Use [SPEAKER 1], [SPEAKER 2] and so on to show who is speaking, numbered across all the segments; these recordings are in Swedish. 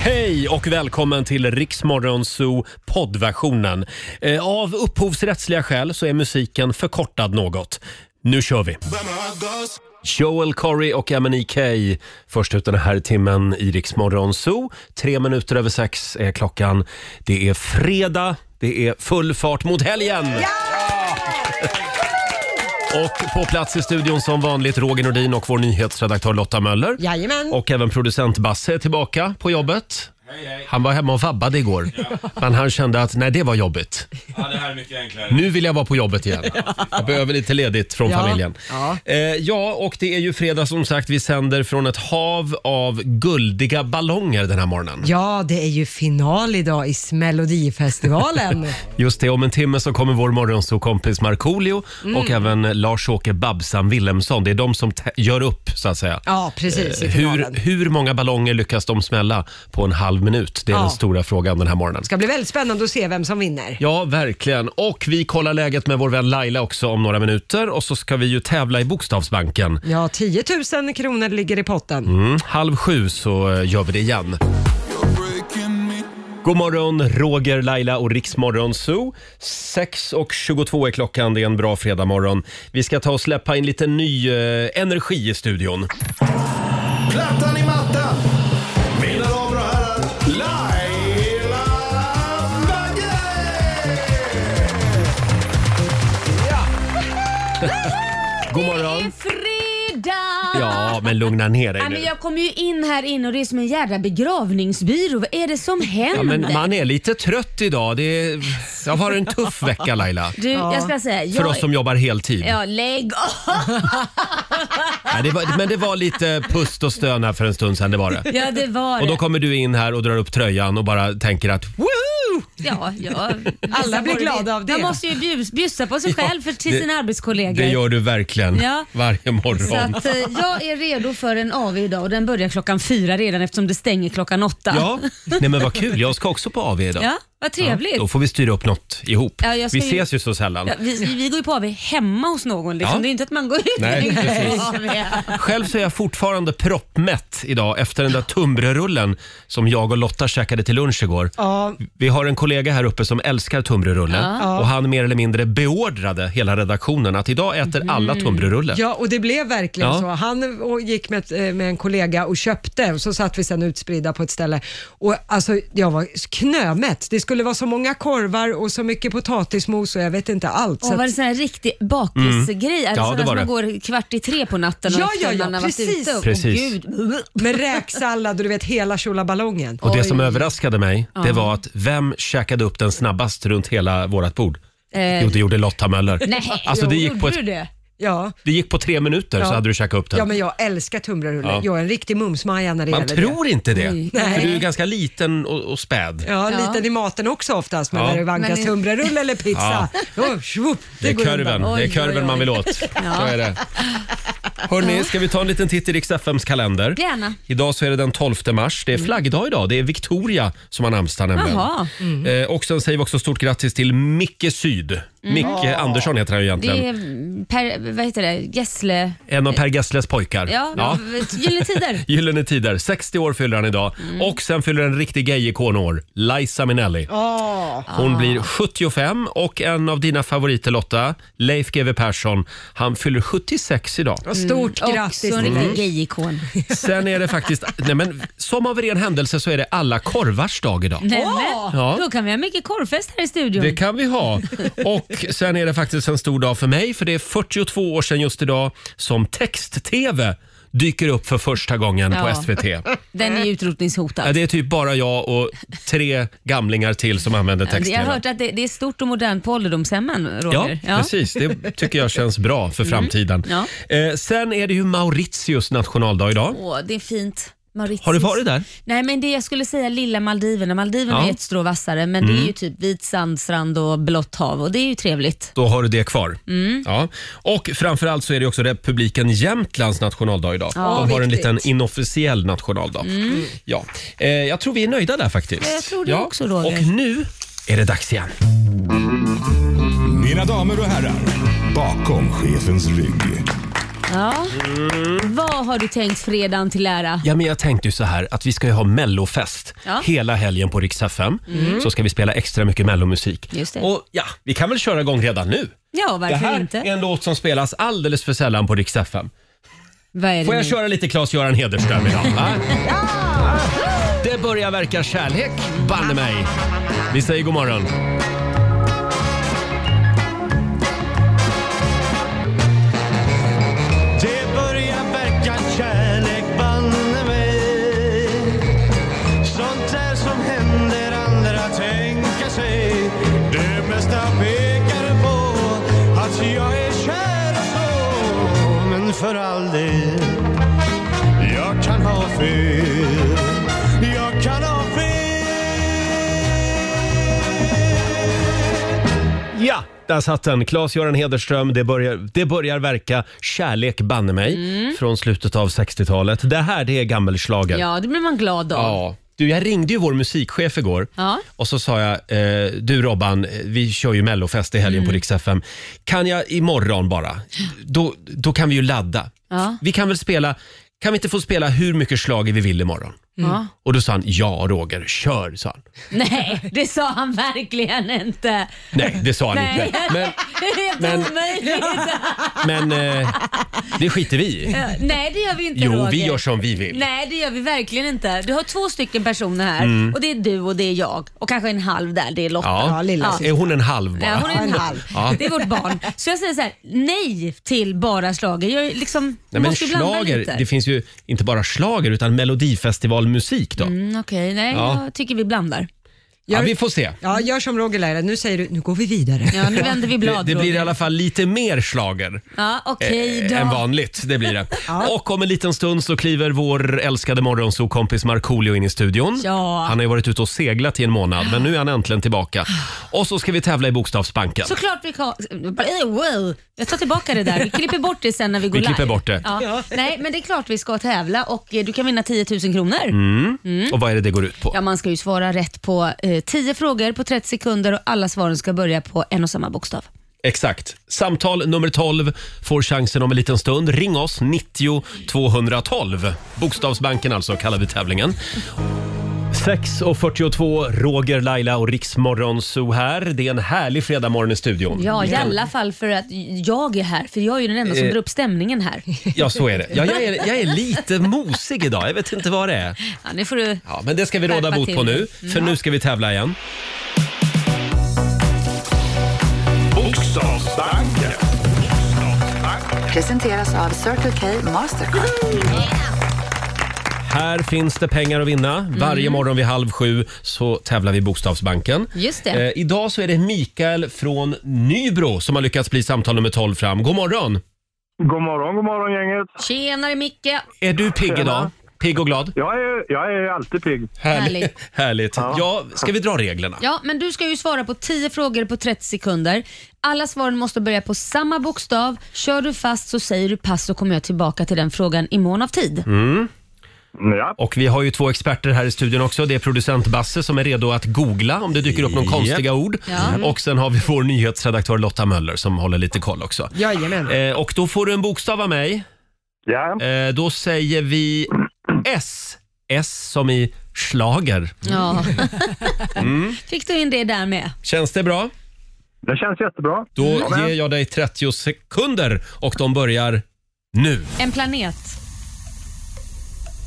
[SPEAKER 1] Hej och välkommen till Riksmorgon Zoo poddversionen. Eh, Av upphovsrättsliga skäl så är musiken förkortad något. Nu kör vi! Joel Corey och Emily Kay först ut den här timmen i Riksmorgon Zoo. Tre minuter över sex är klockan. Det är fredag, det är full fart mot helgen! Och på plats i studion som vanligt Roger Nordin och vår nyhetsredaktör Lotta Möller.
[SPEAKER 2] Jajamän.
[SPEAKER 1] Och även producent Basse är tillbaka på jobbet. Han var hemma och vabbade igår. Men han kände att nej, det var jobbigt.
[SPEAKER 3] Ja, det här är mycket enklare.
[SPEAKER 1] Nu vill jag vara på jobbet igen. Jag behöver lite ledigt från
[SPEAKER 2] Ja.
[SPEAKER 1] familjen.
[SPEAKER 2] Ja.
[SPEAKER 1] Eh, ja, och det är ju fredag som sagt. Vi sänder från ett hav av guldiga ballonger den här morgonen.
[SPEAKER 2] Ja, det är ju final idag i Melodifestivalen.
[SPEAKER 1] Just det, om en timme så kommer vår morgonsåkompis Markoolio
[SPEAKER 2] Mm.
[SPEAKER 1] och även Lars-Åke Babsan Willemsson. Det är de som te- gör upp så att säga.
[SPEAKER 2] Ja, precis. I
[SPEAKER 1] Eh, Hur,
[SPEAKER 2] finalen.
[SPEAKER 1] hur många ballonger lyckas de smälla på en halv minut? Det är
[SPEAKER 2] Ja.
[SPEAKER 1] den stora frågan den här morgonen.
[SPEAKER 2] ska bli väldigt spännande att se vem som vinner.
[SPEAKER 1] Ja, verkligen. Och vi kollar läget med vår vän Laila också om några minuter. Och så ska vi ju tävla i Bokstavsbanken.
[SPEAKER 2] Ja, 10 000 kronor ligger i potten.
[SPEAKER 1] Mm, halv sju så eh, gör vi det igen. God morgon, Roger, Laila och Riksmorgon Zoo. 6.22 är klockan, det är en bra fredagmorgon. Vi ska ta och släppa in lite ny eh, energi i studion.
[SPEAKER 3] Plattan i mattan! Mina damer och herrar, Laila Bagge!
[SPEAKER 1] God
[SPEAKER 4] Det är
[SPEAKER 1] morgon!
[SPEAKER 4] fredag!
[SPEAKER 1] Ja, men lugna ner dig
[SPEAKER 4] Nej, men
[SPEAKER 1] nu.
[SPEAKER 4] jag kommer ju in här in och det är som en jävla begravningsbyrå. Vad är det som händer?
[SPEAKER 1] Ja, men man är lite trött idag. Det är, jag har en tuff vecka Laila.
[SPEAKER 4] Du, jag ska säga. Jag...
[SPEAKER 1] För oss som jobbar heltid.
[SPEAKER 4] Ja, lägg av!
[SPEAKER 1] Nej, det var, men det var lite pust och stön här för en stund sedan. Det var det.
[SPEAKER 4] Ja, det var
[SPEAKER 1] Och då
[SPEAKER 4] det.
[SPEAKER 1] kommer du in här och drar upp tröjan och bara tänker att woohoo!
[SPEAKER 4] Ja, ja.
[SPEAKER 2] Alla blir glada av det.
[SPEAKER 4] Man måste ju bjus, bjussa på sig själv för till
[SPEAKER 1] det-
[SPEAKER 4] sina arbetskollegor.
[SPEAKER 1] Det gör du verkligen
[SPEAKER 4] Ja.
[SPEAKER 1] varje
[SPEAKER 4] Så
[SPEAKER 1] morgon.
[SPEAKER 4] att, eh, jag är redo för en AV idag och den börjar klockan fyra redan eftersom det stänger klockan åtta.
[SPEAKER 1] Ja, nej men vad kul. Jag ska också på AV idag.
[SPEAKER 4] ja vad trevligt.
[SPEAKER 1] Då får vi styra upp något ihop.
[SPEAKER 4] Ja, jag ska
[SPEAKER 1] vi
[SPEAKER 4] ju-
[SPEAKER 1] ses ju så sällan.
[SPEAKER 4] Ja, vi, vi går ju på AV hemma hos någon. Liksom.
[SPEAKER 1] Ja.
[SPEAKER 4] Det är inte att man går ut
[SPEAKER 1] Nej,
[SPEAKER 4] och ringer
[SPEAKER 1] precis.
[SPEAKER 4] på AV.
[SPEAKER 1] Själv så är jag fortfarande proppmätt idag efter den där tunnbrödsrullen som jag och Lotta käkade till lunch igår.
[SPEAKER 2] Ja,
[SPEAKER 1] Vi har en kollega här uppe som älskar tunnbrödsrulle och han mer eller mindre beordrade hela redaktionen att idag äter alla tunnbrödsrulle.
[SPEAKER 2] ja, och det blev verkligen
[SPEAKER 1] Ja.
[SPEAKER 2] så. Han och gick med, ett- eh, med en kollega och köpte och så satt vi sen utspridda på ett ställe. Och alltså, jag var knömätt. Det skulle vara så många korvar och så mycket potatismos och jag vet inte allt.
[SPEAKER 4] Och
[SPEAKER 2] så
[SPEAKER 4] var
[SPEAKER 2] att,
[SPEAKER 4] det sån här riktig bakisgrej? Mm.
[SPEAKER 1] Ja,
[SPEAKER 4] Alltså
[SPEAKER 1] det var
[SPEAKER 4] ja, man
[SPEAKER 1] det.
[SPEAKER 4] går kvart i tre på natten och
[SPEAKER 2] Ja,
[SPEAKER 4] efter
[SPEAKER 2] ja, ja,
[SPEAKER 4] man har varit
[SPEAKER 2] precis.
[SPEAKER 4] ute. Och,
[SPEAKER 1] Precis.
[SPEAKER 4] Gud.
[SPEAKER 2] med räksallad och du vet hela tjolaballongen.
[SPEAKER 1] Och det
[SPEAKER 4] Oj.
[SPEAKER 1] som överraskade mig, det var att vem käkade upp den snabbast runt hela vårt bord?
[SPEAKER 4] Eh,
[SPEAKER 1] Jo, det gjorde Lotta Möller.
[SPEAKER 4] Nej,
[SPEAKER 1] Alltså, det gick
[SPEAKER 4] gjorde
[SPEAKER 1] på ett-
[SPEAKER 4] du det?
[SPEAKER 2] Ja.
[SPEAKER 1] Det gick på tre minuter så
[SPEAKER 2] Ja.
[SPEAKER 1] hade du käkat upp den.
[SPEAKER 2] Ja, men jag älskar tunnbrödsrulle.
[SPEAKER 1] Ja.
[SPEAKER 2] Jag är en riktig mumsmaja när det
[SPEAKER 1] Man
[SPEAKER 2] gäller
[SPEAKER 1] tror inte det,
[SPEAKER 4] Nej.
[SPEAKER 1] för du är ganska liten och, och späd.
[SPEAKER 2] det. Ja,
[SPEAKER 4] Ja.
[SPEAKER 2] liten i maten också oftast, men
[SPEAKER 1] Ja.
[SPEAKER 2] när det vankas
[SPEAKER 4] Men i-
[SPEAKER 2] tunnbrödsrulle eller pizza, då, schwupp,
[SPEAKER 1] Det är
[SPEAKER 2] går
[SPEAKER 1] kurven,
[SPEAKER 2] undan.
[SPEAKER 1] det är
[SPEAKER 4] Oj,
[SPEAKER 1] kurven
[SPEAKER 4] oj, oj.
[SPEAKER 1] man vill åt. Så är det. Hörrni, ska vi ta en liten titt i Rix FMs kalender?
[SPEAKER 4] Gärna. Mm.
[SPEAKER 1] Idag så är det den 12 mars. Det är flaggdag idag. Det är Victoria som har namnsdag nämligen.
[SPEAKER 4] Jaha.
[SPEAKER 1] Eh, och sen säger vi också stort grattis till Micke Syd. Micke Andersson heter han ju
[SPEAKER 4] Mm. Det
[SPEAKER 1] egentligen.
[SPEAKER 4] är per, vad heter det? Gessle...
[SPEAKER 1] En av Per Gessles pojkar.
[SPEAKER 4] Ja, Gyllene Tider. Mm.
[SPEAKER 1] Gyllene Tider. 60 år fyller han idag. Och sen fyller en riktig gay-ikon år. Liza Minnelli.
[SPEAKER 4] Ah.
[SPEAKER 1] Hon blir 75 och en av dina favoriter Lotta, Leif GW Persson, han fyller 76 idag.
[SPEAKER 2] Och Stort grattis
[SPEAKER 4] Också en
[SPEAKER 2] till
[SPEAKER 4] riktig
[SPEAKER 1] Mm.
[SPEAKER 2] dig.
[SPEAKER 4] gay-ikon.
[SPEAKER 1] Sen är det faktiskt, nej men som av en ren händelse så är det alla korvars dag idag.
[SPEAKER 4] Nämen,
[SPEAKER 1] Ja.
[SPEAKER 4] Då kan vi ha mycket korvfest här i studion.
[SPEAKER 1] Det kan vi ha. Och sen är det faktiskt en stor dag för mig för det är 42 år sedan just idag som text-tv dyker upp för första gången
[SPEAKER 4] Ja.
[SPEAKER 1] på SVT.
[SPEAKER 4] Den är
[SPEAKER 1] Ja,
[SPEAKER 4] utrotningshotad.
[SPEAKER 1] det är typ bara jag och tre gamlingar till som använder text-tv.
[SPEAKER 4] Jag har hört att det, det är stort och modernt på ålderdomshemmen,
[SPEAKER 1] Ja,
[SPEAKER 4] Roger.
[SPEAKER 1] precis. Det tycker jag känns bra för framtiden.
[SPEAKER 4] Mm. Ja.
[SPEAKER 1] Eh, sen är det ju Mauritius nationaldag idag.
[SPEAKER 4] Åh, det är fint. Mauritius.
[SPEAKER 1] Har du varit där?
[SPEAKER 4] Nej, men det jag skulle säga lilla Maldiverna. Maldiverna
[SPEAKER 1] Ja. Mm.
[SPEAKER 4] är ett strå vassare, men det är ju typ vit sandstrand och blått hav och det är ju trevligt.
[SPEAKER 1] Då har du det kvar.
[SPEAKER 4] Mm.
[SPEAKER 1] Ja. Och framförallt så är det också republiken Jämtlands nationaldag idag. De har en
[SPEAKER 2] viktigt.
[SPEAKER 1] liten inofficiell nationaldag. Ja. Eh, jag tror vi är nöjda där faktiskt.
[SPEAKER 4] Mm. Jag tror det också, Roger.
[SPEAKER 1] Och nu är det dags igen.
[SPEAKER 3] Mina damer och herrar, bakom chefens rygg.
[SPEAKER 4] Ja.
[SPEAKER 1] Mm.
[SPEAKER 4] Vad har du tänkt fredagen till ära?
[SPEAKER 1] Ja, men jag tänkte ju så här att vi ska ju ha mellofest
[SPEAKER 4] Ja.
[SPEAKER 1] hela helgen på Rix FM.
[SPEAKER 4] Mm.
[SPEAKER 1] Så ska vi spela extra mycket mellomusik.
[SPEAKER 4] Just det.
[SPEAKER 1] Och ja, vi kan väl köra igång redan nu?
[SPEAKER 4] Ja,
[SPEAKER 1] det
[SPEAKER 4] varför
[SPEAKER 1] här
[SPEAKER 4] inte?
[SPEAKER 1] är en låt som spelas alldeles för sällan på Rix FM.
[SPEAKER 4] Vad är det
[SPEAKER 1] Får jag
[SPEAKER 4] nu?
[SPEAKER 1] köra lite Claes-Göran Hederström idag? Va? Det börjar verka kärlek, banne mig. Vi säger god morgon.
[SPEAKER 3] Det börjar verka kärlek banne mig Sånt där som händer andra tänka sig Det mesta pekar på att jag är kär och så Men för all del, jag kan ha fel Jag kan ha
[SPEAKER 1] Ja, där satt den. Claes-Göran Hederström, det börjar, det börjar verka kärlek banne mig
[SPEAKER 4] Mm.
[SPEAKER 1] från slutet av 60-talet. Det här det är gammelschlager.
[SPEAKER 4] Ja, det blir man glad av.
[SPEAKER 1] Ja. Du, jag ringde ju vår musikchef igår
[SPEAKER 4] Ja.
[SPEAKER 1] och så sa jag, eh, du Robban, eh, vi kör ju mellofest i helgen
[SPEAKER 4] Mm.
[SPEAKER 1] på Rix FM. Kan jag imorgon bara? Då, då kan vi ju ladda.
[SPEAKER 4] Ja.
[SPEAKER 1] Vi kan väl spela, kan vi inte få spela hur mycket slager vi vill imorgon? Mm.
[SPEAKER 4] Ja.
[SPEAKER 1] Och då sa han, ja Roger, kör, sa han.
[SPEAKER 4] Nej, det sa han verkligen inte.
[SPEAKER 1] Nej, det sa han
[SPEAKER 4] Nej,
[SPEAKER 1] inte. Men,
[SPEAKER 4] det är helt
[SPEAKER 1] men-
[SPEAKER 4] omöjligt.
[SPEAKER 1] men eh, det skiter vi i.
[SPEAKER 4] Ja, Nej, det gör vi inte
[SPEAKER 1] Jo,
[SPEAKER 4] Roger.
[SPEAKER 1] vi gör som vi vill.
[SPEAKER 4] Nej, det gör vi verkligen inte. Du har två stycken personer här
[SPEAKER 1] Mm.
[SPEAKER 4] och det är du och det är jag och kanske en halv där, det är Lotta.
[SPEAKER 1] Ja. Är hon en halv bara?
[SPEAKER 4] Nej, hon är en halv.
[SPEAKER 1] Ja.
[SPEAKER 4] Det är vårt barn. Så jag säger så här: nej till bara schlager. Jag är liksom,
[SPEAKER 1] Nej, men
[SPEAKER 4] måste ju blanda
[SPEAKER 1] slager,
[SPEAKER 4] lite.
[SPEAKER 1] det finns ju inte bara slager utan melodifestivalmusik då.
[SPEAKER 4] Mm, Okej, nej
[SPEAKER 1] Ja.
[SPEAKER 4] jag tycker vi blandar.
[SPEAKER 1] Ja, vi får se.
[SPEAKER 2] Ja, gör som Roger Laila. Nu säger du, nu går vi vidare.
[SPEAKER 4] Ja, nu vänder vi blad.
[SPEAKER 1] Det, det blir i
[SPEAKER 4] Roger.
[SPEAKER 1] alla fall lite mer slager.
[SPEAKER 4] Ja, okej
[SPEAKER 1] eh,
[SPEAKER 4] då.
[SPEAKER 1] än vanligt, det blir det. Och om en liten stund så kliver vår älskade morgonsokompis Markoolio in i studion.
[SPEAKER 4] Ja.
[SPEAKER 1] Han har ju varit ute och seglat i en månad, men nu är han äntligen tillbaka. Och så ska vi tävla i Bokstavsbanken.
[SPEAKER 4] Såklart vi kan... Wow. Jag tar tillbaka det där. Vi klipper bort det sen när vi går
[SPEAKER 1] Vi klipper
[SPEAKER 4] live.
[SPEAKER 1] bort det.
[SPEAKER 4] Ja. Nej, men det är klart vi ska tävla och eh, du kan vinna 10 000 kronor.
[SPEAKER 1] Mm.
[SPEAKER 4] Mm.
[SPEAKER 1] Och vad är det det går ut på?
[SPEAKER 4] Ja, man ska ju svara rätt på eh, 10 frågor på 30 sekunder och alla svaren ska börja på en och samma bokstav.
[SPEAKER 1] Exakt. Samtal nummer 12 får chansen om en liten stund. Ring oss, 90 212. Bokstavsbanken alltså, kallar vi tävlingen. 6.42, Roger, Laila och Riksmorgon Zoo här. Det är en härlig fredagmorgon i studion.
[SPEAKER 4] Ja, i alla fall för att jag är här, för jag är ju den enda som
[SPEAKER 1] Eh.
[SPEAKER 4] drar upp stämningen här.
[SPEAKER 1] Ja, så är det. Ja, jag, är, jag är lite mosig idag, jag vet inte vad det är.
[SPEAKER 4] Ja, nu får du...
[SPEAKER 1] Ja, men det ska vi råda
[SPEAKER 4] Skärpa
[SPEAKER 1] bot på
[SPEAKER 4] till.
[SPEAKER 1] nu,
[SPEAKER 4] Mm.
[SPEAKER 1] för nu ska vi tävla igen.
[SPEAKER 3] Bokstavsbanken.
[SPEAKER 5] Presenteras av Circle K Mastercard.
[SPEAKER 1] Här finns det pengar att vinna. Varje
[SPEAKER 4] Mm.
[SPEAKER 1] morgon vid halv sju så tävlar vi i Bokstavsbanken.
[SPEAKER 4] Just det.
[SPEAKER 1] Eh, idag så är det Mikael från Nybro som har lyckats bli samtal nummer 12 fram. God morgon!
[SPEAKER 6] God morgon, god morgon gänget.
[SPEAKER 4] Tjenare Micke!
[SPEAKER 1] Är du pigg
[SPEAKER 6] Tjena.
[SPEAKER 1] idag? Pigg och glad?
[SPEAKER 6] Jag är, jag är alltid pigg.
[SPEAKER 1] Härligt.
[SPEAKER 4] Härligt.
[SPEAKER 1] Härligt. Ja. ska vi dra reglerna?
[SPEAKER 4] Ja, men du ska ju svara på 10 frågor på 30 sekunder. Alla svaren måste börja på samma bokstav. Kör du fast så säger du pass så kommer jag tillbaka till den frågan i mån av tid.
[SPEAKER 1] Mm. Och vi har ju två experter här i studion också. Det är producent Basse som är redo att googla om det dyker upp några
[SPEAKER 3] Japp.
[SPEAKER 1] konstiga ord.
[SPEAKER 3] Ja.
[SPEAKER 1] Och sen har vi vår nyhetsredaktör Lotta Möller som håller lite koll också.
[SPEAKER 2] Jajamän.
[SPEAKER 1] Eh, och då får du en bokstav av mig. Eh, då säger vi S. S som i schlager.
[SPEAKER 4] Ja.
[SPEAKER 1] Mm.
[SPEAKER 4] Fick du in det där med?
[SPEAKER 1] Känns det bra?
[SPEAKER 6] Det känns jättebra.
[SPEAKER 1] Då
[SPEAKER 4] Mm.
[SPEAKER 1] ger jag dig 30 sekunder och de börjar nu.
[SPEAKER 4] En planet.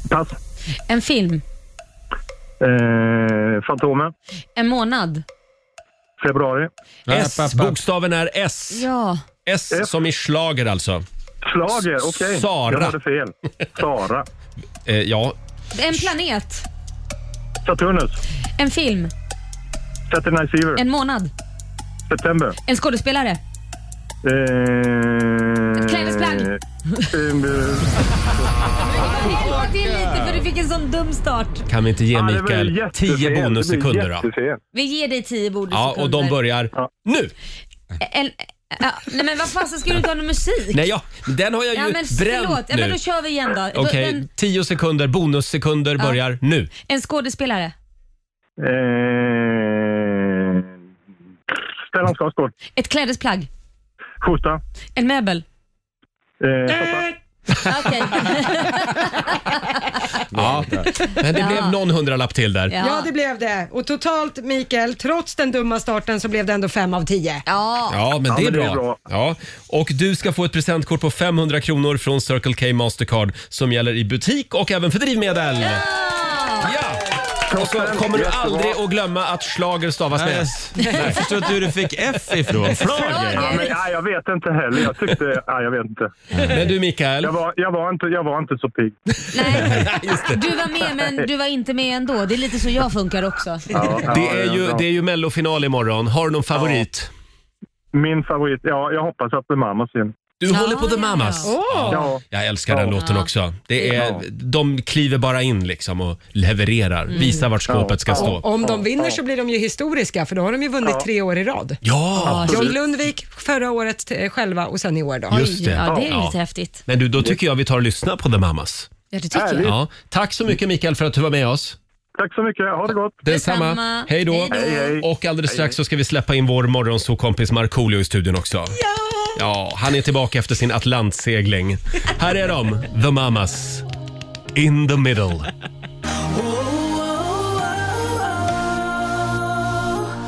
[SPEAKER 6] Pass.
[SPEAKER 4] En film.
[SPEAKER 6] Eh, Fantomen.
[SPEAKER 4] En månad.
[SPEAKER 6] Februari.
[SPEAKER 1] S, bokstaven är S.
[SPEAKER 4] Ja.
[SPEAKER 1] S som i schlager alltså.
[SPEAKER 6] Slager, okej.
[SPEAKER 1] Sara.
[SPEAKER 6] Jag hörde fel. Sara.
[SPEAKER 1] Eh, ja,
[SPEAKER 4] En planet.
[SPEAKER 6] Saturnus.
[SPEAKER 4] En film.
[SPEAKER 6] Saturday Night Fever.
[SPEAKER 4] En månad.
[SPEAKER 6] September.
[SPEAKER 4] En skådespelare.
[SPEAKER 6] Eh,
[SPEAKER 4] Ett klädesplagg.
[SPEAKER 6] eh,
[SPEAKER 4] Dra till lite för du fick en sån dum start.
[SPEAKER 1] kan vi inte ge
[SPEAKER 6] Ja, det var
[SPEAKER 1] Mikael
[SPEAKER 6] jättefel.
[SPEAKER 1] 10 bonussekunder
[SPEAKER 6] Det blir
[SPEAKER 1] då?
[SPEAKER 4] Vi ger dig 10
[SPEAKER 1] Ja,
[SPEAKER 4] bonussekunder.
[SPEAKER 1] och de börjar nu.
[SPEAKER 4] En, ja, nej men vad fasen ska du inte ha någon musik?
[SPEAKER 1] Nej, ja, den har jag ju
[SPEAKER 4] Ja, men
[SPEAKER 1] bränt
[SPEAKER 4] förlåt. Ja,
[SPEAKER 1] nu.
[SPEAKER 4] men då kör vi igen då. Då-
[SPEAKER 1] Okej,
[SPEAKER 4] En,
[SPEAKER 1] 10 sekunder, bonussekunder
[SPEAKER 4] Ja.
[SPEAKER 1] börjar nu.
[SPEAKER 4] en skådespelare.
[SPEAKER 6] eh, Stellan Skarsgård.
[SPEAKER 4] Ett klädesplagg.
[SPEAKER 6] Skjorta.
[SPEAKER 4] En möbel.
[SPEAKER 6] Eh, pappa.
[SPEAKER 4] Okej.
[SPEAKER 1] Ja. Men det
[SPEAKER 4] Ja.
[SPEAKER 1] blev någon hundralapp till där.
[SPEAKER 4] Ja.
[SPEAKER 2] Ja, det blev det. Och totalt, Mikael, trots den dumma starten så blev det ändå fem av tio.
[SPEAKER 4] ja.
[SPEAKER 1] Ja, men det är
[SPEAKER 6] men det är
[SPEAKER 1] bra.
[SPEAKER 6] bra.
[SPEAKER 1] Ja. Och du ska få ett presentkort på 500 kronor från Circle K Mastercard som gäller i butik och även för drivmedel. Ja! Och så kommer du
[SPEAKER 6] Jättebra.
[SPEAKER 1] aldrig att glömma att schlager stavas med S.
[SPEAKER 7] Jag förstår inte hur du fick F ifrån. Flager!
[SPEAKER 6] Ja, men, ja, jag vet inte heller. Jag tyckte... Ja, jag vet inte.
[SPEAKER 1] Men du Mikael,
[SPEAKER 6] Jag var, jag var, inte, jag var inte så pigg.
[SPEAKER 4] Nej,
[SPEAKER 1] just det.
[SPEAKER 4] du var med men du var inte med ändå. Det är lite så jag funkar också.
[SPEAKER 6] Ja, ja,
[SPEAKER 1] Det är ju,
[SPEAKER 6] ja.
[SPEAKER 1] det är ju mellofinal imorgon. Har du någon favorit?
[SPEAKER 6] Min favorit. Ja, jag hoppas att The Mamas vinner.
[SPEAKER 1] Du
[SPEAKER 4] Ja,
[SPEAKER 1] håller på The
[SPEAKER 4] ja,
[SPEAKER 1] Mamas.
[SPEAKER 4] ja.
[SPEAKER 6] Ja.
[SPEAKER 1] Jag älskar den
[SPEAKER 6] Ja.
[SPEAKER 1] låten också. Det är, De kliver bara in liksom och levererar.
[SPEAKER 7] Mm.
[SPEAKER 1] Visar vart skåpet ska stå.
[SPEAKER 2] Om de vinner så blir de ju historiska för då har de ju vunnit tre år i rad.
[SPEAKER 1] Ja,
[SPEAKER 2] John Lundvik förra året eh, själva och sen i år då.
[SPEAKER 1] just det.
[SPEAKER 4] Ja, det är
[SPEAKER 1] Ja.
[SPEAKER 4] lite häftigt.
[SPEAKER 1] Men du, då tycker jag vi tar och lyssnar på The Mamas.
[SPEAKER 4] Ja, det tycker jag.
[SPEAKER 1] Ja. Tack så mycket Mikael för att du var med oss.
[SPEAKER 6] Tack så mycket. Ha det gott.
[SPEAKER 1] Detsamma.
[SPEAKER 4] Detsamma.
[SPEAKER 1] Hej då.
[SPEAKER 4] Hej då. Hej,
[SPEAKER 6] hej.
[SPEAKER 1] Och alldeles strax så ska vi släppa in vår morgonsåkompis Markoolio i studion också. Ja! Ja, han är tillbaka efter sin Atlantsegling. Här är de, The Mamas. In the middle.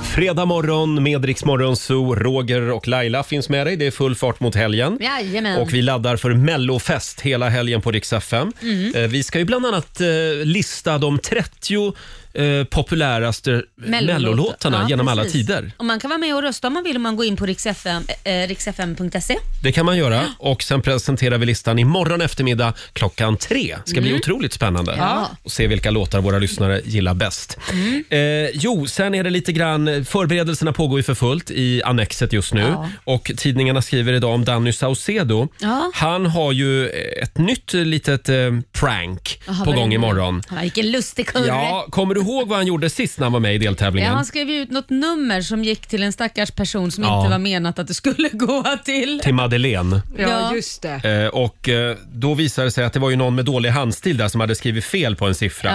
[SPEAKER 1] Fredag morgon med Rix Morgon Zoo. Roger och Laila finns med dig. Det är full fart mot helgen.
[SPEAKER 4] Jajamän.
[SPEAKER 1] Och vi laddar för mellofest hela helgen på Rix FM. Eh, Vi ska ju bland annat eh, lista de 30 eh, populäraste
[SPEAKER 4] Mellolåt-
[SPEAKER 1] mellolåtarna
[SPEAKER 4] Ja,
[SPEAKER 1] genom alla
[SPEAKER 4] precis.
[SPEAKER 1] tider.
[SPEAKER 4] Och man kan vara med och rösta om man vill om man går in på riksfm, eh, riksfm.se.
[SPEAKER 1] Det kan man göra. Och sen presenterar vi listan imorgon eftermiddag klockan tre. ska bli otroligt spännande.
[SPEAKER 4] Mm. Ja. Mm.
[SPEAKER 1] Och se vilka låtar våra lyssnare gillar bäst. Eh, jo, sen är det lite grann, eh, förberedelserna pågår ju för fullt i Annexet just nu.
[SPEAKER 4] Ja.
[SPEAKER 1] Och tidningarna skriver idag om Danny Saucedo.
[SPEAKER 4] Ja.
[SPEAKER 1] Han har ju ett nytt litet eh, prank
[SPEAKER 4] Jaha,
[SPEAKER 1] på
[SPEAKER 4] vad
[SPEAKER 1] gång
[SPEAKER 4] det-
[SPEAKER 1] imorgon.
[SPEAKER 4] Ja, vilken lustig kurre.
[SPEAKER 1] Ja, kommer du ihåg vad han gjorde sist när han var med i
[SPEAKER 4] Ja,
[SPEAKER 1] deltävlingen?
[SPEAKER 4] han skrev ju ut något nummer som gick till en stackars person som
[SPEAKER 1] Ja.
[SPEAKER 4] inte var menat att det skulle gå till.
[SPEAKER 1] Till Madeleine.
[SPEAKER 2] Ja,
[SPEAKER 4] Ja.
[SPEAKER 2] just det.
[SPEAKER 1] Eh, Och eh, då visade det sig att det var ju någon med dålig handstil där som hade skrivit fel på en siffra.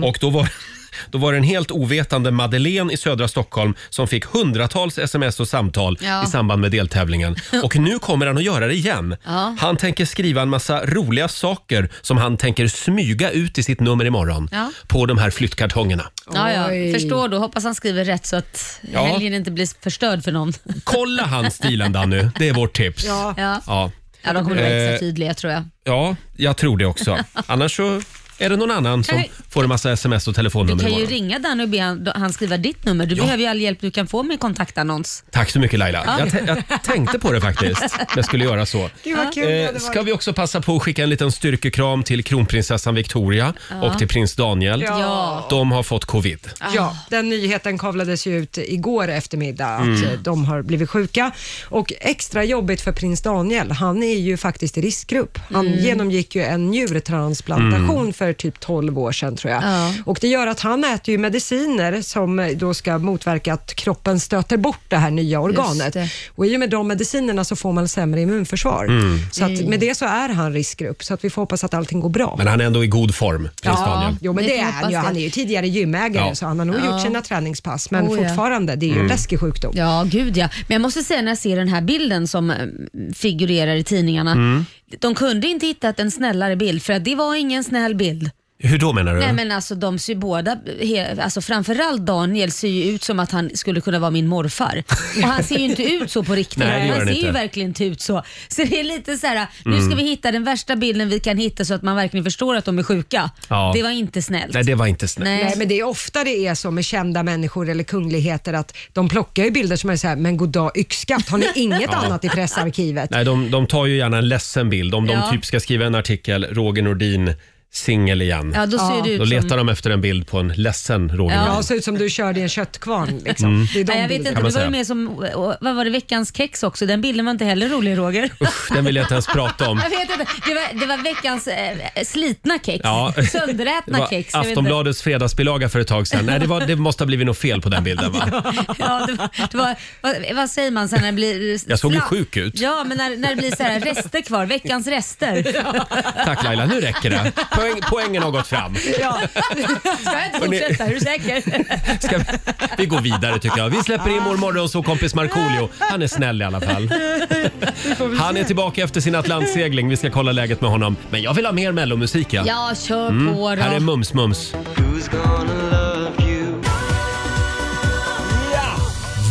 [SPEAKER 4] Ja.
[SPEAKER 1] Och då var, då var det en helt ovetande Madeleine i södra Stockholm som fick hundratals sms och samtal
[SPEAKER 4] Ja.
[SPEAKER 1] i samband med deltävlingen. Och nu kommer han att göra det igen.
[SPEAKER 4] Ja.
[SPEAKER 1] Han tänker skriva en massa roliga saker som han tänker smyga ut i sitt nummer imorgon
[SPEAKER 4] Ja.
[SPEAKER 1] på de här flyttkartongerna.
[SPEAKER 4] Ja,
[SPEAKER 2] Oj.
[SPEAKER 4] ja. Förstår då. Hoppas han skriver rätt så att
[SPEAKER 1] Ja.
[SPEAKER 4] helgen inte blir förstörd för någon.
[SPEAKER 1] Kolla hans stilen Danny, det är vårt tips.
[SPEAKER 2] Ja.
[SPEAKER 4] Ja,
[SPEAKER 1] Ja.
[SPEAKER 4] ja de kommer att vara
[SPEAKER 1] Eh,
[SPEAKER 4] extra tydliga tror jag.
[SPEAKER 1] Ja, jag tror det också. Annars så är det någon annan som
[SPEAKER 4] Kan
[SPEAKER 1] får en massa sms och
[SPEAKER 4] Du
[SPEAKER 1] telefonnummer
[SPEAKER 4] kan ju
[SPEAKER 1] imorgon.
[SPEAKER 4] ringa Danny och be han, han skriva ditt nummer. Du behöver ju all hjälp du kan få med kontaktannons.
[SPEAKER 1] Tack så mycket Laila. Jag, tä- jag tänkte på det faktiskt, att jag skulle göra så.
[SPEAKER 2] Gud vad kul det
[SPEAKER 1] Eh,
[SPEAKER 2] hade
[SPEAKER 1] ska
[SPEAKER 2] varit.
[SPEAKER 1] vi också passa på att skicka en liten styrkekram till kronprinsessan Victoria och till prins Daniel.
[SPEAKER 2] Ja.
[SPEAKER 1] De har fått covid.
[SPEAKER 2] Ja, den nyheten kavlades ju ut igår eftermiddag att eh, de har blivit sjuka. Och extra jobbigt för prins Daniel, han är ju faktiskt i riskgrupp. Han genomgick ju en njurtransplantation för typ 12 år sedan tror jag.
[SPEAKER 4] Ja.
[SPEAKER 2] Och det gör att han äter ju mediciner som eh, då ska motverka att kroppen stöter bort det här nya organet.
[SPEAKER 4] det.
[SPEAKER 2] Och i och med de medicinerna så får man sämre immunförsvar. Så att med det så är han riskgrupp, så att vi får hoppas att allting går bra.
[SPEAKER 1] Men han är ändå i god form, prins Daniel.
[SPEAKER 2] Jo, men
[SPEAKER 4] Vi
[SPEAKER 2] det,
[SPEAKER 4] får
[SPEAKER 2] är
[SPEAKER 4] hoppas
[SPEAKER 2] han ju.
[SPEAKER 4] det.
[SPEAKER 2] Han är ju tidigare gymägare,
[SPEAKER 1] Ja. Mm.
[SPEAKER 2] så han har nog gjort sina träningspass. Men
[SPEAKER 4] Oh, ja.
[SPEAKER 2] fortfarande, det är ju en läskig sjukdom.
[SPEAKER 4] Ja, gud ja. Men jag måste säga när jag ser den här bilden som eh, figurerar i tidningarna.
[SPEAKER 1] Mm.
[SPEAKER 4] De kunde inte hittat en snällare bild för att det var ingen snäll bild.
[SPEAKER 1] Hur då menar du?
[SPEAKER 4] Nej men alltså de ser ju båda, he, alltså framförallt Daniel ser ju ut som att han skulle kunna vara min morfar. Och han ser ju inte ut så på riktigt.
[SPEAKER 1] Nej, det gör
[SPEAKER 4] han
[SPEAKER 1] han
[SPEAKER 4] ser
[SPEAKER 1] inte. Mm.
[SPEAKER 4] ju verkligen inte ut så. Så det är lite så här, nu ska vi hitta den värsta bilden vi kan hitta så att man verkligen förstår att de är sjuka.
[SPEAKER 1] Ja.
[SPEAKER 4] Det var inte snällt.
[SPEAKER 1] Nej, det var inte snällt.
[SPEAKER 4] Nej.
[SPEAKER 2] Nej, men det är ofta det är så med kända människor eller kungligheter att de plockar ju bilder som är såhär, men goddag yxskaft, har ni inget annat i pressarkivet?
[SPEAKER 1] Nej, de, de tar ju gärna en ledsen bild om
[SPEAKER 4] Ja.
[SPEAKER 1] de typ ska skriva en artikel, Roger Nordin singel igen.
[SPEAKER 4] Ja, då ser det
[SPEAKER 1] Då
[SPEAKER 4] ut som...
[SPEAKER 1] letar de efter en bild på en ledsen Roger
[SPEAKER 4] Ja.
[SPEAKER 2] Ja,
[SPEAKER 1] Nordin.
[SPEAKER 2] ser ut som du körde i en köttkvarn. Liksom.
[SPEAKER 1] Mm.
[SPEAKER 2] Det är de
[SPEAKER 4] Nej, jag vet
[SPEAKER 2] bilderna.
[SPEAKER 4] inte,
[SPEAKER 1] Kan
[SPEAKER 4] det
[SPEAKER 1] man
[SPEAKER 4] var
[SPEAKER 1] säga.
[SPEAKER 4] ju mer som, vad var det, veckans kex också. Den bilden var inte heller rolig Roger.
[SPEAKER 1] Usch, den vill jag inte ens prata om.
[SPEAKER 4] Jag vet inte, det var, det var veckans eh, slitna kex.
[SPEAKER 1] Ja. Det
[SPEAKER 4] Sönderätna
[SPEAKER 1] var
[SPEAKER 4] kex. jag vet inte.
[SPEAKER 1] Aftonbladets fredagsbilaga för ett tag sedan. Nej, det, var, det måste ha blivit något fel på den bilden va?
[SPEAKER 4] Ja, det var, det var, vad, vad säger man sen när det blir...
[SPEAKER 1] Jag såg ju
[SPEAKER 4] sla-
[SPEAKER 1] sjuk ut.
[SPEAKER 4] Ja, men när, när det blir så här rester kvar, veckans rester.
[SPEAKER 1] Tack Laila, nu räcker det. poäng, poängen har gått fram.
[SPEAKER 2] Ja.
[SPEAKER 4] Ska jag inte fortsätta? Är du säker?
[SPEAKER 1] Ska vi, vi går vidare tycker jag. Vi släpper in vår morgonsåkompis Markoolio. Han är snäll i alla fall. Han är tillbaka efter sin Atlantsegling. Vi ska kolla läget med honom. Men jag vill ha mer mellomusik ja.
[SPEAKER 4] Ja, kör
[SPEAKER 8] Mm.
[SPEAKER 4] på då.
[SPEAKER 1] Här är Mums Mums.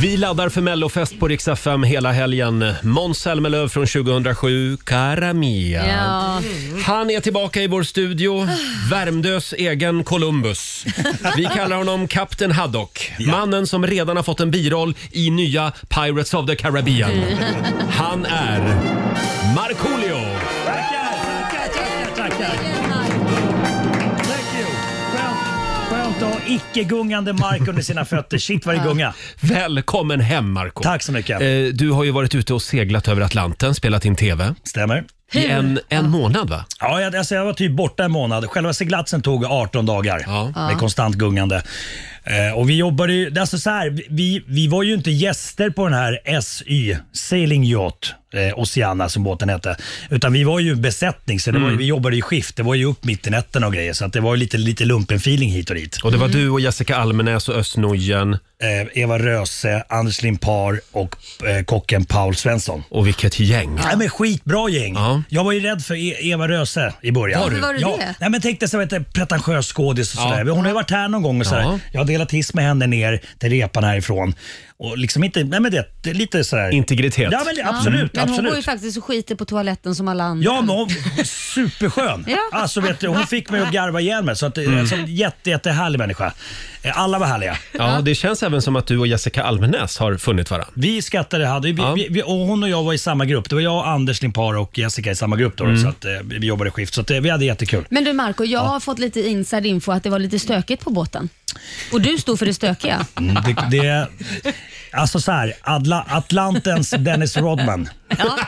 [SPEAKER 1] Vi laddar för mellofest på riksdag 5 hela helgen. Måns Zelmerlöw från 2007, Cara Mia.
[SPEAKER 4] Ja.
[SPEAKER 1] Han är tillbaka i vår studio, Värmdös egen Columbus. Vi kallar honom Kapten Haddock. Mannen som redan har fått en biroll i nya Pirates of the Caribbean. Han är Markoolio!
[SPEAKER 8] Skönt att ha icke-gungande mark under sina fötter. Shit vad det gunga.
[SPEAKER 1] Välkommen hem Marco.
[SPEAKER 8] Tack så mycket.
[SPEAKER 1] Eh, Du har ju varit ute och seglat över Atlanten, spelat in TV.
[SPEAKER 8] Stämmer.
[SPEAKER 1] I en, en månad va?
[SPEAKER 8] Ja, jag, alltså jag var typ borta en månad. Själva seglatsen tog 18 dagar
[SPEAKER 1] Ja.
[SPEAKER 8] med konstant gungande. Eh, och vi jobbade ju, alltså så här, vi, vi var ju inte gäster på den här SY, Sailing Yacht eh, Oceana som båten hette. Utan vi var ju besättning, så det var, ju- vi jobbade ju skift. Det var ju upp mitt i nätterna och grejer, så att det var ju lite, lite lumpen-feeling hit och dit.
[SPEAKER 1] Och det var du och Jessica Almenäs och Özz Nujen.
[SPEAKER 8] Eh, Eva Röse, Anders Limpar och eh, kocken Paul Svensson.
[SPEAKER 1] Och vilket gäng.
[SPEAKER 8] Nej, men skitbra gäng.
[SPEAKER 1] Ja.
[SPEAKER 8] Jag var ju rädd för E- Eva Röse i början.
[SPEAKER 1] Var du?
[SPEAKER 4] Var du
[SPEAKER 8] ja.
[SPEAKER 4] det?
[SPEAKER 8] Nej, men tänkte så vet du, pretentiös skådis och
[SPEAKER 1] Ja.
[SPEAKER 8] sådär. Hon har ju varit här någon gång och sådär.
[SPEAKER 1] Ja.
[SPEAKER 8] Jag har delat hiss med henne ner till repan härifrån. Och liksom inte, nej men det, det är lite sådär.
[SPEAKER 1] Integritet.
[SPEAKER 8] Ja, men det- absolut,
[SPEAKER 4] Men hon
[SPEAKER 8] absolut.
[SPEAKER 4] går ju faktiskt och skiter på toaletten som alla andra.
[SPEAKER 8] Ja, men hon superskön.
[SPEAKER 4] Ja.
[SPEAKER 8] Alltså, vet du, hon fick mig att garva ihjäl mig. Så att,
[SPEAKER 1] Mm.
[SPEAKER 8] alltså, jätte, jättehärlig människa. Eh, Alla var härliga.
[SPEAKER 1] Ja, det känns även som att du och Jessica Almenäs har funnit varandra.
[SPEAKER 8] Vi skattade, hade, vi,
[SPEAKER 1] Ja.
[SPEAKER 8] vi, vi, och hon och jag var i samma grupp. Det var jag, Anders Limpar och Jessica i samma grupp. Då,
[SPEAKER 4] Mm.
[SPEAKER 8] så att, eh, vi jobbade skift, så att, eh, vi hade jättekul.
[SPEAKER 4] Men du Marco, jag har fått lite inside info att det var lite stökigt på båten. Och du stod för det stökiga.
[SPEAKER 8] Mm, Det, det, alltså så här, Adla, Atlantens Dennis Rodman.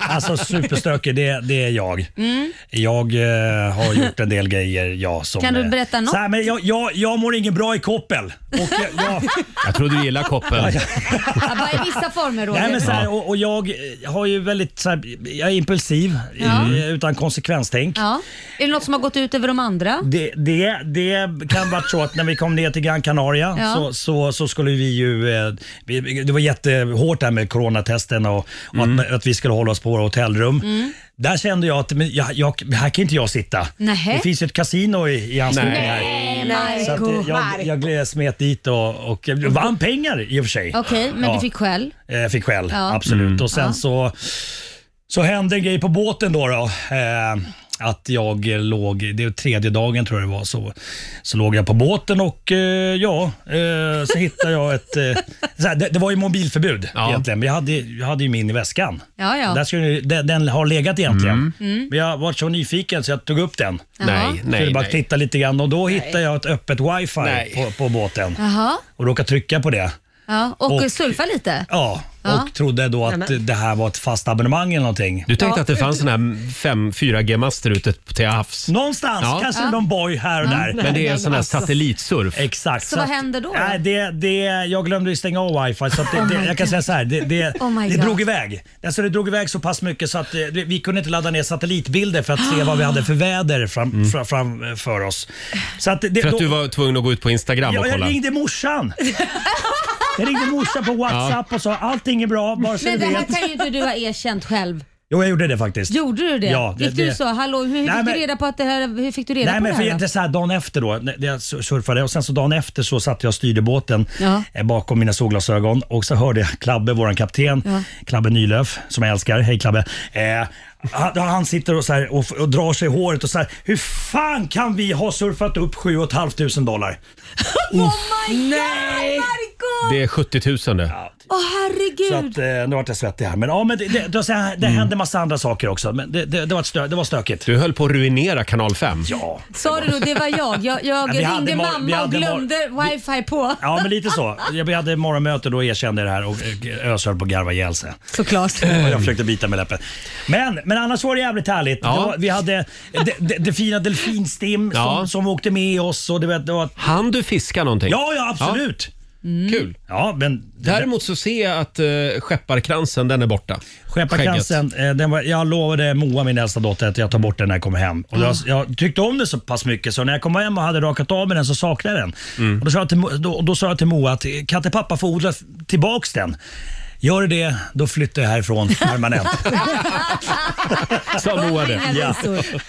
[SPEAKER 8] Alltså superstökig, det, det är jag.
[SPEAKER 4] Mm.
[SPEAKER 8] Jag eh, har gjort en del grejer, ja. Som,
[SPEAKER 4] Kan du
[SPEAKER 8] eh,
[SPEAKER 4] berätta något?
[SPEAKER 8] Så här, men jag, jag, jag mår ingen bra i koppel. Och eh, jag, jag,
[SPEAKER 1] Jag tror du gillar koppel.
[SPEAKER 4] Ja, bara i vissa former Roger.
[SPEAKER 8] nej, men så här, och, och jag eh, har ju väldigt, så här, jag är impulsiv,
[SPEAKER 4] Ja.
[SPEAKER 8] eh, utan konsekvenstänk.
[SPEAKER 4] ja. Är det något som har gått ut över de andra?
[SPEAKER 8] Det, det, det kan vara så att när vi kom ner till Gran Canaria
[SPEAKER 4] Ja.
[SPEAKER 8] så, så, så skulle vi ju... eh, vi- vi- Det var jättehårt där med coronatesten och, och att, att vi skulle hålla oss på våra hotellrum.
[SPEAKER 4] Mm.
[SPEAKER 8] Där kände jag att men jag, jag, här kan inte jag sitta.
[SPEAKER 4] Nähä.
[SPEAKER 8] Det finns ju ett kasino i, i anslutning
[SPEAKER 1] Nej.
[SPEAKER 8] här.
[SPEAKER 4] Nej,
[SPEAKER 8] Så att eh, jag, jag gled- smet dit och, och jag vann pengar i och för sig.
[SPEAKER 4] Okej, men
[SPEAKER 8] Ja.
[SPEAKER 4] du fick skäll.
[SPEAKER 8] Eh, Jag fick skäll,
[SPEAKER 4] Ja.
[SPEAKER 8] absolut.
[SPEAKER 1] Mm.
[SPEAKER 8] Och sen så, så hände en grej på båten då. då. Eh, att jag eh, låg, det var tredje dagen tror jag det var, så, så låg jag på båten och eh, ja, eh, så hittade jag ett... Eh, så här, det, det var ju mobilförbud
[SPEAKER 1] Ja.
[SPEAKER 8] egentligen, men jag hade, jag hade ju min i väskan.
[SPEAKER 4] Ja, ja. Mm.
[SPEAKER 8] Där skulle, ju- den, den har legat egentligen.
[SPEAKER 1] Mm.
[SPEAKER 8] Men jag var så nyfiken så jag tog upp den.
[SPEAKER 1] Nej, nej,
[SPEAKER 8] skulle bara
[SPEAKER 1] nej.
[SPEAKER 8] titta lite grann och då hittade jag ett öppet wifi
[SPEAKER 1] Nej.
[SPEAKER 8] på, på båten
[SPEAKER 4] Jaha.
[SPEAKER 8] och råkade trycka på det.
[SPEAKER 4] Ja. Och,
[SPEAKER 8] Och-
[SPEAKER 4] surfa lite.
[SPEAKER 8] Ja,
[SPEAKER 4] Ja.
[SPEAKER 8] och trodde då att det här var ett fast abonnemang eller någonting.
[SPEAKER 1] Du tänkte att det fanns såna här 5 4G-master ute till havs.
[SPEAKER 8] Någonstans,
[SPEAKER 1] Ja.
[SPEAKER 8] kanske någon boy här och där.
[SPEAKER 1] Men det är sån här satellitsurf.
[SPEAKER 8] Exakt.
[SPEAKER 4] Mm. Så vad hände då?
[SPEAKER 8] Nej, det, det, jag glömde ju stänga av wifi så att det, det, jag kan säga så här. Det, det,
[SPEAKER 4] Oh my
[SPEAKER 8] det
[SPEAKER 4] God.
[SPEAKER 8] drog iväg. Alltså det drog iväg så pass mycket så att eh, vi vi kunde inte ladda ner satellitbilder för att se vad vi hade för väder fram, fra- framför oss. Så att det,
[SPEAKER 1] Mm. För att
[SPEAKER 8] då-
[SPEAKER 1] du var tvungen att gå ut på Instagram och
[SPEAKER 8] Ja, jag
[SPEAKER 1] kolla.
[SPEAKER 8] ringde morsan. Jag ringde morsan på WhatsApp och sa allting är bra, bara så du
[SPEAKER 4] Men det här
[SPEAKER 8] vet.
[SPEAKER 4] kan ju inte du ha erkänt själv.
[SPEAKER 8] Jo, jag gjorde det faktiskt.
[SPEAKER 4] Gjorde du det?
[SPEAKER 8] Ja, det-
[SPEAKER 4] Gick du
[SPEAKER 8] det-
[SPEAKER 4] så, hallå, hur fick
[SPEAKER 8] Nej, men-
[SPEAKER 4] du reda på att det här, hur fick du reda
[SPEAKER 8] Nej,
[SPEAKER 4] på
[SPEAKER 8] men för
[SPEAKER 4] det här
[SPEAKER 8] det
[SPEAKER 4] då?
[SPEAKER 8] är så här, dagen efter då, när jag surfade och sen så dagen efter så satt jag och styrde båten
[SPEAKER 4] Ja.
[SPEAKER 8] eh, bakom mina solglasögon och så hörde jag Klabbe, våran kapten,
[SPEAKER 4] Ja.
[SPEAKER 8] Klabbe Nylöf, som jag älskar. Hej Klabbe. Eh, han, han sitter och, så här, och, och drar sig i håret och så här, hur fan kan vi ha surfat upp 7 500 dollar?
[SPEAKER 4] Oh my god Marco!
[SPEAKER 1] Det är 70 000 det.
[SPEAKER 4] Åh
[SPEAKER 8] Så
[SPEAKER 4] herregud.
[SPEAKER 8] att, eh, nu vart jag svettig här. Men, ja, men det, det, det, var så här, det hände massa andra saker också. Men det, det, det, var, stö, det var stökigt.
[SPEAKER 1] Du höll på att ruinera kanal 5.
[SPEAKER 8] Ja.
[SPEAKER 4] Sa du då det var jag? Jag, jag
[SPEAKER 8] Men vi hade
[SPEAKER 4] ringde
[SPEAKER 8] mor- vi
[SPEAKER 4] mamma och
[SPEAKER 8] hade mor-
[SPEAKER 4] glömde wifi på.
[SPEAKER 8] Ja, men lite så. Jag- Vi hade morgonmöte då erkände jag det här och eh, ösade på att garva ihjäl sig.
[SPEAKER 4] Såklart.
[SPEAKER 1] Eh,
[SPEAKER 8] Och jag försökte bita med läppen. Men, men annars var det jävligt härligt.
[SPEAKER 1] Ja.
[SPEAKER 8] Det var, vi hade det, det, det fina delfinstim
[SPEAKER 1] Ja.
[SPEAKER 8] som, som åkte med oss. Och det, var- det var,
[SPEAKER 1] Han du fiska någonting?
[SPEAKER 8] ja, ja absolut.
[SPEAKER 1] Kul.
[SPEAKER 8] Ja, men
[SPEAKER 1] Däremot så ser jag att uh, skepparkransen, den är borta.
[SPEAKER 8] Skepparkransen, eh, den var, jag lovade Moa, min äldsta dotter, att jag tar bort den när jag kommer hem. Och
[SPEAKER 1] Mm.
[SPEAKER 8] jag, jag tyckte om den så pass mycket så när jag kom hem och hade rakat av med den så saknade jag den.
[SPEAKER 1] Mm.
[SPEAKER 8] Och då, sa jag till, Mo- då, då sa jag till Moa att kan inte pappa få odla f- tillbaks den? Gör du det, då flyttar jag härifrån permanent.
[SPEAKER 1] Skägget. Sa Moa det.
[SPEAKER 8] ja.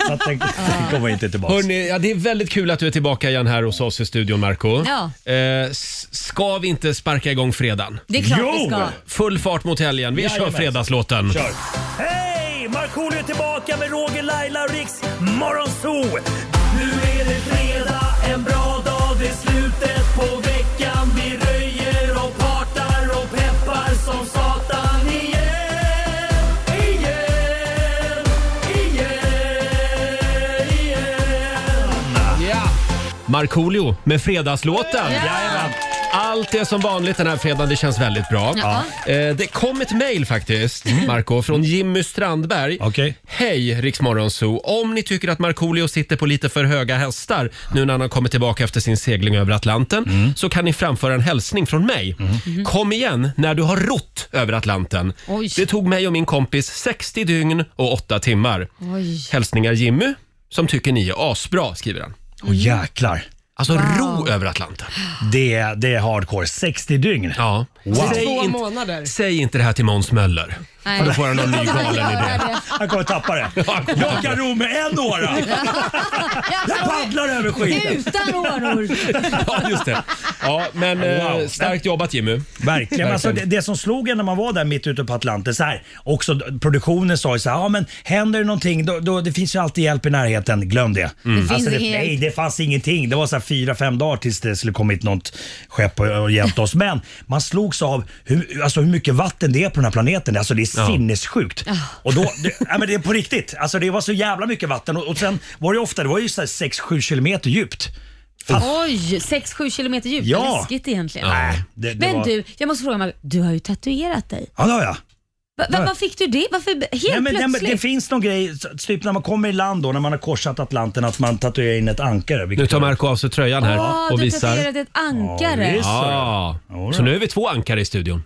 [SPEAKER 8] Så att den, den kommer inte tillbaka.
[SPEAKER 1] Hörrni, ja, det är väldigt kul att du är tillbaka igen här hos oss i studion, Marco.
[SPEAKER 4] Ja.
[SPEAKER 1] Eh, s- ska vi inte sparka igång fredagen?
[SPEAKER 4] Det är klart
[SPEAKER 8] Jo!
[SPEAKER 4] vi ska.
[SPEAKER 1] Full fart mot helgen. Vi kör
[SPEAKER 8] Jajamän.
[SPEAKER 1] fredagslåten.
[SPEAKER 8] Kör. Hej! Markoolio är tillbaka med Roger, Laila och Riks Morgonzoo! Nu är det fredag, en bra dag, det är slutet på veckan. Vi röjer och partar och peppar som satan igen. Igen, igen, igen.
[SPEAKER 1] Markoolio med fredagslåten.
[SPEAKER 8] Jajamän.
[SPEAKER 1] Allt är som vanligt den här fredagen. Det känns väldigt bra. Eh, det kom ett mejl faktiskt,
[SPEAKER 4] Mm.
[SPEAKER 1] Marco, från Jimmy Strandberg.
[SPEAKER 8] Okej.
[SPEAKER 1] Hej Riksmorgonzoo! Om ni tycker att Markoolio sitter på lite för höga hästar nu när han har kommit tillbaka efter sin segling över Atlanten
[SPEAKER 4] Mm.
[SPEAKER 1] så kan ni framföra en hälsning från mig. Kom igen när du har rott över Atlanten.
[SPEAKER 4] Oj.
[SPEAKER 1] Det tog mig och min kompis 60 dygn och 8 timmar.
[SPEAKER 4] Oj.
[SPEAKER 1] Hälsningar Jimmy som tycker ni är asbra, skriver han.
[SPEAKER 8] Åh jäklar,
[SPEAKER 1] Alltså ro över Atlanten.
[SPEAKER 8] det, är- det är hardcore. 60 dygn.
[SPEAKER 1] Ja. Säg,
[SPEAKER 2] Två
[SPEAKER 1] inte,
[SPEAKER 2] månader.
[SPEAKER 1] säg inte det här till Måns Möller.
[SPEAKER 4] Nej.
[SPEAKER 1] För då får han någon ny galen idé.
[SPEAKER 8] Han kommer tappa det. Jag kan ro med en åra. Jag paddlar över skiten.
[SPEAKER 4] Utan åror.
[SPEAKER 1] Ja, just det. Ja, men eh,
[SPEAKER 8] Wow.
[SPEAKER 1] starkt jobbat Jimmy.
[SPEAKER 8] Verkligen. men Alltså, det,
[SPEAKER 1] Verkligen.
[SPEAKER 8] det som slog en när man var där mitt ute på Atlanten, så här, också d- produktionen sa ju så här, ja men händer det någonting, då, då, det finns ju alltid hjälp i närheten, glöm det.
[SPEAKER 4] Mm. finns
[SPEAKER 8] Alltså, det
[SPEAKER 4] ingen hjälp.
[SPEAKER 8] nej, det fanns ingenting. Det var så här fyra, fem dagar tills det skulle kommit något skepp och, och hjälpt oss. Men man slogs av hur, alltså, hur mycket vatten det är på den här planeten. Alltså det är sinnessjukt. Och då, det, ja, men det är på riktigt. Alltså det var så jävla mycket vatten och, och sen var det ofta, det var ju 6-7 kilometer djupt.
[SPEAKER 4] Oj, 6-7 kilometer djupt.
[SPEAKER 8] Ja.
[SPEAKER 4] Läskigt egentligen.
[SPEAKER 8] Nej, det, det
[SPEAKER 4] Men
[SPEAKER 8] var,
[SPEAKER 4] du, jag måste fråga Margot. Du har ju tatuerat dig.
[SPEAKER 8] Ja, det har jag.
[SPEAKER 4] Va, va, var fick du det? Varför helt
[SPEAKER 8] Nej, men, nej, men
[SPEAKER 4] plötsligt?
[SPEAKER 8] det finns någon grej, så- typ när man kommer i land då, när man har korsat Atlanten, att man tatuerar in ett ankare.
[SPEAKER 1] Nu
[SPEAKER 8] vilket-
[SPEAKER 1] tar Marco av sig tröjan här
[SPEAKER 4] Ja,
[SPEAKER 1] och
[SPEAKER 4] du har
[SPEAKER 1] visar.
[SPEAKER 4] tatuerat ett ankare.
[SPEAKER 8] Ja, visst.
[SPEAKER 1] Ja,
[SPEAKER 8] Jodå.
[SPEAKER 1] så nu är vi två ankare i studion.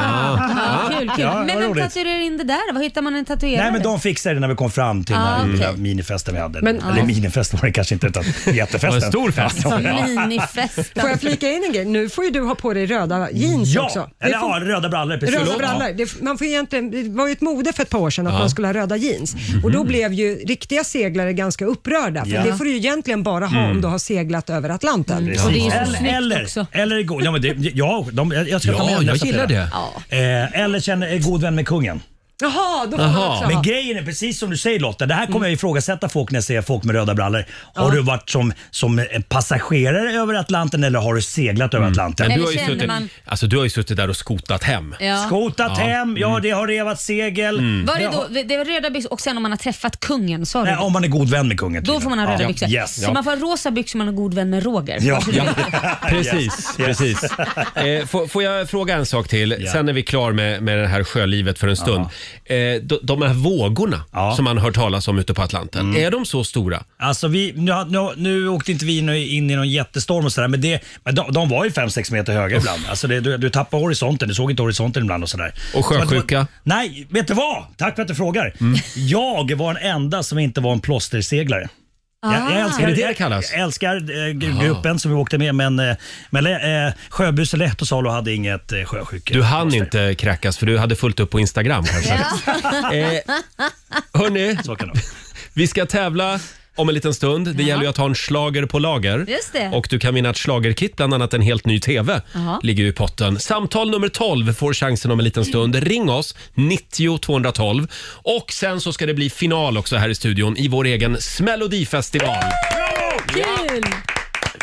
[SPEAKER 4] Ja, kul, kul.
[SPEAKER 8] Ja, vad
[SPEAKER 4] men vem
[SPEAKER 8] roligt.
[SPEAKER 4] tatuerar in det där? Var hittar man en tatuerare?
[SPEAKER 8] Nej men de fixade det när vi kom fram till den här
[SPEAKER 4] Ah,
[SPEAKER 8] lilla
[SPEAKER 4] okej. Ah.
[SPEAKER 8] minifesten vi hade.
[SPEAKER 2] Men-
[SPEAKER 8] Eller
[SPEAKER 2] Ja.
[SPEAKER 8] minifest var det kanske inte utan jättefesten.
[SPEAKER 1] Det var en stor fest.
[SPEAKER 8] Ja, ja.
[SPEAKER 2] Får
[SPEAKER 4] Minifesten.
[SPEAKER 2] jag flika in en grej? Nu får ju du ha på dig röda jeans också.
[SPEAKER 8] ja.
[SPEAKER 2] Det
[SPEAKER 8] eller
[SPEAKER 2] fun-
[SPEAKER 8] ja, röda brallor. Precis.
[SPEAKER 2] Röda
[SPEAKER 8] Förlåt.
[SPEAKER 2] brallor. Det, man får egentligen, det var ju ett mode för ett par år sedan att man skulle ha röda jeans.
[SPEAKER 1] Mhm.
[SPEAKER 2] Och då blev ju riktiga seglare ganska upprörda. För
[SPEAKER 8] Ja.
[SPEAKER 2] det får du ju egentligen bara
[SPEAKER 1] Mm.
[SPEAKER 2] ha om du har seglat över Atlanten.
[SPEAKER 4] Och det är ju så
[SPEAKER 8] Eller,
[SPEAKER 4] snyggt
[SPEAKER 8] eller,
[SPEAKER 4] också.
[SPEAKER 8] eller igår. Ja, men det, ja, de, jag ska ta
[SPEAKER 1] Ja,
[SPEAKER 8] med
[SPEAKER 1] jag
[SPEAKER 8] nästa
[SPEAKER 1] gillar
[SPEAKER 8] fredag.
[SPEAKER 1] det.
[SPEAKER 4] Ja.
[SPEAKER 8] Eh, eller känner är god vän med kungen.
[SPEAKER 2] Jaha, då får man
[SPEAKER 1] Jaha.
[SPEAKER 2] också
[SPEAKER 8] Men
[SPEAKER 2] ha.
[SPEAKER 8] grejen är precis som du säger Lotta, det här kommer jag ifrågasätta folk när jag ser folk med röda brallor. Har du varit som, som en passagerare över Atlanten eller har du seglat över Atlanten?
[SPEAKER 4] Men
[SPEAKER 1] Du har, ju
[SPEAKER 4] känner
[SPEAKER 1] suttit,
[SPEAKER 4] man-
[SPEAKER 1] alltså, du har ju suttit där och skotat hem.
[SPEAKER 4] Ja.
[SPEAKER 8] Skotat hem, ja Mm. det har revat segel.
[SPEAKER 4] Var det,
[SPEAKER 8] Jag har-
[SPEAKER 4] då, det var röda byxor och sen om man har träffat kungen, sa du?
[SPEAKER 8] Nej, om man är god vän med kungen.
[SPEAKER 4] Då får man ha röda
[SPEAKER 8] Ja.
[SPEAKER 4] byxor.
[SPEAKER 8] Yes.
[SPEAKER 4] Så man får ha rosa byxor om man är god vän med Roger.
[SPEAKER 8] Ja.
[SPEAKER 4] Varsågod.
[SPEAKER 1] Precis, precis. Eh, får, får jag fråga en sak till?
[SPEAKER 8] Ja.
[SPEAKER 1] Sen är vi klar med, med det här sjölivet för en stund. Eh, de, de här vågorna
[SPEAKER 8] Ja. Mm.
[SPEAKER 1] som man hör talas om ute på Atlanten, är de så stora?
[SPEAKER 8] Alltså vi, nu, nu, nu åkte inte vi nu in i någon jättestorm och sådär, men, det, men de, de var ju 5-6 meter höga ibland. Alltså det, du, du tappade horisonten, du såg inte horisonten ibland och sådär.
[SPEAKER 1] Och sjösjuka? Mm.
[SPEAKER 8] Men det var- Nej, vet du vad? Tack för att du frågar. Jag var den enda som inte var en plåsterseglare. Jag, jag älskar,
[SPEAKER 1] Ah. Är det det det kallas?
[SPEAKER 8] Jag älskar eh, gru- gruppen som vi åkte med, men, eh, men eh, Sjöbuse Lehtosalo hade inget eh, sjösjuke.
[SPEAKER 1] Du hann inte kräkas för du hade fullt upp på Instagram kanske. eh, hörni,
[SPEAKER 8] Så kan det vara.
[SPEAKER 1] vi ska tävla om en liten stund. Det gäller ju att ha en slager på lager.
[SPEAKER 4] Just det.
[SPEAKER 1] Och du kan vinna ett schlagerkit, bland annat en helt ny TV.
[SPEAKER 4] Ja.
[SPEAKER 1] Ligger ju i potten. Samtal nummer 12 får chansen om en liten stund. Ring oss, 90 212. Och sen så ska det bli final också här i studion i vår egen Smelodifestival.
[SPEAKER 4] Kul!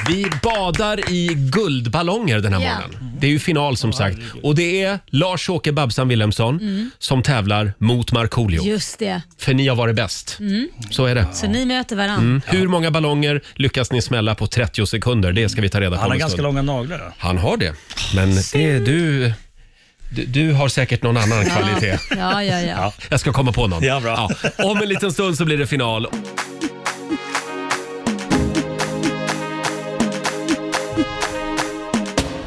[SPEAKER 1] Vi badar i guldballonger den här
[SPEAKER 4] Ja.
[SPEAKER 1] morgonen. Det är ju final som sagt. Och det är Lars-Åke Babsan Wilhelmsson
[SPEAKER 4] Mm.
[SPEAKER 1] som tävlar mot Markoolio.
[SPEAKER 4] Just det.
[SPEAKER 1] För ni har varit bäst.
[SPEAKER 4] Mm.
[SPEAKER 1] Så är det.
[SPEAKER 4] Så ni möter varandra.
[SPEAKER 8] Mm.
[SPEAKER 1] Hur många ballonger lyckas ni smälla på 30 sekunder? Det ska vi ta reda på
[SPEAKER 8] Han
[SPEAKER 1] om
[SPEAKER 8] har
[SPEAKER 1] en
[SPEAKER 8] ganska
[SPEAKER 1] stund.
[SPEAKER 8] långa naglar. då.
[SPEAKER 1] Han har det. Men det är du... Du, du har säkert någon annan kvalitet.
[SPEAKER 4] Ja, ja, ja.
[SPEAKER 1] Jag ska komma på någon.
[SPEAKER 8] Ja, bra.
[SPEAKER 1] Om en liten stund så blir det final.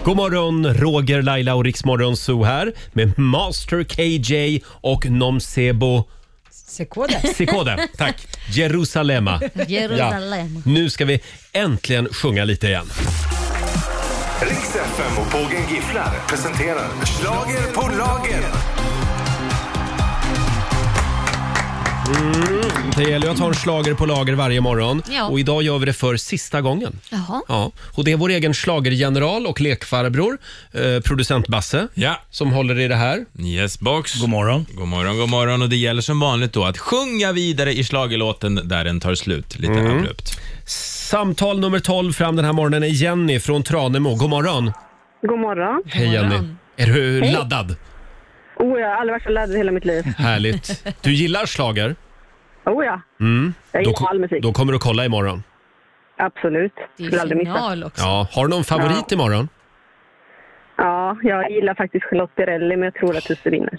[SPEAKER 1] God morgon, Roger, Laila och Riksmorgon Zoo här med Master KJ och Nomsebo
[SPEAKER 2] Sekode.
[SPEAKER 1] Sikode. Tack! Jerusalema.
[SPEAKER 4] Jerusalem.
[SPEAKER 1] Nu ska vi äntligen sjunga lite igen.
[SPEAKER 9] Riks FM och Pågen Gifflar presenterar Schlager på lager.
[SPEAKER 1] Det gäller ju att ha en slager på lager varje morgon.
[SPEAKER 4] Ja.
[SPEAKER 1] Och idag gör vi det för sista gången.
[SPEAKER 4] Jaha.
[SPEAKER 1] Ja. Och det är vår egen slagergeneral och lekfarbror, eh, producent Basse,
[SPEAKER 10] Ja.
[SPEAKER 1] som håller i det här.
[SPEAKER 10] Yes box.
[SPEAKER 3] God morgon.
[SPEAKER 10] God morgon, god morgon. Och det gäller som vanligt då att sjunga vidare i schlagerlåten där den tar slut lite
[SPEAKER 9] Mm.
[SPEAKER 10] abrupt.
[SPEAKER 1] Samtal nummer 12 fram den här morgonen är Jenny från Tranemo. God morgon!
[SPEAKER 8] God morgon.
[SPEAKER 1] Hej Jenny! Är du laddad?
[SPEAKER 8] Oh, jag har aldrig varit så laddad i hela mitt liv.
[SPEAKER 1] Härligt. Du gillar slager?
[SPEAKER 8] Oh, ja. Jag
[SPEAKER 1] Mm. Då,
[SPEAKER 8] gillar all musik.
[SPEAKER 1] då kommer du kolla imorgon.
[SPEAKER 8] Absolut.
[SPEAKER 4] Det
[SPEAKER 8] Skulle
[SPEAKER 4] är
[SPEAKER 8] aldrig missa.
[SPEAKER 4] final också.
[SPEAKER 1] Ja. Har du någon favorit imorgon?
[SPEAKER 8] Ja, jag gillar faktiskt Charlotte Perrelli, men jag tror att Tusse vinner.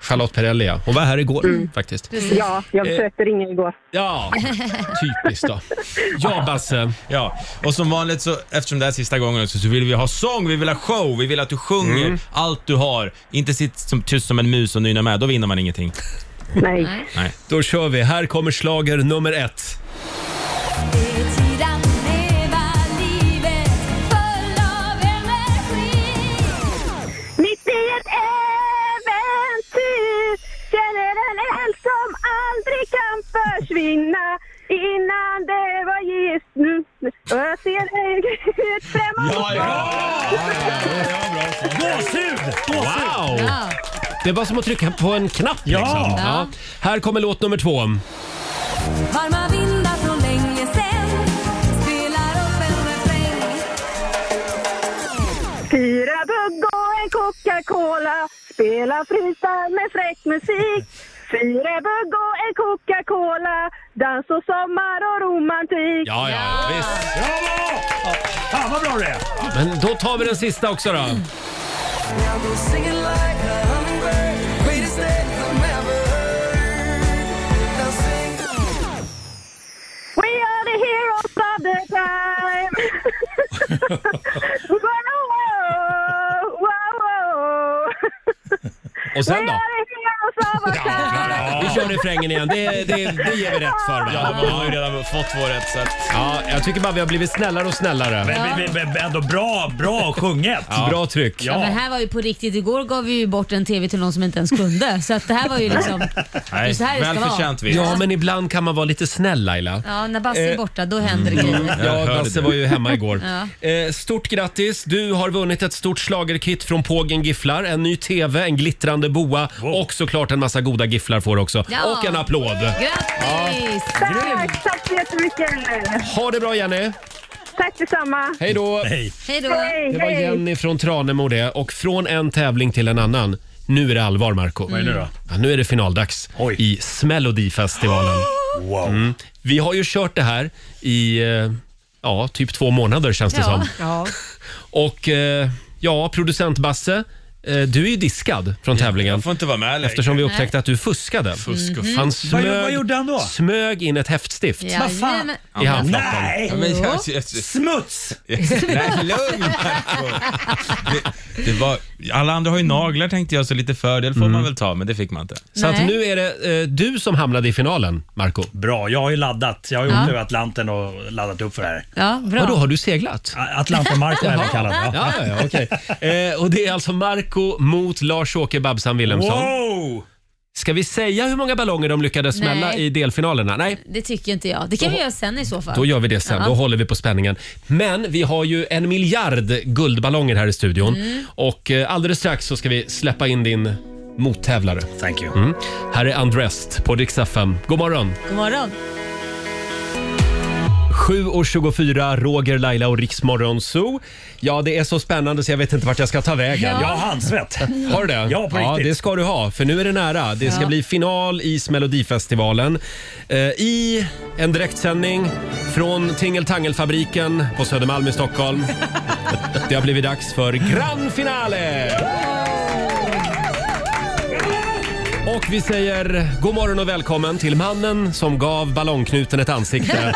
[SPEAKER 1] Charlotte Perrelli, ja. Hon var här igår
[SPEAKER 8] Mm.
[SPEAKER 1] faktiskt.
[SPEAKER 8] Ja, jag
[SPEAKER 3] Eh.
[SPEAKER 8] försökte ringa igår.
[SPEAKER 1] Ja, typiskt då. Ja, Basse.
[SPEAKER 10] Ja, och som vanligt så, eftersom det är sista gången också, så vill vi ha sång, vi vill ha show, vi vill att du sjunger
[SPEAKER 9] Mm.
[SPEAKER 10] allt du har. Inte sitt som, tyst som en mus och nynna med, då vinner man ingenting.
[SPEAKER 8] Nej.
[SPEAKER 1] Då kör vi. Här kommer slager nummer ett.
[SPEAKER 8] Mitt i ett äventyr känner en eld som aldrig kan försvinna Innan det var gift nu och jag ser ut framåt
[SPEAKER 3] Gåshud! Gåshud!
[SPEAKER 1] Wow!
[SPEAKER 4] Ja.
[SPEAKER 1] Det var som att trycka på en knapp
[SPEAKER 3] Ja.
[SPEAKER 1] liksom.
[SPEAKER 4] Ja.
[SPEAKER 1] Här kommer låt nummer två.
[SPEAKER 11] Varma vindar från länge sen spelar upp en refräng
[SPEAKER 8] Fyra bugg och en Coca-Cola Spela freestyle med fräck musik Fyra bugg och en Coca-Cola Dans och sommar och romantik
[SPEAKER 1] Ja, ja, visst.
[SPEAKER 3] Bravo! Fan vad bra du är!
[SPEAKER 1] Men då tar vi den sista också då.
[SPEAKER 8] We are the heroes of the time Wow, wow, wow
[SPEAKER 1] Och
[SPEAKER 8] We
[SPEAKER 1] sen då?
[SPEAKER 8] are the heroes of our time
[SPEAKER 1] Vi kör refrängen igen. Det, det, det ger vi rätt för. Va?
[SPEAKER 10] Ja, man har ju redan fått två rätt så att...
[SPEAKER 1] Ja, jag tycker bara vi har blivit snällare och snällare.
[SPEAKER 3] Men, men, men, men ändå bra, bra sjunget.
[SPEAKER 1] Bra tryck.
[SPEAKER 4] Ja, men här var ju på riktigt. Igår gav vi ju bort en TV till någon som inte ens kunde. Så att det här var ju liksom...
[SPEAKER 10] Nej,
[SPEAKER 4] det så här det ska vara.
[SPEAKER 10] välförtjänt vinst.
[SPEAKER 1] Ja, men ibland kan man vara lite snäll Laila.
[SPEAKER 4] Ja, när Basse är borta då händer det grejer.
[SPEAKER 1] Ja,
[SPEAKER 10] Jag hörde
[SPEAKER 1] Basse
[SPEAKER 10] det.
[SPEAKER 1] var ju hemma igår.
[SPEAKER 4] Ja.
[SPEAKER 1] eh, stort grattis! Du har vunnit ett stort schlagerkit från Pågen Gifflar, en ny TV, en glittrande boa och såklart en massa goda gifflar får du också.
[SPEAKER 4] Ja.
[SPEAKER 1] Och en applåd!
[SPEAKER 4] Grattis!
[SPEAKER 8] Tack, tack så jättemycket
[SPEAKER 1] Ha det bra Jenny!
[SPEAKER 8] Tack detsamma
[SPEAKER 1] Hej då!
[SPEAKER 3] Hej.
[SPEAKER 4] Hej då.
[SPEAKER 8] Hej,
[SPEAKER 1] Det var
[SPEAKER 8] hej
[SPEAKER 1] Jenny från Tranemo det och från en tävling till en annan. Nu är det allvar Marco. Vad är
[SPEAKER 3] nu då?
[SPEAKER 1] Ja, nu är det finaldags
[SPEAKER 3] Oj.
[SPEAKER 1] i Smällodifestivalen.
[SPEAKER 3] Wow.
[SPEAKER 12] Mm.
[SPEAKER 1] Vi har ju kört det här i eh, ja, typ två månader känns det
[SPEAKER 4] Ja.
[SPEAKER 1] som.
[SPEAKER 2] Ja.
[SPEAKER 1] Och eh, ja, producent Basse, eh, du är ju diskad från tävlingen.
[SPEAKER 10] Jag får inte vara med längre.
[SPEAKER 1] Eftersom vi upptäckte att du fuskade. Mm-hmm.
[SPEAKER 10] Fusk och
[SPEAKER 1] Han
[SPEAKER 3] Vad,
[SPEAKER 1] smög,
[SPEAKER 3] gjo- vad gjorde han då?
[SPEAKER 1] smög in ett häftstift
[SPEAKER 3] Vad fan?
[SPEAKER 4] Jajamän.
[SPEAKER 1] i handflatan.
[SPEAKER 10] Ja,
[SPEAKER 3] Nej!
[SPEAKER 10] men jag, jag,
[SPEAKER 3] Smuts!
[SPEAKER 10] jag, nej, lugn Marco. det, det var, Alla andra har ju naglar tänkte jag, så lite fördel får man väl ta, men det fick man inte.
[SPEAKER 1] Så att
[SPEAKER 4] Nej.
[SPEAKER 1] nu är det eh, du som hamnade i finalen, Marco.
[SPEAKER 3] Bra, jag har ju laddat. Jag har gjort över Atlanten och laddat upp för det här.
[SPEAKER 4] Ja, bra.
[SPEAKER 1] Vadå, har du seglat?
[SPEAKER 3] A- Atlantenmarken är det kallad. Ja.
[SPEAKER 1] Ja, ja, ja okej. Eh, och det är alltså Marco mot Lars-Åke Babsan Wilhelmsson.
[SPEAKER 3] Wow!
[SPEAKER 1] Ska vi säga hur många ballonger de lyckades smälla
[SPEAKER 4] Nej.
[SPEAKER 1] i delfinalerna? Nej,
[SPEAKER 4] Det tycker inte jag. Det kan vi göra sen i så fall.
[SPEAKER 1] Då gör vi det sen.
[SPEAKER 4] Ja.
[SPEAKER 1] Då håller vi på spänningen. Men vi har ju en miljard guldballonger här i studion. Och eh, alldeles strax så ska vi släppa in din mottävlare.
[SPEAKER 3] Thank you.
[SPEAKER 1] Mm. Här är Undressed på Dix FM. God morgon!
[SPEAKER 4] God morgon.
[SPEAKER 1] 7.24, Roger, Laila och Riksmorgon Zoo. Ja, det är så spännande så jag vet inte vart jag ska ta vägen.
[SPEAKER 3] Jag har handsvett.
[SPEAKER 1] Har du det?
[SPEAKER 3] Ja, på
[SPEAKER 1] ja,
[SPEAKER 3] riktigt.
[SPEAKER 1] det ska du ha, för nu är det nära. Det ska
[SPEAKER 4] Ja.
[SPEAKER 1] bli final i Melodifestivalen. Eh, I en direktsändning från Tingeltangelfabriken på Södermalm i Stockholm. det har blivit dags för Grand Finale! Och vi säger god morgon och välkommen till mannen som gav ballongknuten ett ansikte.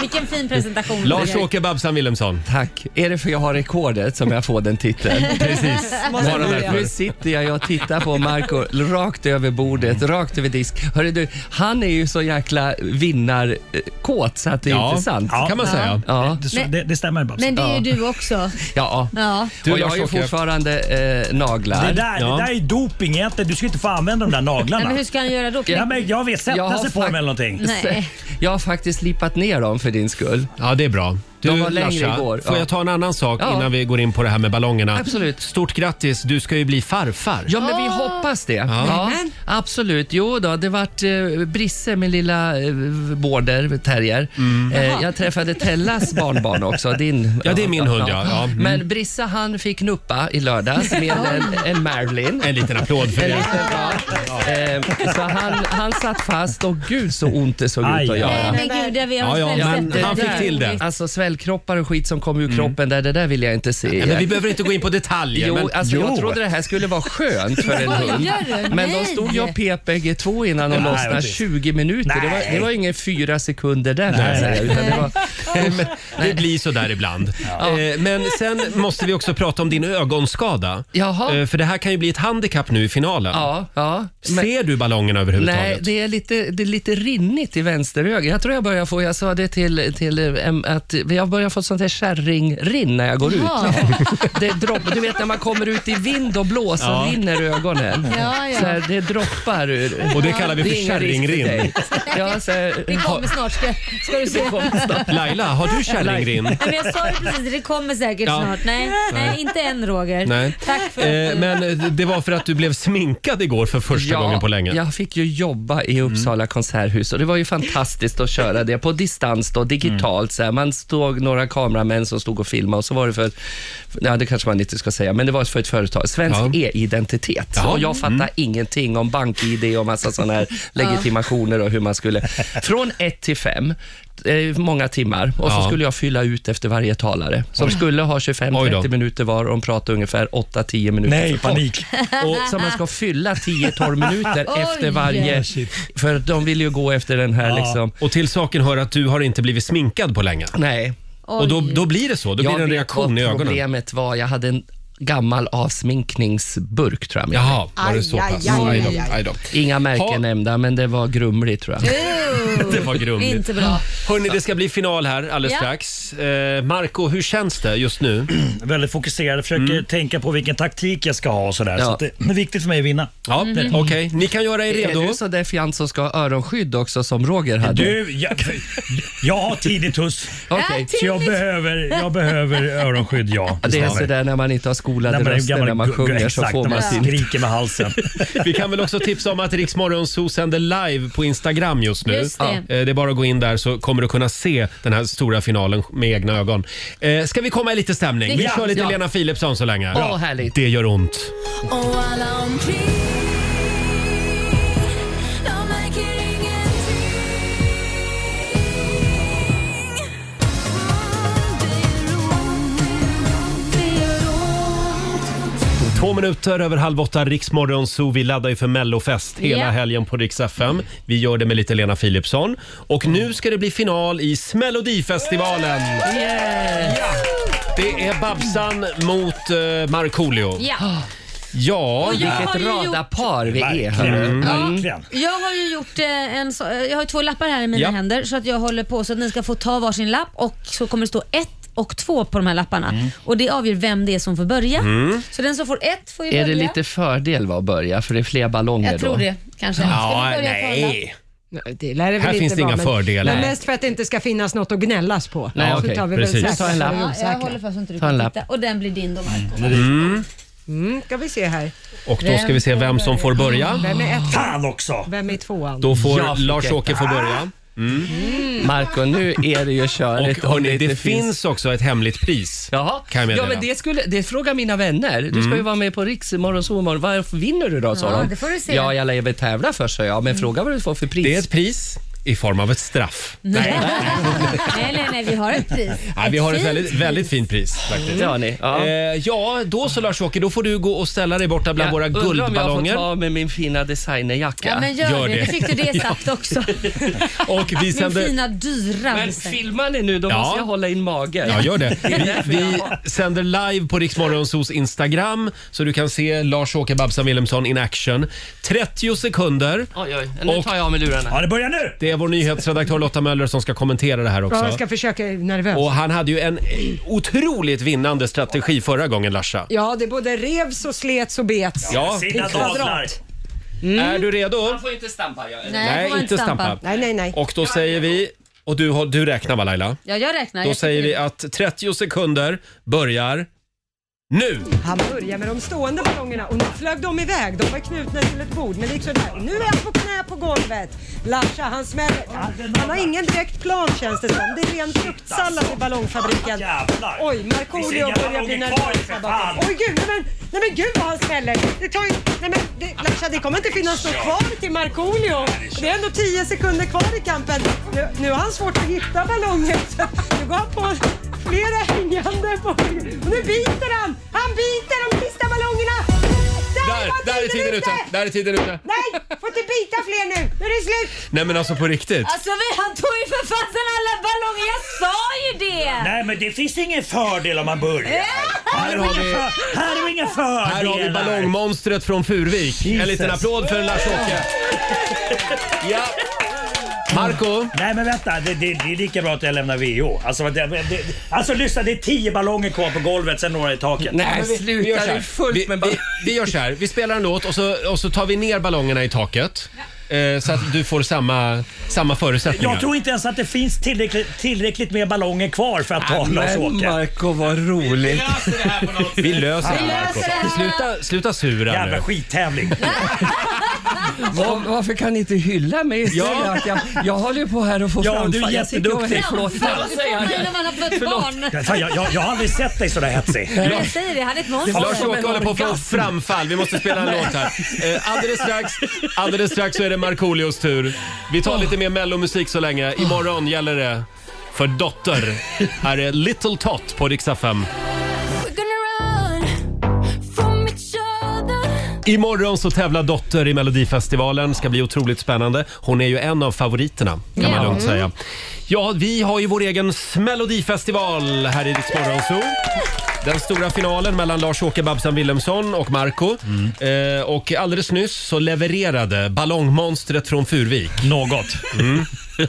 [SPEAKER 4] Vilken fin presentation.
[SPEAKER 1] Lars-Åke Babsan Willemsson.
[SPEAKER 10] Tack. Är det för jag har rekordet som jag får den titeln?
[SPEAKER 1] Precis.
[SPEAKER 10] Men
[SPEAKER 1] Bara
[SPEAKER 10] nu,
[SPEAKER 1] därför.
[SPEAKER 10] nu sitter jag och tittar på Marco rakt över bordet, rakt över disk. Hörru du, han är ju så jäkla eh, vinnarkåt så att det är
[SPEAKER 1] Ja,
[SPEAKER 10] inte sant.
[SPEAKER 1] ja, kan man säga.
[SPEAKER 10] Ja.
[SPEAKER 4] Det- det- Men-
[SPEAKER 8] stämmer
[SPEAKER 4] Men det är ju
[SPEAKER 10] ja.
[SPEAKER 4] du också.
[SPEAKER 10] Ja.
[SPEAKER 4] Ja.
[SPEAKER 10] och jag har ju
[SPEAKER 8] Lars-Åke.
[SPEAKER 10] fortfarande eh, naglar.
[SPEAKER 8] Det där, det där är doping egentligen. Du ska inte få använda de där naglarna.
[SPEAKER 4] Nej, men hur ska han göra då?
[SPEAKER 8] Ja, men jag vet, sätta
[SPEAKER 10] har
[SPEAKER 8] sig på
[SPEAKER 10] fak-
[SPEAKER 8] dem eller någonting.
[SPEAKER 4] Nej.
[SPEAKER 10] Jag har faktiskt slipat ner dem för din skull.
[SPEAKER 1] Ja, det är bra. Du,
[SPEAKER 10] De var längre
[SPEAKER 1] Larsa,
[SPEAKER 10] igår.
[SPEAKER 1] Får
[SPEAKER 10] Ja.
[SPEAKER 1] jag ta en annan sak
[SPEAKER 10] Ja.
[SPEAKER 1] innan vi går in på det här med ballongerna?
[SPEAKER 10] Absolut.
[SPEAKER 1] Stort grattis, du ska ju bli farfar.
[SPEAKER 10] Ja, men vi hoppas det. Ja. absolut. Jo då, det vart eh, Brisse, min lilla eh, border, terrier. Eh, jag träffade Tellas barnbarn också. Din,
[SPEAKER 1] Ja, det är min hund, ja. Ja, mm.
[SPEAKER 10] Men Brisse han fick knuppa i lördags med en, en Marilyn.
[SPEAKER 1] En liten applåd för
[SPEAKER 10] En
[SPEAKER 1] det.
[SPEAKER 10] liten, ja. Eh, så han, han satt fast och gud så ont det såg ut att
[SPEAKER 4] Nej,
[SPEAKER 10] göra.
[SPEAKER 4] men gud, det vi har
[SPEAKER 10] Alltså svällkroppar och skit som kom ur kroppen där, det där vill jag inte se.
[SPEAKER 1] Nej, men vi behöver inte gå in på detaljer.
[SPEAKER 10] Jo,
[SPEAKER 1] men...
[SPEAKER 10] alltså, jag trodde det här skulle vara skönt för en
[SPEAKER 1] Skojar
[SPEAKER 10] hund.
[SPEAKER 1] du?
[SPEAKER 10] Men de
[SPEAKER 1] Nej.
[SPEAKER 10] stod ju och pep bägge två innan de
[SPEAKER 1] Nej,
[SPEAKER 10] lossnade.
[SPEAKER 1] precis.
[SPEAKER 10] 20 minuter. Det var,
[SPEAKER 1] Nej.
[SPEAKER 10] det var ingen fyra sekunder där. kan jag säga, utan det var,
[SPEAKER 1] Det blir så där ibland. Eh, Men sen måste vi också prata om din ögonskada.
[SPEAKER 10] Jaha.
[SPEAKER 1] Eh, För det här kan ju bli ett handikapp nu i finalen.
[SPEAKER 10] Ja, ja. Men-
[SPEAKER 1] Ser du ballongerna överhuvudtaget?
[SPEAKER 10] Nej, det är, lite, det är lite rinnigt i vänsterögat. Jag tror jag börjar få, jag sa det till, till eh, em, att jag börjar få sånt här kärringrinn när jag går ut.
[SPEAKER 4] Ja.
[SPEAKER 10] Det droppar, du vet när man kommer ut i vind och blås och
[SPEAKER 1] Ja.
[SPEAKER 10] rinner ögonen.
[SPEAKER 4] Ja, ja.
[SPEAKER 10] Så här, det droppar ur.
[SPEAKER 1] Och det kallar vi
[SPEAKER 10] är
[SPEAKER 1] för
[SPEAKER 10] ingen risk för
[SPEAKER 1] kärringring.
[SPEAKER 10] dig. Ja, så här,
[SPEAKER 4] Det kommer snart ska, ska du se.
[SPEAKER 10] Det kommer snart.
[SPEAKER 1] Laila, har du kärringrim?
[SPEAKER 4] Nej, men jag sa ju precis, det kommer säkert
[SPEAKER 1] Ja.
[SPEAKER 4] snart. Nej, nej.
[SPEAKER 1] Nej.
[SPEAKER 4] inte än Roger.
[SPEAKER 1] Nej.
[SPEAKER 4] Tack för
[SPEAKER 1] Eh, Men det var för att du blev sminkad igår för första gången på länge.
[SPEAKER 10] Jag fick ju jobba i Uppsala konserthus och det var ju fantastiskt att köra det på distans då, digitalt. Så här. Man stod några kameramän som stod och filmade och så var det för, ja det kanske man inte ska säga, men det var för ett företag, Svensk E-identitet.
[SPEAKER 1] Ja.
[SPEAKER 10] Och jag fattar
[SPEAKER 1] Mm.
[SPEAKER 10] ingenting om bank-id och massa sådana här legitimationer och hur man skulle, från ett till fem, eh, många timmar och
[SPEAKER 1] Ja.
[SPEAKER 10] så skulle jag fylla ut efter varje talare som
[SPEAKER 1] Oj.
[SPEAKER 10] skulle ha 25
[SPEAKER 1] Oj då.
[SPEAKER 10] 30 minuter var och de pratade ungefär 8-10 minuter.
[SPEAKER 8] Nej,
[SPEAKER 10] per talare.
[SPEAKER 8] panik.
[SPEAKER 10] Och så man ska fylla 10-12 minuter
[SPEAKER 4] Oj.
[SPEAKER 10] efter varje... För de vill ju gå efter den här
[SPEAKER 1] Ja.
[SPEAKER 10] liksom...
[SPEAKER 1] Och till saken hör att du har inte blivit sminkad på länge.
[SPEAKER 10] Nej.
[SPEAKER 1] Och då, då blir det så. Då blir
[SPEAKER 10] Jag
[SPEAKER 1] det en
[SPEAKER 10] vet
[SPEAKER 1] reaktion
[SPEAKER 10] vad
[SPEAKER 1] i ögonen.
[SPEAKER 10] problemet var. Jag hade en gammal avsminkningsburk tror jag med
[SPEAKER 1] Jaha,
[SPEAKER 10] mig.
[SPEAKER 1] var det så Aj, pass? aj, aj, Aj då, aj då.
[SPEAKER 10] Inga märken nämnda, men det var grumligt tror jag.
[SPEAKER 1] Det var grumligt.
[SPEAKER 4] Inte bra.
[SPEAKER 1] Hörni, det ska bli final här alldeles
[SPEAKER 4] Ja.
[SPEAKER 1] strax. Eh, Marco, hur känns det just nu?
[SPEAKER 8] Väldigt fokuserad, försöker
[SPEAKER 10] Mm.
[SPEAKER 8] tänka på vilken taktik jag ska ha och sådär. Så att det det är viktigt för mig att vinna.
[SPEAKER 1] Ja, okej. Ni kan göra er
[SPEAKER 10] Är
[SPEAKER 1] redo.
[SPEAKER 10] du så där fjant som ska ha öronskydd också som Roger hade?
[SPEAKER 8] Du, jag, jag har tinnitus.
[SPEAKER 10] Okej.
[SPEAKER 8] Så jag behöver, jag behöver öronskydd, ja.
[SPEAKER 10] Ja, Det är
[SPEAKER 8] stämmer.
[SPEAKER 10] sådär när man inte har
[SPEAKER 8] När
[SPEAKER 10] skolade
[SPEAKER 8] man är
[SPEAKER 10] röster
[SPEAKER 8] gammal
[SPEAKER 10] när man
[SPEAKER 8] gubbe,
[SPEAKER 10] sjunger så
[SPEAKER 8] exakt,
[SPEAKER 10] får
[SPEAKER 8] när
[SPEAKER 10] man
[SPEAKER 8] man
[SPEAKER 10] sin...
[SPEAKER 8] skriker med halsen.
[SPEAKER 1] Vi kan väl också tipsa om att Riksmorgon Zoo sänder live på Instagram just nu.
[SPEAKER 4] Just det.
[SPEAKER 1] Eh, det är bara att gå in där så kommer du kunna se den här stora finalen med egna ögon. Eh, ska vi komma i lite stämning? Vi
[SPEAKER 4] Ja,
[SPEAKER 1] kör lite
[SPEAKER 4] ja.
[SPEAKER 1] Lena Philipsson så länge.
[SPEAKER 10] Åh, härligt.
[SPEAKER 1] Det gör ont.
[SPEAKER 13] Och alla omkring De märker ingenting
[SPEAKER 1] Två minuter över halv åtta, Riksmorgon Zoo. Vi laddar ju för Mellofest hela
[SPEAKER 4] Ja.
[SPEAKER 1] helgen på Rix FM. Vi gör det med lite Lena Philipsson. Och nu ska det bli final i Smelodifestivalen.
[SPEAKER 10] Yeah.
[SPEAKER 1] Det är Babsan mot uh, Markoolio.
[SPEAKER 4] Ja.
[SPEAKER 1] Ja,
[SPEAKER 4] Och jag har ju
[SPEAKER 10] Vilket
[SPEAKER 4] gjort-
[SPEAKER 10] radarpar vi är. hörru. Mm.
[SPEAKER 8] Verkligen.
[SPEAKER 4] Jag har ju gjort eh, en så, eh, jag har ju två lappar här i mina
[SPEAKER 1] Ja.
[SPEAKER 4] händer så att jag håller på så att ni ska få ta varsin lapp och så kommer det stå ett och två på de här lapparna. Och det avgör vem det är som får börja. Så den som får ett får ju
[SPEAKER 10] Är
[SPEAKER 4] börja.
[SPEAKER 10] det lite fördel va, att börja? För det är fler ballonger
[SPEAKER 4] jag tror
[SPEAKER 10] då.
[SPEAKER 4] det kanske. Ska vi börja tala?
[SPEAKER 2] Nej, Det lär det väl
[SPEAKER 1] Här
[SPEAKER 2] inte
[SPEAKER 1] finns det
[SPEAKER 2] vara,
[SPEAKER 1] inga
[SPEAKER 2] men-
[SPEAKER 1] fördelar.
[SPEAKER 2] Men mest för att det inte ska finnas något att gnällas på.
[SPEAKER 10] Nej,
[SPEAKER 2] så
[SPEAKER 10] okej,
[SPEAKER 2] tar vi
[SPEAKER 1] precis.
[SPEAKER 2] väl
[SPEAKER 10] Jag tar en lapp.
[SPEAKER 2] säkra.
[SPEAKER 4] Ja, jag håller fast så inte du
[SPEAKER 10] Ta en
[SPEAKER 4] kan
[SPEAKER 10] lapp.
[SPEAKER 4] titta. Och den blir din då Marco.
[SPEAKER 1] Mm.
[SPEAKER 2] Mm, ska vi se här.
[SPEAKER 1] Och då ska vi se vem som får börja.
[SPEAKER 2] Vem är ett?
[SPEAKER 8] Fan också!
[SPEAKER 2] Vem är tvåan?
[SPEAKER 1] Då får
[SPEAKER 10] Jag fick
[SPEAKER 1] Lars-Åke
[SPEAKER 10] ett.
[SPEAKER 1] få börja.
[SPEAKER 10] Marco, nu är det ju körigt.
[SPEAKER 1] Och hörni, det
[SPEAKER 10] finns-
[SPEAKER 1] finns också ett hemligt pris.
[SPEAKER 10] Jaha.
[SPEAKER 1] Kan jag
[SPEAKER 10] ja,
[SPEAKER 1] meddela. Mm.
[SPEAKER 10] men det, skulle, det frågar mina vänner. Du ska ju vara med på Riks imorgon, så imorgon. Varför vinner du då? sa
[SPEAKER 4] Ja,
[SPEAKER 10] de.
[SPEAKER 4] det får du se. Mm.
[SPEAKER 10] Ja, jag lär ju väl tävla först, sa jag. Men fråga vad du får för pris.
[SPEAKER 1] Det är ett pris. i form av ett straff.
[SPEAKER 4] Nej. nej, nej, nej, vi har ett pris.
[SPEAKER 1] Nej, vi har ett
[SPEAKER 4] fint
[SPEAKER 1] väldigt,
[SPEAKER 4] pris.
[SPEAKER 1] väldigt fint pris faktiskt.
[SPEAKER 10] Det har ni, ja.
[SPEAKER 1] Eh, ja, då så Lars-Åke, då får du gå och ställa dig borta bland våra
[SPEAKER 10] Undrar om jag får
[SPEAKER 1] guldballonger.
[SPEAKER 10] ta av mig min fina designerjacka.
[SPEAKER 4] Ja, men gör, det. Vi fick det sagt också.
[SPEAKER 1] Och vi sänder-
[SPEAKER 4] Min fina dyra.
[SPEAKER 10] Men filmar ni nu, då
[SPEAKER 1] Ja.
[SPEAKER 10] måste jag hålla in magen.
[SPEAKER 1] Ja, gör det.
[SPEAKER 10] är
[SPEAKER 1] Vi,
[SPEAKER 10] därför jag-
[SPEAKER 1] vi sänder live på Riksmorgonsos Instagram så du kan se Lars-Åke Babsan Wilhelmsson in action. 30 sekunder.
[SPEAKER 10] Oj, oj. Nu tar jag av mig lurarna.
[SPEAKER 8] Ja, det börjar nu!
[SPEAKER 1] Det är vår nyhetsredaktör Lotta Möller som ska kommentera det här
[SPEAKER 2] Ja,
[SPEAKER 1] också.
[SPEAKER 2] jag ska försöka, jag är nervös.
[SPEAKER 1] Och han hade ju en otroligt vinnande strategi förra gången, Larsa.
[SPEAKER 2] Ja, det både revs och slets och bets.
[SPEAKER 1] Ja.
[SPEAKER 2] I
[SPEAKER 1] Sina
[SPEAKER 2] kvadrat. Mm.
[SPEAKER 1] Är du redo?
[SPEAKER 10] Man får inte stampa. Jag.
[SPEAKER 1] inte stampa.
[SPEAKER 2] Nej, nej, nej.
[SPEAKER 1] Och då säger vi, och du, har- du räknar va Laila?
[SPEAKER 4] Ja, jag räknar.
[SPEAKER 1] Då
[SPEAKER 4] Jag
[SPEAKER 1] säger vi
[SPEAKER 4] tycker-
[SPEAKER 1] att 30 sekunder börjar nu!
[SPEAKER 2] Han börjar med de stående ballongerna och nu flög de iväg. De var knutna till ett bord. Men det gick sådär. Nu är han på knä på golvet. Larsa, han smäller. Han, han har ingen direkt plan känns det som. Det är ren fruktsallad i ballongfabriken. Oj, Markoolio börjar bli nervös här bakom. Oj, gud, nej men, nej men gud vad han smäller. Det tar ju, nej men det, Larsa, det kommer inte finnas något kvar till Markoolio. Det är ändå 10 sekunder kvar i kampen. Nu, nu har han svårt att hitta ballongen. Så nu går han på flera hängande borgar. Och nu biter han! Han biter de sista ballongerna! var
[SPEAKER 1] Där, där är tiden ute! Där är tiden ute!
[SPEAKER 2] Nej, får inte bita fler nu! Nu är det slut!
[SPEAKER 1] Nej men alltså på riktigt.
[SPEAKER 4] Alltså vi, han tog ju för fasen alla ballonger, jag sa ju det!
[SPEAKER 8] Nej, men det finns ingen fördel om man
[SPEAKER 2] Eh?
[SPEAKER 8] börjar. Här
[SPEAKER 1] har
[SPEAKER 8] är
[SPEAKER 1] vi-
[SPEAKER 8] ingen för- här är ingen fördelar.
[SPEAKER 1] Här har vi ballongmonstret från Furvik. En
[SPEAKER 8] Jesus.
[SPEAKER 1] liten applåd för Lars-Åke. Ja. Marco.
[SPEAKER 8] Nej men vänta, det, det, det är lika bra att jag lämnar VO. Alltså, det, det, alltså lyssna, det är tio ballonger kvar på golvet, sen några i taket.
[SPEAKER 10] Nej,
[SPEAKER 1] Men vi- vi gör så
[SPEAKER 10] sluta. Det
[SPEAKER 1] här.
[SPEAKER 10] är fullt
[SPEAKER 1] vi,
[SPEAKER 10] med
[SPEAKER 1] vi,
[SPEAKER 10] ballong.
[SPEAKER 1] vi gör så här, vi spelar en låt och så, och så tar vi ner ballongerna i taket. Eh, så att du får samma, samma förutsättningar.
[SPEAKER 8] Jag tror inte ens att det finns tillräckligt, tillräckligt med ballonger kvar för att ta Lars-Åke.
[SPEAKER 10] Marco, vad roligt.
[SPEAKER 1] Vi löser det
[SPEAKER 4] Vi
[SPEAKER 1] Marco.
[SPEAKER 4] löser det här.
[SPEAKER 1] Sluta, sluta sura
[SPEAKER 8] Jävla
[SPEAKER 1] nu.
[SPEAKER 8] skittävling.
[SPEAKER 10] Var, varför kan ni inte hylla mig istället?
[SPEAKER 1] Ja.
[SPEAKER 10] Att Jag, jag håller ju på här och får
[SPEAKER 8] Ja,
[SPEAKER 10] framfall.
[SPEAKER 8] du är
[SPEAKER 10] Jag tycker jag
[SPEAKER 8] jätteduktig.
[SPEAKER 10] är- Förlåt.
[SPEAKER 4] Framfall när man har fött barn.
[SPEAKER 8] Fan, jag, jag, jag har aldrig sett dig sådär hetsig.
[SPEAKER 4] Jag säger det, han är ett monster.
[SPEAKER 1] Lars-Åke håller på att få framfall. Vi måste spela en låt här. Eh, alldeles, strax, alldeles strax så är det Markoolios tur. Vi tar lite mer mellomusik så länge. Imorgon gäller det för Dotter. Här är Little Tot på Riksa 5.
[SPEAKER 13] We're gonna run from each other.
[SPEAKER 1] Imorgon så tävlar Dotter i Melodifestivalen. ska bli otroligt spännande. Hon är ju en av favoriterna kan man
[SPEAKER 4] Ja.
[SPEAKER 1] lugnt säga.
[SPEAKER 8] Mm.
[SPEAKER 1] Ja, vi har ju vår egen Melodifestival här i Rix Morgon Zoo. Den stora finalen mellan Lars-Åke Babsan Willemsson och Marco
[SPEAKER 8] Mm.
[SPEAKER 1] eh, Och alldeles nyss så levererade ballongmonstret från Furvik.
[SPEAKER 8] Något.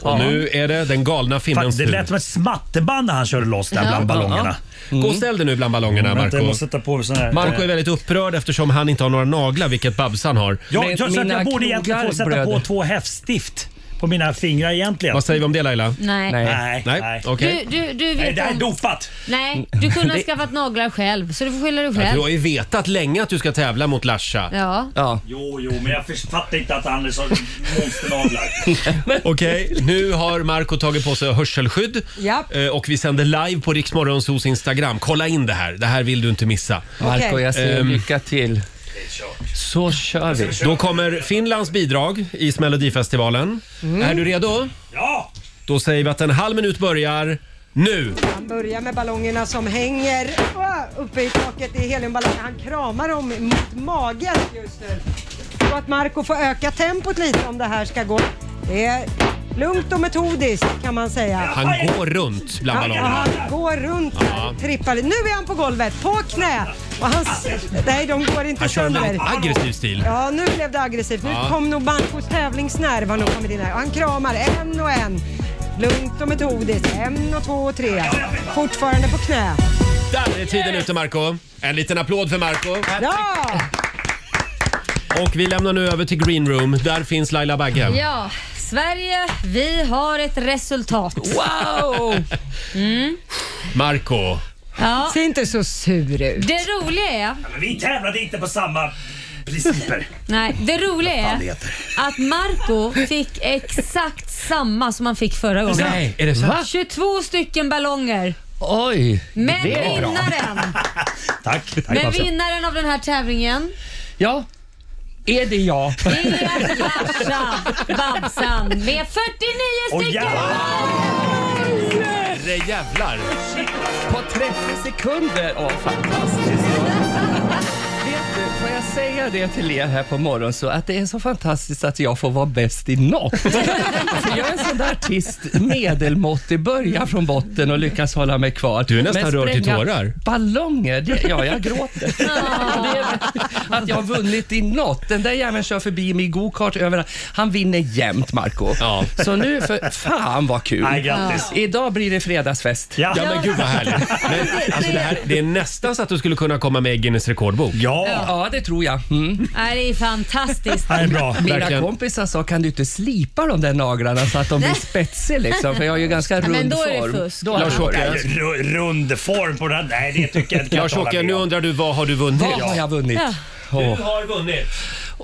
[SPEAKER 1] Och nu är det den galna
[SPEAKER 8] Fan,
[SPEAKER 1] finnens
[SPEAKER 8] det
[SPEAKER 1] tur.
[SPEAKER 8] lät som ett smatterband när han körde loss där bland ballongerna.
[SPEAKER 1] Gå och ställ dig nu bland ballongerna
[SPEAKER 8] Mm. Vänta, jag
[SPEAKER 1] Marco
[SPEAKER 8] måste ta på mig sån här. eh,
[SPEAKER 1] Marco är väldigt upprörd eftersom han inte har några naglar, vilket Babsan har.
[SPEAKER 8] Ja,
[SPEAKER 10] Men
[SPEAKER 8] jag, så att
[SPEAKER 10] mina
[SPEAKER 8] jag borde egentligen
[SPEAKER 10] knogar
[SPEAKER 8] få sätta på
[SPEAKER 10] blöder.
[SPEAKER 8] två häftstift på mina fingrar egentligen.
[SPEAKER 1] Vad säger vi om det Laila?
[SPEAKER 4] Nej.
[SPEAKER 10] Nej.
[SPEAKER 8] Nej,
[SPEAKER 1] Nej,
[SPEAKER 8] nej.
[SPEAKER 1] okej.
[SPEAKER 4] Du, du, du
[SPEAKER 8] Nej,
[SPEAKER 4] vet
[SPEAKER 8] det här är
[SPEAKER 4] om-
[SPEAKER 8] dopat.
[SPEAKER 4] Nej, du kunde ha skaffat naglar själv så du får skylla dig
[SPEAKER 1] Ja, du
[SPEAKER 4] själv.
[SPEAKER 1] har ju vetat länge att du ska tävla mot Larsa.
[SPEAKER 4] Ja.
[SPEAKER 10] Ja.
[SPEAKER 8] Jo, jo, men jag fattar inte att han är så monsternaglar.
[SPEAKER 1] Okej, nu har Marco tagit på sig hörselskydd
[SPEAKER 2] Japp.
[SPEAKER 1] Eh, och vi sänder live på Riksmorgonsos Instagram. Kolla in det här. Det här vill du inte missa.
[SPEAKER 10] Marco, jag säger
[SPEAKER 1] Ehm.
[SPEAKER 10] lycka till. Så kör vi.
[SPEAKER 1] Då kommer Finlands bidrag i Melodifestivalen.
[SPEAKER 2] Mm.
[SPEAKER 1] Är du redo?
[SPEAKER 8] Ja!
[SPEAKER 1] Då säger vi att en halv minut börjar nu.
[SPEAKER 2] Han börjar med ballongerna som hänger ah, uppe i taket i heliumballongen. Han kramar dem mot magen just nu. Så att Marco får öka tempot lite om det här ska gå. Det är lugnt och metodiskt kan man säga.
[SPEAKER 1] Han går runt bland
[SPEAKER 2] Han,
[SPEAKER 1] ballongerna.
[SPEAKER 2] han går runt där, trippar. Nu är han på golvet, på knä. Och han, s- nej, de går inte
[SPEAKER 1] Han kör en
[SPEAKER 2] sönder.
[SPEAKER 1] väldigt aggressiv stil.
[SPEAKER 2] Ja, nu blev det aggressivt. Nu
[SPEAKER 1] Ja.
[SPEAKER 2] kom nog Marcos tävlingsnerv. Han, nog kommit in här. han kramar en och en. Lugnt och metodiskt. En och två och tre. Fortfarande på knä.
[SPEAKER 1] Där är tiden ute Marco. En liten applåd för Marco.
[SPEAKER 2] Ja!
[SPEAKER 1] Och vi lämnar nu över till Green Room. Där finns Laila Bagge.
[SPEAKER 4] ja, Sverige, vi har ett resultat.
[SPEAKER 10] Wow!
[SPEAKER 1] Marco.
[SPEAKER 4] Ja.
[SPEAKER 2] Se inte så sur ut.
[SPEAKER 4] Det roliga är,
[SPEAKER 8] Men vi tävlade inte på samma principer.
[SPEAKER 4] nej, det roliga
[SPEAKER 8] Fan, det
[SPEAKER 4] är
[SPEAKER 8] heter.
[SPEAKER 4] att Marco fick exakt samma som han fick förra gången.
[SPEAKER 1] Nej, är det sant?
[SPEAKER 4] 22 stycken ballonger.
[SPEAKER 10] Oj!
[SPEAKER 4] Men
[SPEAKER 10] det är bra.
[SPEAKER 4] vinnaren,
[SPEAKER 8] Tack. tack
[SPEAKER 4] men
[SPEAKER 8] Babsen.
[SPEAKER 4] vinnaren av den här tävlingen
[SPEAKER 10] Ja, Är det jag?
[SPEAKER 4] Larsa Babsan med 49
[SPEAKER 10] Åh,
[SPEAKER 4] stycken!
[SPEAKER 10] Det jävlar! På 30 sekunder! Åh, fantastiskt! Vet du, Får jag säga det till er här på morgonen så att det är så fantastiskt att jag får vara bäst i något. För Alltså, jag är en sån där artist, medelmåttig, börjar från botten och lyckas hålla mig kvar. Du
[SPEAKER 1] är nästan rörd till tårar.
[SPEAKER 10] Ballonger, det, ja jag gråter. Det är att jag har vunnit i något. Den där jäveln kör förbi mig i gokart överallt. Han vinner jämt Marco Så nu, för fan vad kul.
[SPEAKER 1] Nej, grattis.
[SPEAKER 10] Idag blir det fredagsfest.
[SPEAKER 1] Ja, men gud vad härligt. Men, alltså, det, här, det är nästan så att du skulle kunna komma med i Guinness rekordbok.
[SPEAKER 8] Ja,
[SPEAKER 10] ja det tror jag. Mm.
[SPEAKER 4] Nej, det är fantastiskt.
[SPEAKER 10] Mina
[SPEAKER 1] Verkligen.
[SPEAKER 10] kompisar sa, kan du inte slipa de där naglarna så att de blir spetsiga liksom? För jag har ju ganska rund
[SPEAKER 4] men då är det
[SPEAKER 10] form.
[SPEAKER 4] fusk.
[SPEAKER 10] Då är det fusk.
[SPEAKER 8] Nej, ru- Rund form på den. Nej, det tycker jag inte. kan jag hålla
[SPEAKER 1] Lars-Åke,
[SPEAKER 8] med
[SPEAKER 1] nu
[SPEAKER 8] om.
[SPEAKER 1] undrar du vad har du vunnit?
[SPEAKER 10] Vad har jag vunnit?
[SPEAKER 4] Ja.
[SPEAKER 10] Åh,
[SPEAKER 1] Du har vunnit.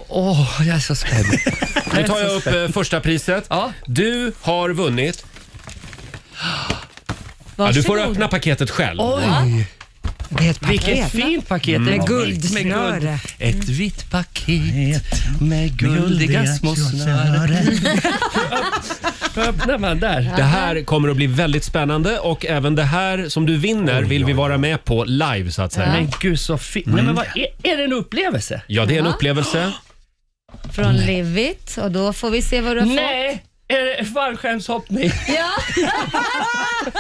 [SPEAKER 10] Åh, jag är så spänd.
[SPEAKER 1] Nu tar jag upp eh, första priset. Du har vunnit. Ja, du får
[SPEAKER 4] Varsågod.
[SPEAKER 1] öppna paketet själv.
[SPEAKER 10] Oj!
[SPEAKER 2] Det är ett paket.
[SPEAKER 10] Vilket fint paket!
[SPEAKER 2] Med
[SPEAKER 10] Ett
[SPEAKER 2] guldsnöre.
[SPEAKER 10] med guld-
[SPEAKER 8] Mm.
[SPEAKER 10] Ett vitt paket med guldiga små snören. Hur öppnar man där?
[SPEAKER 1] Det här kommer att bli väldigt spännande och även det här som du vinner vill vi vara med på live så att säga.
[SPEAKER 10] Men gud så fint. Nej,
[SPEAKER 8] Mm.
[SPEAKER 10] men vad är, är det en upplevelse?
[SPEAKER 1] Ja, det är en upplevelse.
[SPEAKER 4] Från Livit och då får vi se vad du har fått.
[SPEAKER 10] Nej! Är det fallskärmshoppning?
[SPEAKER 4] Ja.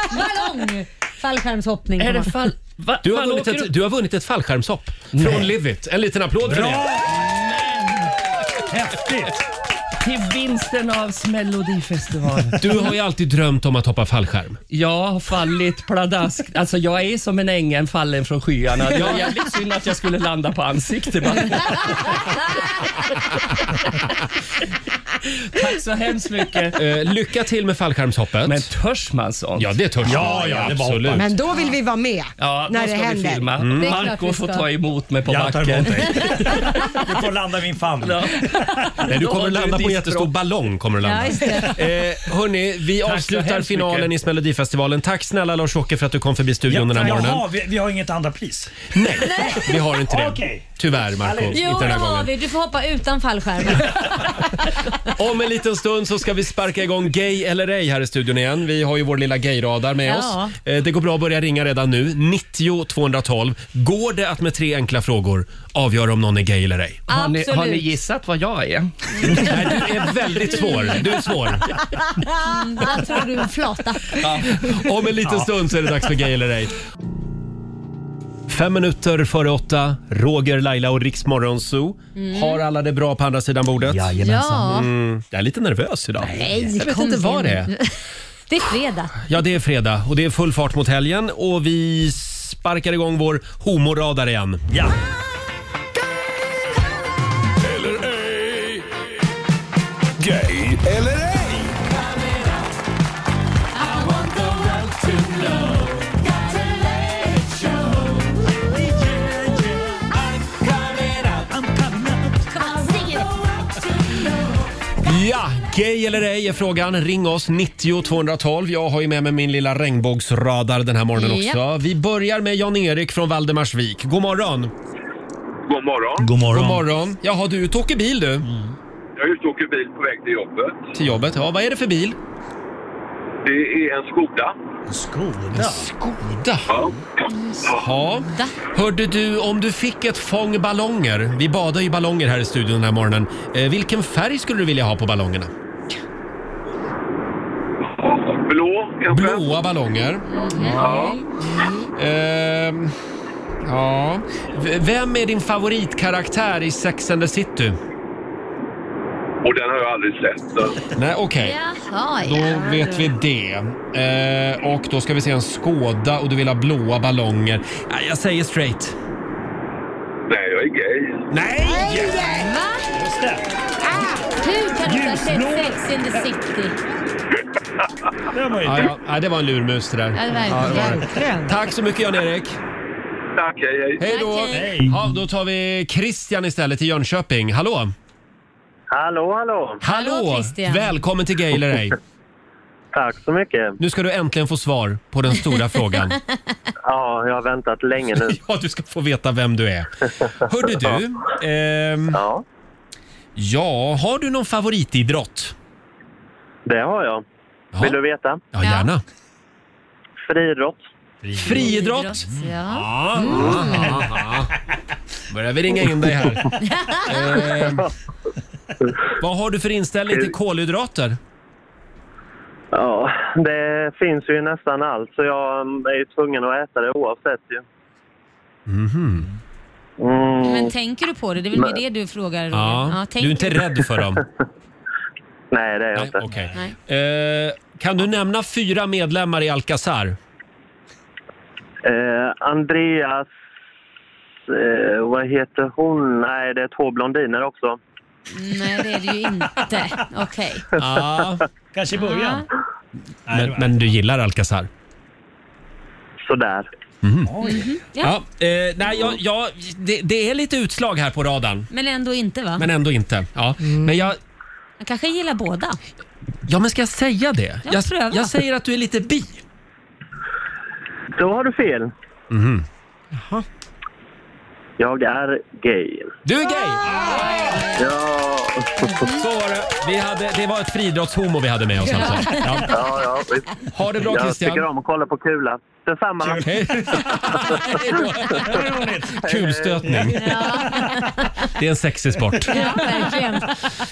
[SPEAKER 4] Ballong! Fallskärmshoppning.
[SPEAKER 10] Är
[SPEAKER 4] kan
[SPEAKER 10] det
[SPEAKER 4] man-
[SPEAKER 10] fall... Va,
[SPEAKER 1] Du har,
[SPEAKER 10] man
[SPEAKER 1] vunnit
[SPEAKER 10] åker
[SPEAKER 1] ett,
[SPEAKER 10] upp-
[SPEAKER 1] du har vunnit ett fallskärmshopp från Livit. En liten applåd för det.
[SPEAKER 8] Häftigt!
[SPEAKER 10] Till vinsten av Melodifestivalen.
[SPEAKER 1] Du har ju alltid drömt om att hoppa fallskärm.
[SPEAKER 10] Jag har fallit pladask. Alltså jag är som en ängel fallen från skyarna. Det var
[SPEAKER 1] Ja.
[SPEAKER 10] jävligt synd att jag skulle landa på ansiktet bara. Tack så hemskt mycket.
[SPEAKER 1] Eh, lycka till med fallskärmshoppet.
[SPEAKER 10] Men törs man sånt?
[SPEAKER 1] Ja, det törs
[SPEAKER 8] Ja,
[SPEAKER 1] jag.
[SPEAKER 8] ja, det var
[SPEAKER 1] absolut.
[SPEAKER 2] Men då vill vi vara med
[SPEAKER 10] Ja, då
[SPEAKER 2] när det
[SPEAKER 10] ska vi
[SPEAKER 2] händer.
[SPEAKER 10] filma.
[SPEAKER 4] Det är klart
[SPEAKER 10] Marco
[SPEAKER 4] vi
[SPEAKER 10] får
[SPEAKER 4] ska.
[SPEAKER 10] ta emot mig på
[SPEAKER 8] Mm. Jag tar
[SPEAKER 10] backen.
[SPEAKER 8] emot dig. Du får landa i min famn.
[SPEAKER 10] Ja.
[SPEAKER 1] Nej, du
[SPEAKER 10] Då
[SPEAKER 1] kommer
[SPEAKER 10] har
[SPEAKER 1] att landa på en
[SPEAKER 10] diskbråck.
[SPEAKER 1] jättestor ballong. Kommer att landa.
[SPEAKER 4] Ja, just det.
[SPEAKER 1] Eh, hörni, vi
[SPEAKER 10] så
[SPEAKER 1] avslutar
[SPEAKER 10] hemskt
[SPEAKER 1] finalen i Melodifestivalen. Tack snälla Lars-Åke för att du kom förbi studion den här morgonen.
[SPEAKER 8] Jaha, vi, vi har inget andra pris.
[SPEAKER 1] Nej, vi har inte det.
[SPEAKER 8] Okej.
[SPEAKER 1] Tyvärr Marco,
[SPEAKER 8] Jo,
[SPEAKER 1] inte
[SPEAKER 4] Jo,
[SPEAKER 1] den
[SPEAKER 4] det
[SPEAKER 1] här
[SPEAKER 4] har
[SPEAKER 1] gången.
[SPEAKER 4] vi. Du får hoppa utan fallskärm.
[SPEAKER 1] Om en liten stund så ska vi sparka igång Gay eller ej här i studion igen. Vi har ju vår lilla gayradar med
[SPEAKER 4] Ja.
[SPEAKER 1] oss. Eh, Det går bra att börja ringa redan nu. 90 212. Går det att med tre enkla frågor avgöra om någon är gay eller ej?
[SPEAKER 10] Har ni,
[SPEAKER 4] Absolut.
[SPEAKER 10] har ni gissat vad jag är?
[SPEAKER 1] Nej, du är väldigt svår. Du är svår.
[SPEAKER 4] Jag tror du är en flata.
[SPEAKER 1] Om en liten stund så är det dags för Gay eller ej. Fem minuter före åtta, Roger, Laila och Riks Morgonzoo. Har alla det bra på andra sidan bordet?
[SPEAKER 4] Ja.
[SPEAKER 1] Mm, jag är lite nervös idag.
[SPEAKER 4] Nej,
[SPEAKER 1] jag vet
[SPEAKER 4] kom
[SPEAKER 1] inte vad det
[SPEAKER 4] igen.
[SPEAKER 1] är.
[SPEAKER 4] Det är fredag.
[SPEAKER 1] Ja, det är fredag och det är full fart mot helgen och vi sparkar igång vår homoradar igen.
[SPEAKER 8] Ja.
[SPEAKER 12] Gay eller ej?
[SPEAKER 1] Ja, gay eller ej är frågan. Ring oss 90 212. Jag har ju med mig min lilla regnbågsradar den här morgonen
[SPEAKER 4] Ja.
[SPEAKER 1] också. Vi börjar med Jan-Erik från Valdemarsvik. God morgon!
[SPEAKER 6] God morgon.
[SPEAKER 8] God morgon.
[SPEAKER 1] God morgon. Jaha, du är ute och åker bil du.
[SPEAKER 6] Jag är ute och åker bil på väg till jobbet.
[SPEAKER 1] Till jobbet. Ja, vad är det för bil?
[SPEAKER 6] Det är en Skoda.
[SPEAKER 8] Skoda.
[SPEAKER 1] Skoda.
[SPEAKER 6] Ja.
[SPEAKER 1] Ja. Hörde du om du fick ett fång ballonger? Vi badar ju ballonger här i studion den här morgonen. Eh, vilken färg skulle du vilja ha på ballongerna?
[SPEAKER 6] Blå kanske?
[SPEAKER 1] Blåa ballonger.
[SPEAKER 6] Ja.
[SPEAKER 1] Ehm, ja. V- Vem är din favoritkaraktär i Sex and the City?
[SPEAKER 6] Och den har jag aldrig sett. så.
[SPEAKER 1] Nej, okej.
[SPEAKER 4] Jaha,
[SPEAKER 1] Då vet vi det. Eh, och då ska vi se en Skåda och du vill ha blåa ballonger. Nej, Jag säger straight.
[SPEAKER 6] Nej, jag är gay.
[SPEAKER 1] Nej!
[SPEAKER 4] Va?
[SPEAKER 8] Just det.
[SPEAKER 4] Hur kan du inte ha
[SPEAKER 8] Ljusblå.
[SPEAKER 4] sett Sex in the City?
[SPEAKER 8] Det var ju
[SPEAKER 1] Ja, ja, ja, det var en lurmus det där.
[SPEAKER 4] Ja, det var
[SPEAKER 1] Ja, det var det.
[SPEAKER 2] Verkligen.
[SPEAKER 1] Tack så mycket Jan-Erik.
[SPEAKER 6] Tack, hej, hej.
[SPEAKER 1] Hej då.
[SPEAKER 4] Tack, hej.
[SPEAKER 1] Ja, då tar vi Christian istället i Jönköping. Hallå!
[SPEAKER 6] Hallå, hallå.
[SPEAKER 1] Hallå!
[SPEAKER 4] Hallå, Christian.
[SPEAKER 1] Välkommen till Gay eller ej.
[SPEAKER 6] Tack så mycket.
[SPEAKER 1] Nu ska du äntligen få svar på den stora frågan.
[SPEAKER 6] Ja, jag har väntat länge nu.
[SPEAKER 1] Ja, du ska få veta vem du är. Hörde du, ehm,
[SPEAKER 6] Ja.
[SPEAKER 1] Ja, har du någon favoritidrott?
[SPEAKER 14] Det har jag. Vill du veta?
[SPEAKER 1] Ja, gärna.
[SPEAKER 14] Friidrott.
[SPEAKER 1] Friidrott? Mm. Ja. Aha. Börjar vi ringa in dig här. eh, vad har du för inställning till kolhydrater?
[SPEAKER 14] Ja, det finns ju i nästan allt så jag är ju tvungen att äta det oavsett ju. Mm.
[SPEAKER 4] Men tänker du på det? Det är väl mer
[SPEAKER 14] Nej.
[SPEAKER 4] det du frågar? Roger?
[SPEAKER 1] Ja. Du är
[SPEAKER 4] tänker
[SPEAKER 1] inte rädd för dem?
[SPEAKER 14] Nej, det är jag
[SPEAKER 1] inte. Eh, kan du nämna fyra medlemmar i Alcazar?
[SPEAKER 14] Eh, Andreas... Eh, vad heter hon? Nej, det är två blondiner också.
[SPEAKER 4] Nej, det är det ju inte. Okej.
[SPEAKER 1] Ja.
[SPEAKER 8] Kanske i
[SPEAKER 4] början.
[SPEAKER 1] Men, men du gillar Alcazar?
[SPEAKER 14] Sådär.
[SPEAKER 4] Mhm.
[SPEAKER 1] Ja.
[SPEAKER 4] Ja.
[SPEAKER 1] eh, nej, jag, jag, det, det är lite utslag här på radarn.
[SPEAKER 4] Men ändå inte va?
[SPEAKER 1] Men ändå inte. Ja.
[SPEAKER 4] Mm.
[SPEAKER 1] Men jag,
[SPEAKER 4] Han kanske gillar båda.
[SPEAKER 1] ja, men ska jag säga det?
[SPEAKER 4] Ja,
[SPEAKER 1] jag,
[SPEAKER 4] pröva.
[SPEAKER 1] jag säger att du är lite bi.
[SPEAKER 14] Då har du fel.
[SPEAKER 1] Mhm.
[SPEAKER 14] Jag är gay.
[SPEAKER 1] Du är gay!
[SPEAKER 14] Ja.
[SPEAKER 1] Ah! Så var det. Vi hade, det var ett friidrottshomo vi hade med oss alltså. Ja.
[SPEAKER 14] Ja, ja, visst.
[SPEAKER 1] Ha det bra,
[SPEAKER 14] jag
[SPEAKER 1] Christian.
[SPEAKER 14] Jag tycker om att kolla på kula. Detsamma.
[SPEAKER 1] Hej. Kulstötning. Det är en sexig sport.
[SPEAKER 4] Ja, verkligen.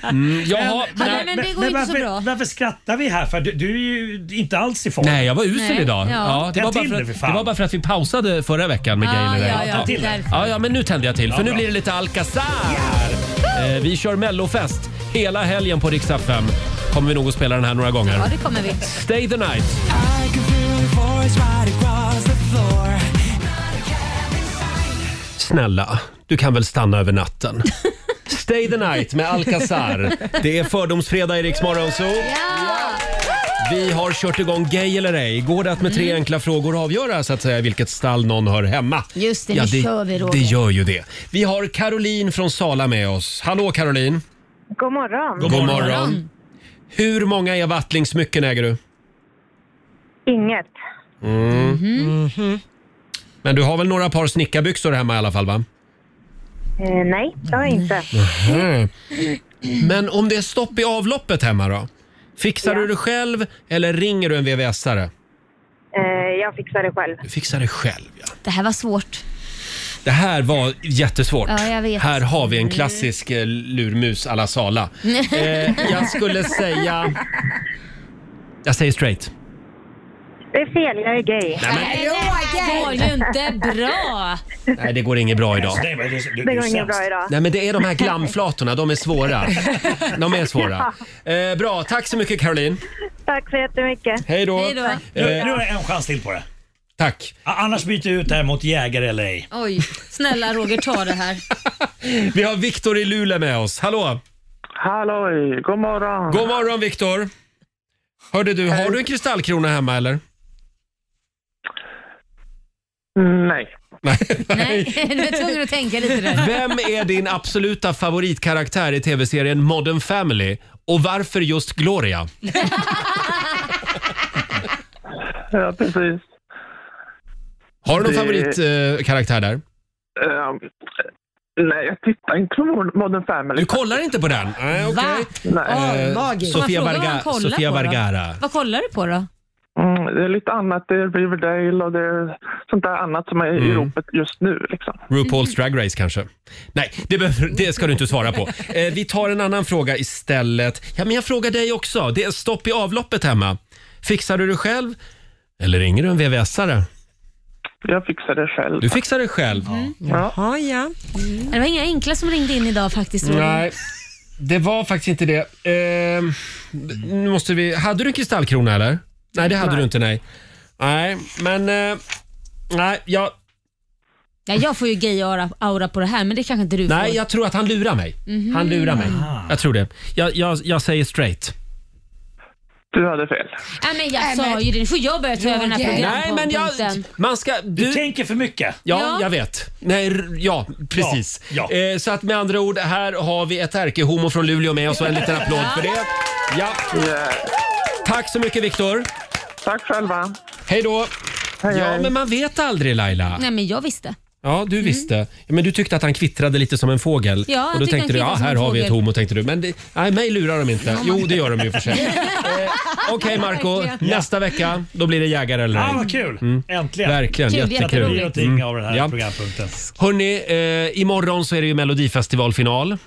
[SPEAKER 1] Mm, jaha,
[SPEAKER 4] Ja, nej, men det går inte så
[SPEAKER 8] varför,
[SPEAKER 4] bra.
[SPEAKER 8] Varför skrattar vi här? För du, du är ju inte alls i form.
[SPEAKER 1] Nej, jag var usel
[SPEAKER 4] Nej,
[SPEAKER 1] idag.
[SPEAKER 4] ja.
[SPEAKER 1] Ja. det,
[SPEAKER 8] Tänd
[SPEAKER 1] var bara
[SPEAKER 8] till
[SPEAKER 1] för
[SPEAKER 8] det,
[SPEAKER 1] att,
[SPEAKER 8] för
[SPEAKER 1] det
[SPEAKER 8] fan.
[SPEAKER 1] var bara för att vi pausade förra veckan med
[SPEAKER 4] Ah,
[SPEAKER 1] Gay eller
[SPEAKER 4] ja,
[SPEAKER 1] ej.
[SPEAKER 4] ja, Tänd till det. därför.
[SPEAKER 1] ja, ja, men nu tände jag till.
[SPEAKER 4] Ja,
[SPEAKER 1] För nu
[SPEAKER 4] bra.
[SPEAKER 1] blir det lite Alcazar. Eh, vi kör mellofest hela helgen på Rix FM. Kommer vi nog att spela den här några gånger.
[SPEAKER 4] Ja, det kommer vi.
[SPEAKER 1] Stay the night. Snälla, du kan väl stanna över natten? Stay the night med Alcazar. Det är fördomsfredag i Rix Morgon Zoo. Vi har kört igång Gay eller ej. Går det att med
[SPEAKER 4] Mm.
[SPEAKER 1] tre enkla frågor avgöra så att säga vilket stall någon hör hemma?
[SPEAKER 4] Just det, nu kör vi, Roger.
[SPEAKER 1] Det gör ju det. Vi har Caroline från Sala med oss. Hallå Caroline!
[SPEAKER 15] God morgon.
[SPEAKER 1] Hur många Eva Attling-smycken äger du?
[SPEAKER 15] Inget.
[SPEAKER 1] Mm.
[SPEAKER 4] Mm-hmm.
[SPEAKER 1] Men du har väl några par snickarbyxor hemma i alla fall va?
[SPEAKER 15] Eh, nej, det har jag inte.
[SPEAKER 1] Mhm. Men om det är stopp i avloppet hemma då? Fixar du det själv eller ringer du en VVS-are?
[SPEAKER 15] Eh, jag fixar det själv.
[SPEAKER 1] Du fixar det själv. ja.
[SPEAKER 4] Det här var svårt.
[SPEAKER 1] Det här var jättesvårt.
[SPEAKER 4] Ja, jag vet.
[SPEAKER 1] Här har
[SPEAKER 15] Mm.
[SPEAKER 1] vi en klassisk eh, lurmus alla Sala. Eh, jag skulle säga... Jag säger straight.
[SPEAKER 15] Det är fel, jag är gay.
[SPEAKER 1] Nej,
[SPEAKER 4] Det var ju inte bra.
[SPEAKER 1] Nej, det går inget bra idag.
[SPEAKER 15] Det går inget bra idag.
[SPEAKER 1] Nej, men det är de här glamflatorna. De är svåra. De är svåra. Eh, bra, tack så mycket Caroline.
[SPEAKER 15] Tack så jättemycket.
[SPEAKER 1] Hej då.
[SPEAKER 15] Hej då.
[SPEAKER 1] Eh,
[SPEAKER 8] Nu, nu har jag en chans till på det.
[SPEAKER 1] Tack.
[SPEAKER 8] Annars byter jag ut det här mot jägare eller ej.
[SPEAKER 4] Oj, snälla Roger ta det här.
[SPEAKER 1] Vi har Viktor i Luleå med oss. Hallå!
[SPEAKER 6] Halloj! God morgon!
[SPEAKER 1] God morgon Viktor! Hörde du, har du en kristallkrona hemma eller?
[SPEAKER 6] Nej.
[SPEAKER 4] Nej, du är tvungen att tänka lite där.
[SPEAKER 1] Vem är din absoluta favoritkaraktär i tv-serien Modern Family? Och varför just Gloria?
[SPEAKER 6] Ja, precis.
[SPEAKER 1] Har du någon
[SPEAKER 6] Det-
[SPEAKER 1] favoritkaraktär där?
[SPEAKER 6] Ehm, nej, jag tittar inte på Mod- Modern Family.
[SPEAKER 1] Du kollar inte på den? Nej, okej.
[SPEAKER 4] Va?
[SPEAKER 6] Nej.
[SPEAKER 1] Eh, magiskt. Sofia
[SPEAKER 4] Man frågar vad
[SPEAKER 1] Varga-
[SPEAKER 4] han kollar
[SPEAKER 1] Sofia
[SPEAKER 4] på då.
[SPEAKER 1] Vergara.
[SPEAKER 4] Vad kollar du på då?
[SPEAKER 6] Mm, det är lite annat. Det är Riverdale och det är sånt där annat som är i ropet just nu. Liksom.
[SPEAKER 1] RuPaul's Drag Race kanske? Nej, det, behöver, det ska du inte svara på. Eh, vi tar en annan fråga istället. Ja, men jag frågar dig också. Det är stopp i avloppet hemma. Fixar du det själv? Eller ringer du en VVS-are?
[SPEAKER 6] Jag fixar det själv.
[SPEAKER 1] Du fixar det själv.
[SPEAKER 2] Jaha, ja.
[SPEAKER 4] Det var inga enkla som ringde in idag faktiskt Roger.
[SPEAKER 1] Nej, det var faktiskt inte det. Ehm, nu måste vi... Hade du en kristallkrona eller? Nej, det hade du inte. Nej, Nej, men... eh, nej, jag,
[SPEAKER 4] Ja, jag får ju gay-aura på det här men det kanske inte du
[SPEAKER 1] nej,
[SPEAKER 4] får.
[SPEAKER 1] jag tror att han lurar mig. Han lurar mig. Jag tror det. Jag, jag, jag säger straight.
[SPEAKER 6] Du hade fel.
[SPEAKER 4] Nej, men jag sa ju det. Nu får jag börja ta över den här
[SPEAKER 1] Roger.
[SPEAKER 4] programpunkten.
[SPEAKER 1] Nej, men jag- Man ska... Du,
[SPEAKER 8] tänker för mycket.
[SPEAKER 1] Ja,
[SPEAKER 4] Ja.
[SPEAKER 1] jag vet. Nej, r- ja, precis.
[SPEAKER 8] Ja,
[SPEAKER 1] Eh, så att med andra ord, här har vi ett ärkehomo från Luleå med oss och en liten applåd för det. Ja. Tack så mycket Viktor.
[SPEAKER 6] Tack själva.
[SPEAKER 1] Hej då.
[SPEAKER 6] Hej,
[SPEAKER 1] ja,
[SPEAKER 6] hej.
[SPEAKER 1] men man vet aldrig Laila.
[SPEAKER 4] Nej, men jag visste.
[SPEAKER 1] Ja, du visste. Ja, Men du tyckte att han kvittrade lite som en fågel.
[SPEAKER 4] Mm. Ja, jag
[SPEAKER 1] och då
[SPEAKER 4] tyckte
[SPEAKER 1] tänkte
[SPEAKER 4] han
[SPEAKER 1] du, ja,
[SPEAKER 4] kvittrade som
[SPEAKER 1] här
[SPEAKER 4] en
[SPEAKER 1] har vi ett
[SPEAKER 4] fågel.
[SPEAKER 1] homo, tänkte du. Men det, nej, mig lurar de inte. Jo, det gör de ju för sig. Eh, Okej, Marco. Nästa vecka, då blir det jägare eller
[SPEAKER 8] Ah,
[SPEAKER 1] ej.
[SPEAKER 8] vad kul! Äntligen!
[SPEAKER 1] Verkligen,
[SPEAKER 8] Kul,
[SPEAKER 1] jättekul.
[SPEAKER 8] jätteroligt. Det blir någonting av den här
[SPEAKER 1] Ja.
[SPEAKER 8] programpunkten.
[SPEAKER 1] Hörni, eh, imorgon så är det ju Melodifestivalfinal.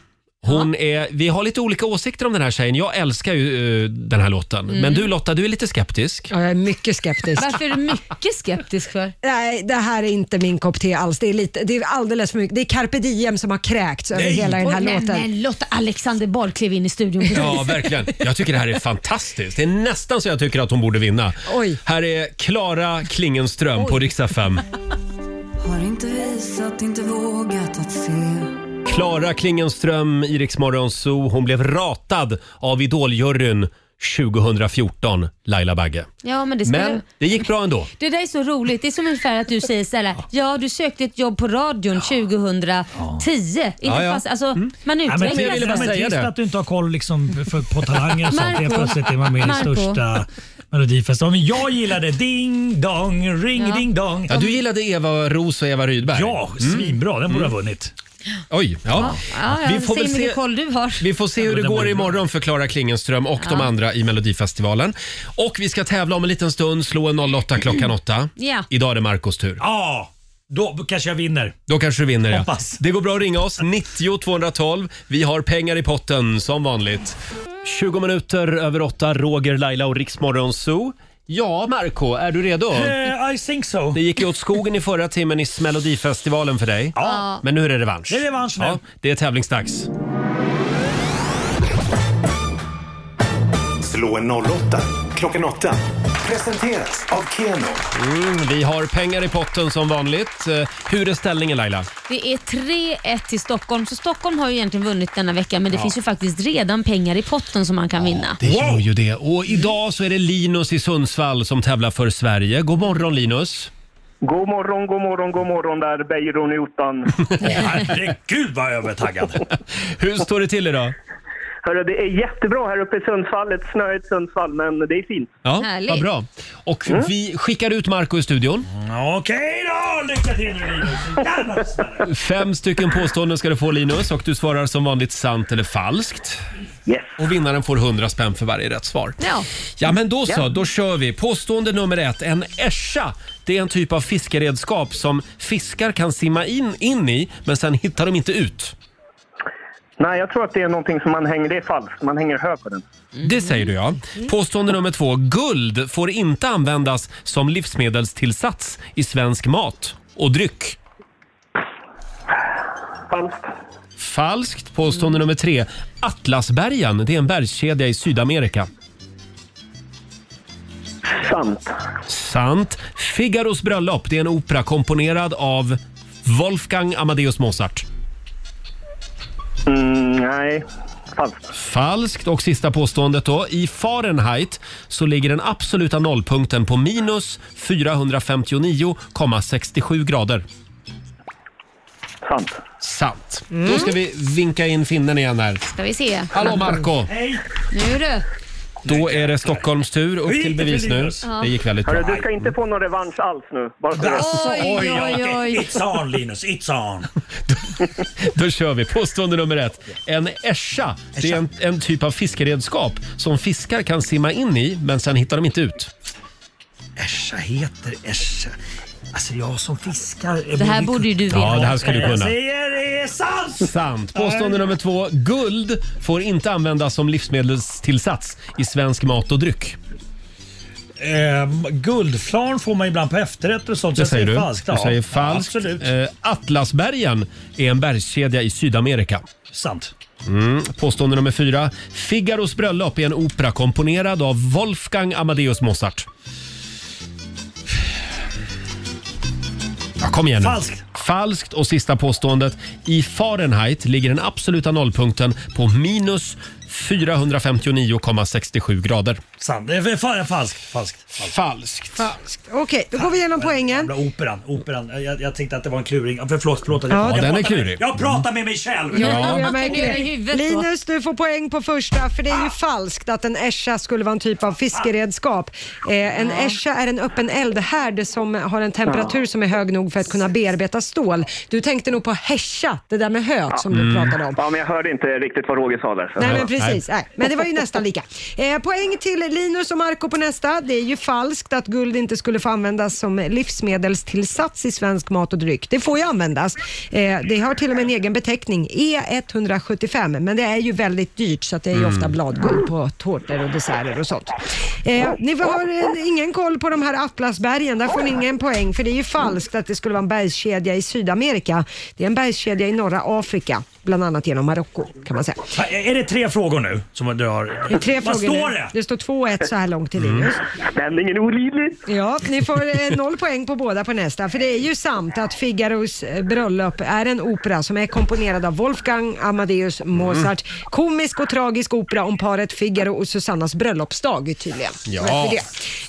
[SPEAKER 1] Hon är, vi har lite olika åsikter om den här tjejen. Jag älskar ju eh, den här låten.
[SPEAKER 4] Mm.
[SPEAKER 1] Men du Lotta, du är lite skeptisk.
[SPEAKER 2] Ja, jag är mycket skeptisk.
[SPEAKER 4] Varför är du mycket skeptisk för?
[SPEAKER 2] Nej, det här är inte min kopp te alls. Det är, lite, det är alldeles för mycket. Det är carpe diem som har kräkts över hela den här
[SPEAKER 4] Oj, men,
[SPEAKER 2] låten.
[SPEAKER 4] Men Lotta Alexander Bard klev in i studion precis.
[SPEAKER 1] Ja, verkligen. Jag tycker det här är fantastiskt. Det är nästan så jag tycker att hon borde vinna.
[SPEAKER 2] Oj.
[SPEAKER 1] Här är Klara Klingenström på riksdag 5.
[SPEAKER 13] Har inte visat, inte vågat att se
[SPEAKER 1] Klara Klingenström i Rix Morgon Zoo. Hon blev ratad av Idoljuryn 2014, Laila Bagge.
[SPEAKER 4] Ja, men det ska
[SPEAKER 1] Men det gick bra ändå.
[SPEAKER 4] Det där är så roligt. Det är som ungefär att du säger så här, ja du sökte ett jobb på radion 2010. Inte
[SPEAKER 8] Ja, ja.
[SPEAKER 4] fast, alltså,
[SPEAKER 1] Mm.
[SPEAKER 4] man
[SPEAKER 8] Ja, men
[SPEAKER 4] utvecklas.
[SPEAKER 8] trist- ja, men trist att du inte har koll liksom för, på talanger och sånt. Helt
[SPEAKER 4] Marco.
[SPEAKER 8] plötsligt är man med i
[SPEAKER 4] Marco.
[SPEAKER 8] största Melodifestivalen. Men jag gillade Ding dong, ring
[SPEAKER 4] Ja.
[SPEAKER 8] ding dong.
[SPEAKER 1] Ja, du gillade Eva Ros och Eva Rydberg.
[SPEAKER 8] Ja, svinbra. Den borde ha vunnit.
[SPEAKER 1] Oj, ja.
[SPEAKER 4] Ja, ja,
[SPEAKER 1] Vi får
[SPEAKER 4] säg
[SPEAKER 1] väl
[SPEAKER 4] hur
[SPEAKER 1] se,
[SPEAKER 4] mycket koll du har.
[SPEAKER 1] vi får se hur det går imorgon för Klara Klingenström och de
[SPEAKER 4] Ja.
[SPEAKER 1] andra i Melodifestivalen. Och vi ska tävla om en liten stund, slå en 08 klockan 8.
[SPEAKER 4] Mm. Ja.
[SPEAKER 1] Idag är det Marcos tur.
[SPEAKER 8] Ja, då kanske jag vinner.
[SPEAKER 1] Då kanske du vinner ja.
[SPEAKER 8] Hoppas.
[SPEAKER 1] Det går bra att ringa oss, 90 212. Vi har pengar i potten som vanligt. 20 minuter över 8, Roger, Laila och Riksmorgon Zoo. Ja, Marco, är du redo?
[SPEAKER 8] Eh, I think so.
[SPEAKER 1] Det gick ju åt skogen i förra timmen i Melodifestivalen för dig.
[SPEAKER 8] Ja.
[SPEAKER 1] Men nu är det revansch.
[SPEAKER 8] Det är revansch nu.
[SPEAKER 1] Ja, det är tävlingsdags.
[SPEAKER 12] Slå en 08 klockan 8. Presenteras av Keno.
[SPEAKER 1] Mm, vi har pengar i potten som vanligt. Eh, Hur är ställningen Laila?
[SPEAKER 4] Det är 3-1 till Stockholm, så Stockholm har ju egentligen vunnit denna vecka men det
[SPEAKER 1] Ja.
[SPEAKER 4] finns ju faktiskt redan pengar i potten som man kan vinna.
[SPEAKER 1] Det gör ju det. Och idag så är det Linus i Sundsvall som tävlar för Sverige. God morgon Linus!
[SPEAKER 16] God morgon, god morgon, god morgon där Beiron i ottan.
[SPEAKER 8] Herregud vad jag är övertaggad.
[SPEAKER 1] Hur står det till idag?
[SPEAKER 16] Hörru, det är jättebra här uppe i Sundsvall. Ett snöigt Sundsvall, men det är fint.
[SPEAKER 1] Ja, vad bra. Och
[SPEAKER 16] Mm.
[SPEAKER 1] vi skickar ut Marco i studion.
[SPEAKER 8] Okej då! Lycka till nu Linus. Jävlar, snälla.
[SPEAKER 1] Fem stycken påståenden ska du få Linus och du svarar som vanligt sant eller falskt. Yes. Och vinnaren får 100 spänn för varje rätt svar.
[SPEAKER 4] Ja.
[SPEAKER 1] Ja men då så,
[SPEAKER 4] Ja.
[SPEAKER 1] då kör vi. Påstående nummer ett. En ässja, det är en typ av fiskeredskap som fiskar kan simma in, in i men sen hittar de inte ut.
[SPEAKER 16] Nej, jag tror att det är någonting som man hänger... Det är falskt. Man hänger hö på den.
[SPEAKER 1] Det säger du ja. Påstående nummer två. Guld får inte användas som livsmedelstillsats i svensk mat och dryck.
[SPEAKER 16] Falskt.
[SPEAKER 1] Falskt. Påstående nummer tre. Atlasbergen, det är en bergskedja i Sydamerika.
[SPEAKER 16] Sant.
[SPEAKER 1] Sant. Figaros bröllop, det är en opera komponerad av Wolfgang Amadeus Mozart.
[SPEAKER 16] Mm, nej, falskt.
[SPEAKER 1] Falskt. Och sista påståendet då. I Fahrenheit så ligger den absoluta nollpunkten på minus 459,67 grader.
[SPEAKER 16] Sant.
[SPEAKER 1] Sant.
[SPEAKER 4] Mm.
[SPEAKER 1] Då ska vi vinka in finnen igen här.
[SPEAKER 4] Ska vi se.
[SPEAKER 1] Hallå, Marco.
[SPEAKER 8] Hej!
[SPEAKER 4] Nu du.
[SPEAKER 1] Då är det Stockholms tur. Upp till bevis nu. Det gick väldigt bra.
[SPEAKER 16] Hörru, du ska inte få någon revansch alls nu. Bara så du vet.
[SPEAKER 8] It's on Linus, it's on.
[SPEAKER 1] Då kör vi. Påstående nummer ett. En ässja, det är en, en typ av fiskeredskap som fiskar kan simma in i, men sen hittar de inte ut.
[SPEAKER 8] Ässja heter ässja. Alltså jag som fiskar... jag
[SPEAKER 4] Det här
[SPEAKER 8] borde
[SPEAKER 4] borde ju du
[SPEAKER 1] Ja,
[SPEAKER 4] vinna.
[SPEAKER 1] det här ska du kunna.
[SPEAKER 8] Jag säger det är sant!
[SPEAKER 1] Sant. Påstående nummer två. Guld får inte användas som livsmedelstillsats i svensk mat och dryck.
[SPEAKER 8] Ehm, guldflarn får man ibland på efterrätt och sånt. så
[SPEAKER 1] Det
[SPEAKER 8] jag
[SPEAKER 1] säger du.
[SPEAKER 8] falskt.
[SPEAKER 1] Du
[SPEAKER 8] ja.
[SPEAKER 1] säger falskt.
[SPEAKER 8] Absolut.
[SPEAKER 1] Eh, Atlasbergen är en bergskedja i Sydamerika.
[SPEAKER 8] Sant.
[SPEAKER 1] Mm. Påstående nummer fyra. Figaros bröllop är en opera komponerad av Wolfgang Amadeus Mozart. Ja, kom igen nu.
[SPEAKER 8] Falskt.
[SPEAKER 1] Falskt. Och sista påståendet. I Fahrenheit ligger den absoluta nollpunkten på minus 459,67 grader.
[SPEAKER 8] sant. Eh, fa- Falskt. Falskt. Falskt.
[SPEAKER 2] Falskt. Okej, då går vi igenom poängen.
[SPEAKER 8] Jävla Operan, operan. Eh, Jag, jag tänkte att det var en kluring. Ja, Förlåt, förlåt. att jag-
[SPEAKER 2] Ja,
[SPEAKER 8] jag
[SPEAKER 2] den är
[SPEAKER 8] pratar med-
[SPEAKER 1] klurig.
[SPEAKER 8] Jag pratar med mig själv.
[SPEAKER 2] Ja, jag
[SPEAKER 4] Det är i
[SPEAKER 2] märker det.
[SPEAKER 4] huvudet då. Ah.
[SPEAKER 2] Linus, du får poäng på första, för det är ju falskt att en ässja skulle vara en typ av fiskeredskap. Eh,
[SPEAKER 4] Ah.
[SPEAKER 2] en ässja är en öppen eldhärd som har en temperatur som är hög nog för att kunna bearbeta stål. Du tänkte nog på hässja, det där med höet som
[SPEAKER 4] Mm.
[SPEAKER 2] du pratade om.
[SPEAKER 17] Ja, men jag hörde inte riktigt vad Roger sa där. så-
[SPEAKER 2] Nej men precis, nej. men det var ju nästan lika. Eh, poäng till Linus och Marco på nästa. Det är ju falskt att guld inte skulle få användas som livsmedelstillsats i svensk mat och dryck. Det får ju användas. Eh, det har till och med en egen beteckning, E175, men det är ju väldigt dyrt så att det är ju ofta bladguld på tårtor och desserter och sånt. Eh, ni har eh, ingen koll på de här Atlasbergen, där får ni ingen poäng för det är ju falskt att det skulle vara en bergskedja i Sydamerika. Det är en bergskedja i norra Afrika, bland annat genom Marocko kan man säga.
[SPEAKER 8] Va, Är det tre frågor nu som du har?
[SPEAKER 2] Det är tre
[SPEAKER 8] Vad
[SPEAKER 2] frågor
[SPEAKER 8] står
[SPEAKER 2] nu.
[SPEAKER 8] det?
[SPEAKER 2] Det står 2-1 så här långt till Linus.
[SPEAKER 8] Spänningen Mm. är olidlig.
[SPEAKER 2] Ja, ni får eh, noll poäng på båda på nästa. För det är ju sant att Figaros eh, bröllop är en opera som är komponerad av Wolfgang Amadeus
[SPEAKER 8] Mm.
[SPEAKER 2] Mozart. Komisk och tragisk opera om paret Figaro och Susannas bröllopsdag tydligen.
[SPEAKER 3] Ja.
[SPEAKER 2] Men för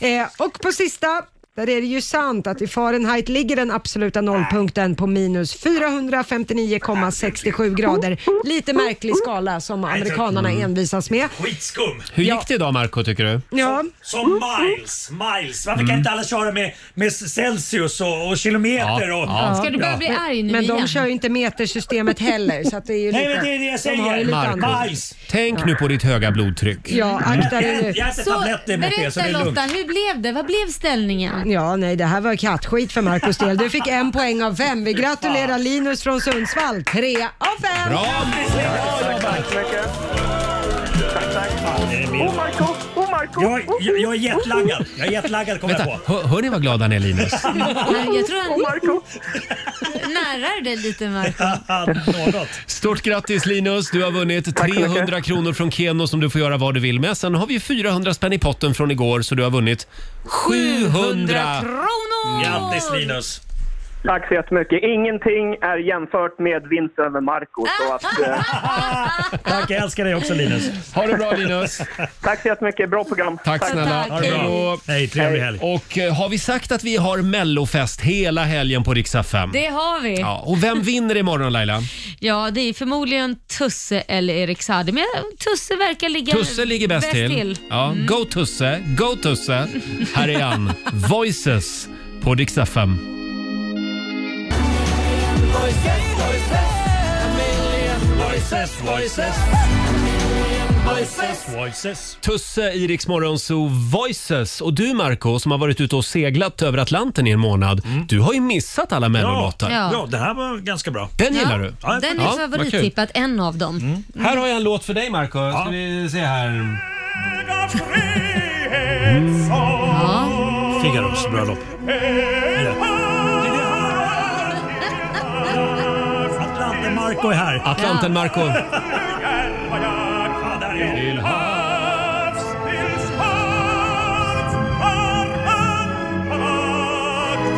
[SPEAKER 2] det. Eh, och på sista där är det ju sant att i Fahrenheit ligger den absoluta nollpunkten på minus 459,67 grader. Lite märklig skala som amerikanarna
[SPEAKER 8] Mm.
[SPEAKER 2] envisas med.
[SPEAKER 8] Skitskum.
[SPEAKER 1] Hur gick det idag Marco tycker du?
[SPEAKER 2] Ja. Mm.
[SPEAKER 8] Som miles, miles. Varför kan inte alla köra med, med Celsius och, och kilometer? Och,
[SPEAKER 2] Ja. Men de kör ju inte metersystemet heller. Så att det är ju
[SPEAKER 8] Nej,
[SPEAKER 2] lite,
[SPEAKER 8] men det är det jag
[SPEAKER 2] De har ju
[SPEAKER 8] säger.
[SPEAKER 2] lite
[SPEAKER 8] Marco.
[SPEAKER 2] annat.
[SPEAKER 1] Tänk nu på ditt höga blodtryck.
[SPEAKER 2] Ja, akta dig nu.
[SPEAKER 4] berätta Lotta, hur blev det? Vad blev ställningen?
[SPEAKER 2] Ja, nej, det här var kattskit för Marcos del. Du fick en poäng av fem. Vi gratulerar Linus från Sundsvall. Tre av fem.
[SPEAKER 3] Bra!
[SPEAKER 8] Tack så mycket. Oh
[SPEAKER 3] Marco! Oh Marco!
[SPEAKER 8] Jag, jag, jag är jetlaggad. Jag är jetlaggad kommer jag
[SPEAKER 1] Vänta,
[SPEAKER 8] på.
[SPEAKER 1] hör, hör ni vad glad han är Linus?
[SPEAKER 4] Nej, Jag tror han närar dig lite Marco.
[SPEAKER 1] Stort grattis Linus, du har vunnit 300 kronor från Keno som du får göra vad du vill med. Sen har vi 400 spänn i potten från igår så du har vunnit 700!
[SPEAKER 4] kronor!
[SPEAKER 8] Grattis Linus!
[SPEAKER 17] Tack så jättemycket. Ingenting är jämfört med vinsten över Marco. Så att, eh,
[SPEAKER 8] Tack, jag älskar dig också Linus.
[SPEAKER 1] Ha det bra Linus!
[SPEAKER 17] tack så jättemycket. Bra program.
[SPEAKER 1] Tack snälla.
[SPEAKER 8] Ha det bra. Hej, trevlig helg.
[SPEAKER 1] Och eh, har vi sagt att vi har mellofest hela helgen på Rix FM?
[SPEAKER 4] Det har vi.
[SPEAKER 1] Ja,
[SPEAKER 4] Ja.
[SPEAKER 1] och vem vinner imorgon Laila?
[SPEAKER 4] det är förmodligen Tusse eller Erik Saade, men Tusse verkar ligga
[SPEAKER 1] Tusse ligger bäst till. Ja, go Tusse, go Tusse. Här är han, Voices på Rix FM.
[SPEAKER 8] Voices, voices. Voices.
[SPEAKER 1] Tusse i Rix Morgonzoo Voices. Och du Marco som har varit ute och seglat över Atlanten i en månad. Du har ju missat alla mellolåtar.
[SPEAKER 4] Ja.
[SPEAKER 8] Ja, det här var ganska bra.
[SPEAKER 1] Den gillar du?
[SPEAKER 4] Den är
[SPEAKER 1] Ja, Mm. vad kul.
[SPEAKER 4] favorittippad, en av dem.
[SPEAKER 1] Här har jag en låt för dig Marco. Ska vi se här.
[SPEAKER 8] Mm. Figaros bröllop. Atlanten Marco är här.
[SPEAKER 1] Atlanten Marco.
[SPEAKER 8] Till
[SPEAKER 3] havs, tills havs har han vakt.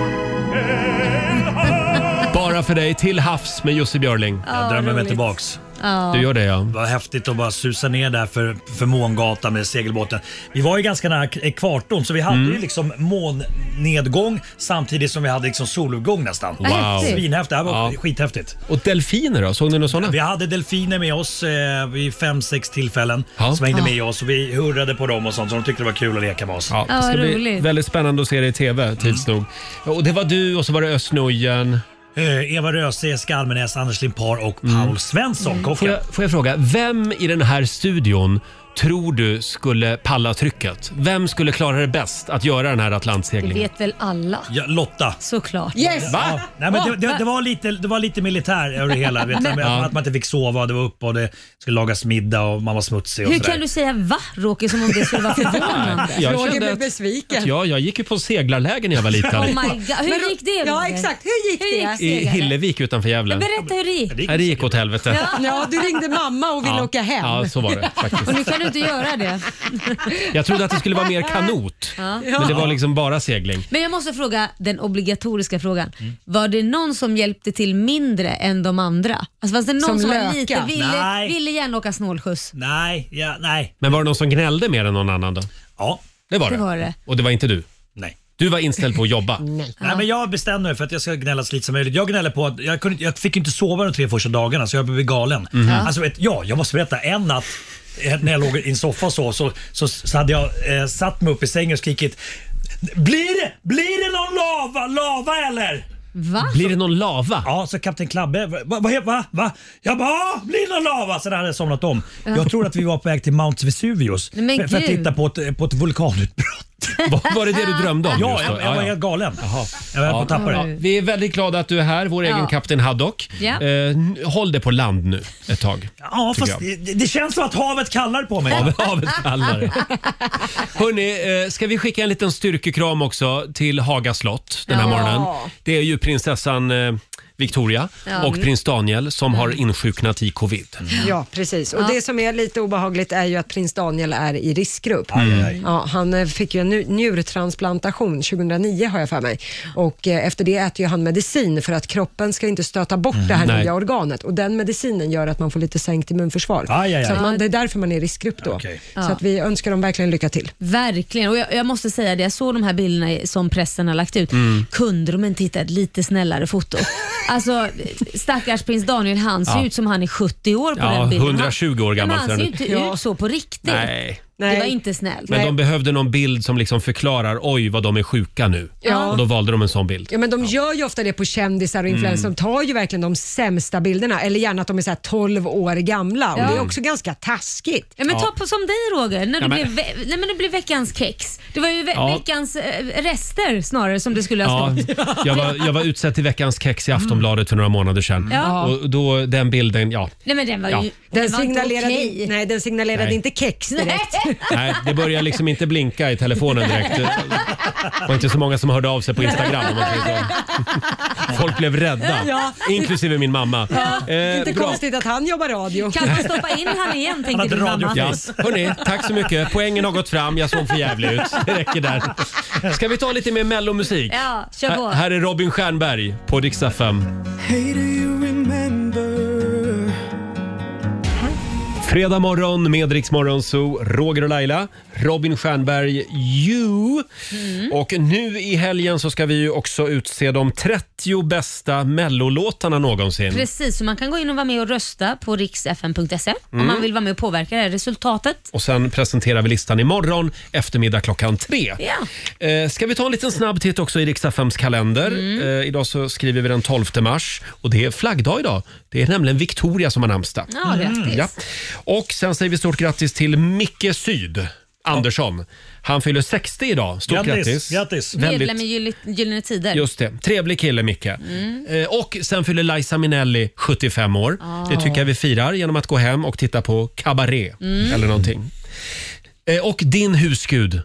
[SPEAKER 3] Till havs.
[SPEAKER 1] Bara för dig, Till havs med Jussi Björling.
[SPEAKER 8] Jag drömmer mig tillbaks.
[SPEAKER 4] Ja.
[SPEAKER 1] Du gör det ja.
[SPEAKER 8] Vad häftigt att bara susa ner där för, för mångatan med segelbåten. Vi var ju ganska nära ekvatorn så vi hade
[SPEAKER 1] Mm.
[SPEAKER 8] ju liksom månnedgång samtidigt som vi hade liksom soluppgång nästan.
[SPEAKER 1] Vad häftigt.
[SPEAKER 8] Svinhäftigt. Det här
[SPEAKER 1] Ja.
[SPEAKER 8] var skithäftigt.
[SPEAKER 1] Och delfiner då? Såg ni några sådana?
[SPEAKER 8] Vi hade delfiner med oss eh, vid fem, sex tillfällen som hängde med oss och vi hurrade på dem och sånt så de tyckte det var kul att leka med oss.
[SPEAKER 1] Ja, det ska bli väldigt spännande att se det i TV tids nog. Och det var du och så var det Östnojen.
[SPEAKER 8] Eh, Eva Röse, Jessica Almenäs, Anders Limpar och Paul Svensson. kocken.
[SPEAKER 1] Mm. Får jag, får jag fråga, vem i den här studion tror du skulle palla trycket? Vem skulle klara det bäst att göra den här
[SPEAKER 4] Det
[SPEAKER 1] Atlantseglingen?
[SPEAKER 4] vet väl alla?
[SPEAKER 8] Ja, Lotta.
[SPEAKER 4] Såklart.
[SPEAKER 8] Ja, Nej, men det, det, det, var lite, det var lite militär över det hela. Vet du,
[SPEAKER 4] Men-
[SPEAKER 8] att man inte fick sova, det var uppe och det skulle lagas middag och man var smutsig och
[SPEAKER 4] Hur
[SPEAKER 8] sådär.
[SPEAKER 4] kan du säga va, Roger, som om det skulle vara förvånande?
[SPEAKER 1] Jag Roger kände blev att-
[SPEAKER 2] besviken.
[SPEAKER 1] Ja, jag gick ju på seglarläger när jag var liten.
[SPEAKER 4] Oh my god, hur
[SPEAKER 2] Men Ro-
[SPEAKER 4] gick det?
[SPEAKER 2] Ja,
[SPEAKER 4] Roger?
[SPEAKER 2] exakt. Hur gick det?
[SPEAKER 1] I Hillevik utanför Gävle.
[SPEAKER 4] Berätta hur det gick.
[SPEAKER 1] Nej, Det gick åt helvete.
[SPEAKER 2] Ja, du ringde mamma och ville
[SPEAKER 1] Ja.
[SPEAKER 2] åka hem.
[SPEAKER 1] Ja, så var det faktiskt.
[SPEAKER 4] Och nu kan du inte göra det.
[SPEAKER 1] Jag trodde att det skulle vara mer kanot,
[SPEAKER 4] Ja.
[SPEAKER 1] men det var liksom bara segling.
[SPEAKER 4] Men jag måste fråga den obligatoriska frågan. Var det någon som hjälpte till mindre än de andra? Alltså, fanns det någon
[SPEAKER 8] Som
[SPEAKER 4] som, var
[SPEAKER 8] löka?
[SPEAKER 4] lite ville,
[SPEAKER 8] Nej.
[SPEAKER 4] ville gärna åka snålskjuts?
[SPEAKER 8] Nej, ja, nej.
[SPEAKER 1] Men var det någon som gnällde mer än någon annan då?
[SPEAKER 8] Ja.
[SPEAKER 1] Det var det.
[SPEAKER 4] Det var det.
[SPEAKER 1] Och det var inte du?
[SPEAKER 8] Nej.
[SPEAKER 1] Du var inställd på att jobba?
[SPEAKER 8] Nej. men jag bestämde mig för att jag ska gnälla så lite som möjligt. Jag gnäller på att jag, kunde, jag fick inte sova de tre första dagarna så jag blev galen.
[SPEAKER 3] Mhm. Ja.
[SPEAKER 8] Alltså, vet, ja, jag måste berätta en natt eh, när jag låg i en soffa och så, så, så, så hade jag eh, satt mig upp i sängen och skrikit blir det, blir det någon lava, lava eller?
[SPEAKER 4] Va?
[SPEAKER 1] Blir det någon lava?
[SPEAKER 8] Ja, så kapten Klabbe, vad va, va, va, va? Jag bara, "Ah, "Ja, blir alltså, det någon lava? Så där hade jag somnat om.
[SPEAKER 4] Ja.
[SPEAKER 8] Jag tror att vi var på väg till Mount Vesuvius
[SPEAKER 4] Nej, men
[SPEAKER 8] för, för att
[SPEAKER 4] gud.
[SPEAKER 8] titta på ett, på ett vulkanutbrott.
[SPEAKER 1] Var, var det det du drömde om?
[SPEAKER 8] Ja,
[SPEAKER 1] just då?
[SPEAKER 8] jag- jag var helt galen.
[SPEAKER 1] Jaha.
[SPEAKER 8] Jag var på att tappa det.
[SPEAKER 1] Vi är väldigt glada att du är här, vår
[SPEAKER 8] Ja.
[SPEAKER 1] egen kapten Haddock.
[SPEAKER 8] Ja.
[SPEAKER 1] Eh, n- håll det på land nu ett tag.
[SPEAKER 8] Ja,
[SPEAKER 1] tycker
[SPEAKER 8] fast
[SPEAKER 1] jag.
[SPEAKER 8] det, det känns som att havet kallar på mig.
[SPEAKER 1] Havet- havet kallar. Hörni, eh, ska vi skicka en liten styrkekram också till Haga slott den här
[SPEAKER 3] Ja.
[SPEAKER 1] morgonen? Det är ju prinsessan eh, Victoria
[SPEAKER 2] Ja.
[SPEAKER 1] och prins Daniel som har insjuknat i covid.
[SPEAKER 2] Ja, precis. Och
[SPEAKER 4] Ja.
[SPEAKER 2] det som är lite obehagligt är ju att prins Daniel är i riskgrupp.
[SPEAKER 1] Aj, aj, aj.
[SPEAKER 2] Ja, han eh, fick ju en nu- njurtransplantation 2009 har jag för mig. Och eh, efter det äter ju han medicin för att kroppen ska inte stöta bort det här
[SPEAKER 1] Mm. Nej.
[SPEAKER 2] nya organet. Och den medicinen gör att man får lite sänkt immunförsvar.
[SPEAKER 4] Aj, aj,
[SPEAKER 2] Så att
[SPEAKER 4] aj.
[SPEAKER 2] man, det är därför man är i riskgrupp då. Så
[SPEAKER 4] Ja.
[SPEAKER 2] att vi önskar dem verkligen lycka till.
[SPEAKER 4] Verkligen. Och jag, jag måste säga det, jag såg de här bilderna i- som pressen har lagt ut.
[SPEAKER 2] Mm.
[SPEAKER 4] Kunde de inte hitta ett lite snällare foto? alltså, stackars prins Daniel, han ser
[SPEAKER 1] Ja.
[SPEAKER 4] ut som han är 70 år på
[SPEAKER 1] Ja,
[SPEAKER 4] den bilden.
[SPEAKER 1] 120 år
[SPEAKER 4] Han,
[SPEAKER 1] gammal
[SPEAKER 4] men
[SPEAKER 1] ser
[SPEAKER 4] han ser ju
[SPEAKER 1] han
[SPEAKER 4] inte
[SPEAKER 1] ut.
[SPEAKER 4] ut så på riktigt.
[SPEAKER 1] Nej.
[SPEAKER 4] Det var inte snällt.
[SPEAKER 1] Men de behövde någon bild som liksom förklarar oj vad de är sjuka nu.
[SPEAKER 2] Ja.
[SPEAKER 1] Och då valde de en sån bild.
[SPEAKER 2] Ja, men de gör ju ofta det på kändisar och influencers.
[SPEAKER 1] Mm.
[SPEAKER 2] De tar ju verkligen de sämsta bilderna eller gärna att de är så här 12 år gamla.
[SPEAKER 4] Ja.
[SPEAKER 2] Och det är också ganska taskigt.
[SPEAKER 4] Ja, men
[SPEAKER 2] Ja.
[SPEAKER 4] ta på som dig Roger, när du
[SPEAKER 2] Ja, men-
[SPEAKER 4] blev, ve- nej, men det blev veckans kex. Det var ju ve-
[SPEAKER 1] Ja.
[SPEAKER 4] veckans eh, rester snarare som det skulle ha
[SPEAKER 1] Ja,
[SPEAKER 4] stått.
[SPEAKER 1] jag, var, jag var utsedd till veckans kex i Aftonbladet för några månader sedan.
[SPEAKER 4] Ja.
[SPEAKER 1] Och då, den bilden, ja.
[SPEAKER 4] Nej men den var
[SPEAKER 1] Ja.
[SPEAKER 4] ju
[SPEAKER 2] Den
[SPEAKER 4] var inte
[SPEAKER 2] signalerade,
[SPEAKER 4] okej. Eh,
[SPEAKER 2] nej, den signalerade
[SPEAKER 1] Nej.
[SPEAKER 2] inte kex direkt.
[SPEAKER 1] Nej, det börjar liksom inte blinka i telefonen direkt. Det var inte så många som hörde av sig på Instagram. Om man säger så. Folk blev rädda,
[SPEAKER 2] Ja.
[SPEAKER 1] inklusive min mamma.
[SPEAKER 2] Ja,
[SPEAKER 1] Eh,
[SPEAKER 2] inte
[SPEAKER 1] bra.
[SPEAKER 2] konstigt att han jobbar radio.
[SPEAKER 4] Kan man stoppa in han igen, tänkte din mamma.
[SPEAKER 1] Ja. Hörrni, tack så mycket. Poängen har gått fram. Jag såg för jävlig ut. Det räcker där. Ska vi ta lite mer mellomusik?
[SPEAKER 4] Ja, kör på.
[SPEAKER 1] Här, här är Robin Stjernberg på Dixa 5.
[SPEAKER 3] Hey, do you remember?
[SPEAKER 1] Fredag morgon med Rix Morgon Zoo, Roger och Laila, Robin Stjernberg, you.
[SPEAKER 4] Mm.
[SPEAKER 1] Och nu i helgen så ska vi ju också utse de 30 bästa mellolåtarna någonsin.
[SPEAKER 4] Precis, så man kan gå in och vara med och rösta på riksfn.se
[SPEAKER 1] Mm.
[SPEAKER 4] om man vill vara med och påverka det här resultatet.
[SPEAKER 1] Och sen presenterar vi listan imorgon eftermiddag klockan tre.
[SPEAKER 4] Ja. Mm.
[SPEAKER 1] Eh, ska vi ta en liten snabb titt också i Riks-FMs kalender. Eh, idag så skriver vi den 12 mars och det är flaggdag idag. Det är nämligen Victoria som har namnsdag.
[SPEAKER 4] Ja, grattis.
[SPEAKER 1] Ja. Och sen säger vi stort grattis till Micke Syd Andersson. Han fyller 60 idag. Stort
[SPEAKER 8] Grattis,
[SPEAKER 1] grattis.
[SPEAKER 8] grattis.
[SPEAKER 4] Medlem i
[SPEAKER 1] Väldigt,
[SPEAKER 4] Gyll- Gyllene Tider.
[SPEAKER 1] just det. Trevlig kille Micke.
[SPEAKER 4] Mm.
[SPEAKER 1] Eh, Och sen fyller Liza Minnelli 75 år.
[SPEAKER 4] Ah.
[SPEAKER 1] Det tycker jag vi firar genom att gå hem och titta på Cabaret
[SPEAKER 4] Mm.
[SPEAKER 1] eller någonting. Eh, Och din husgud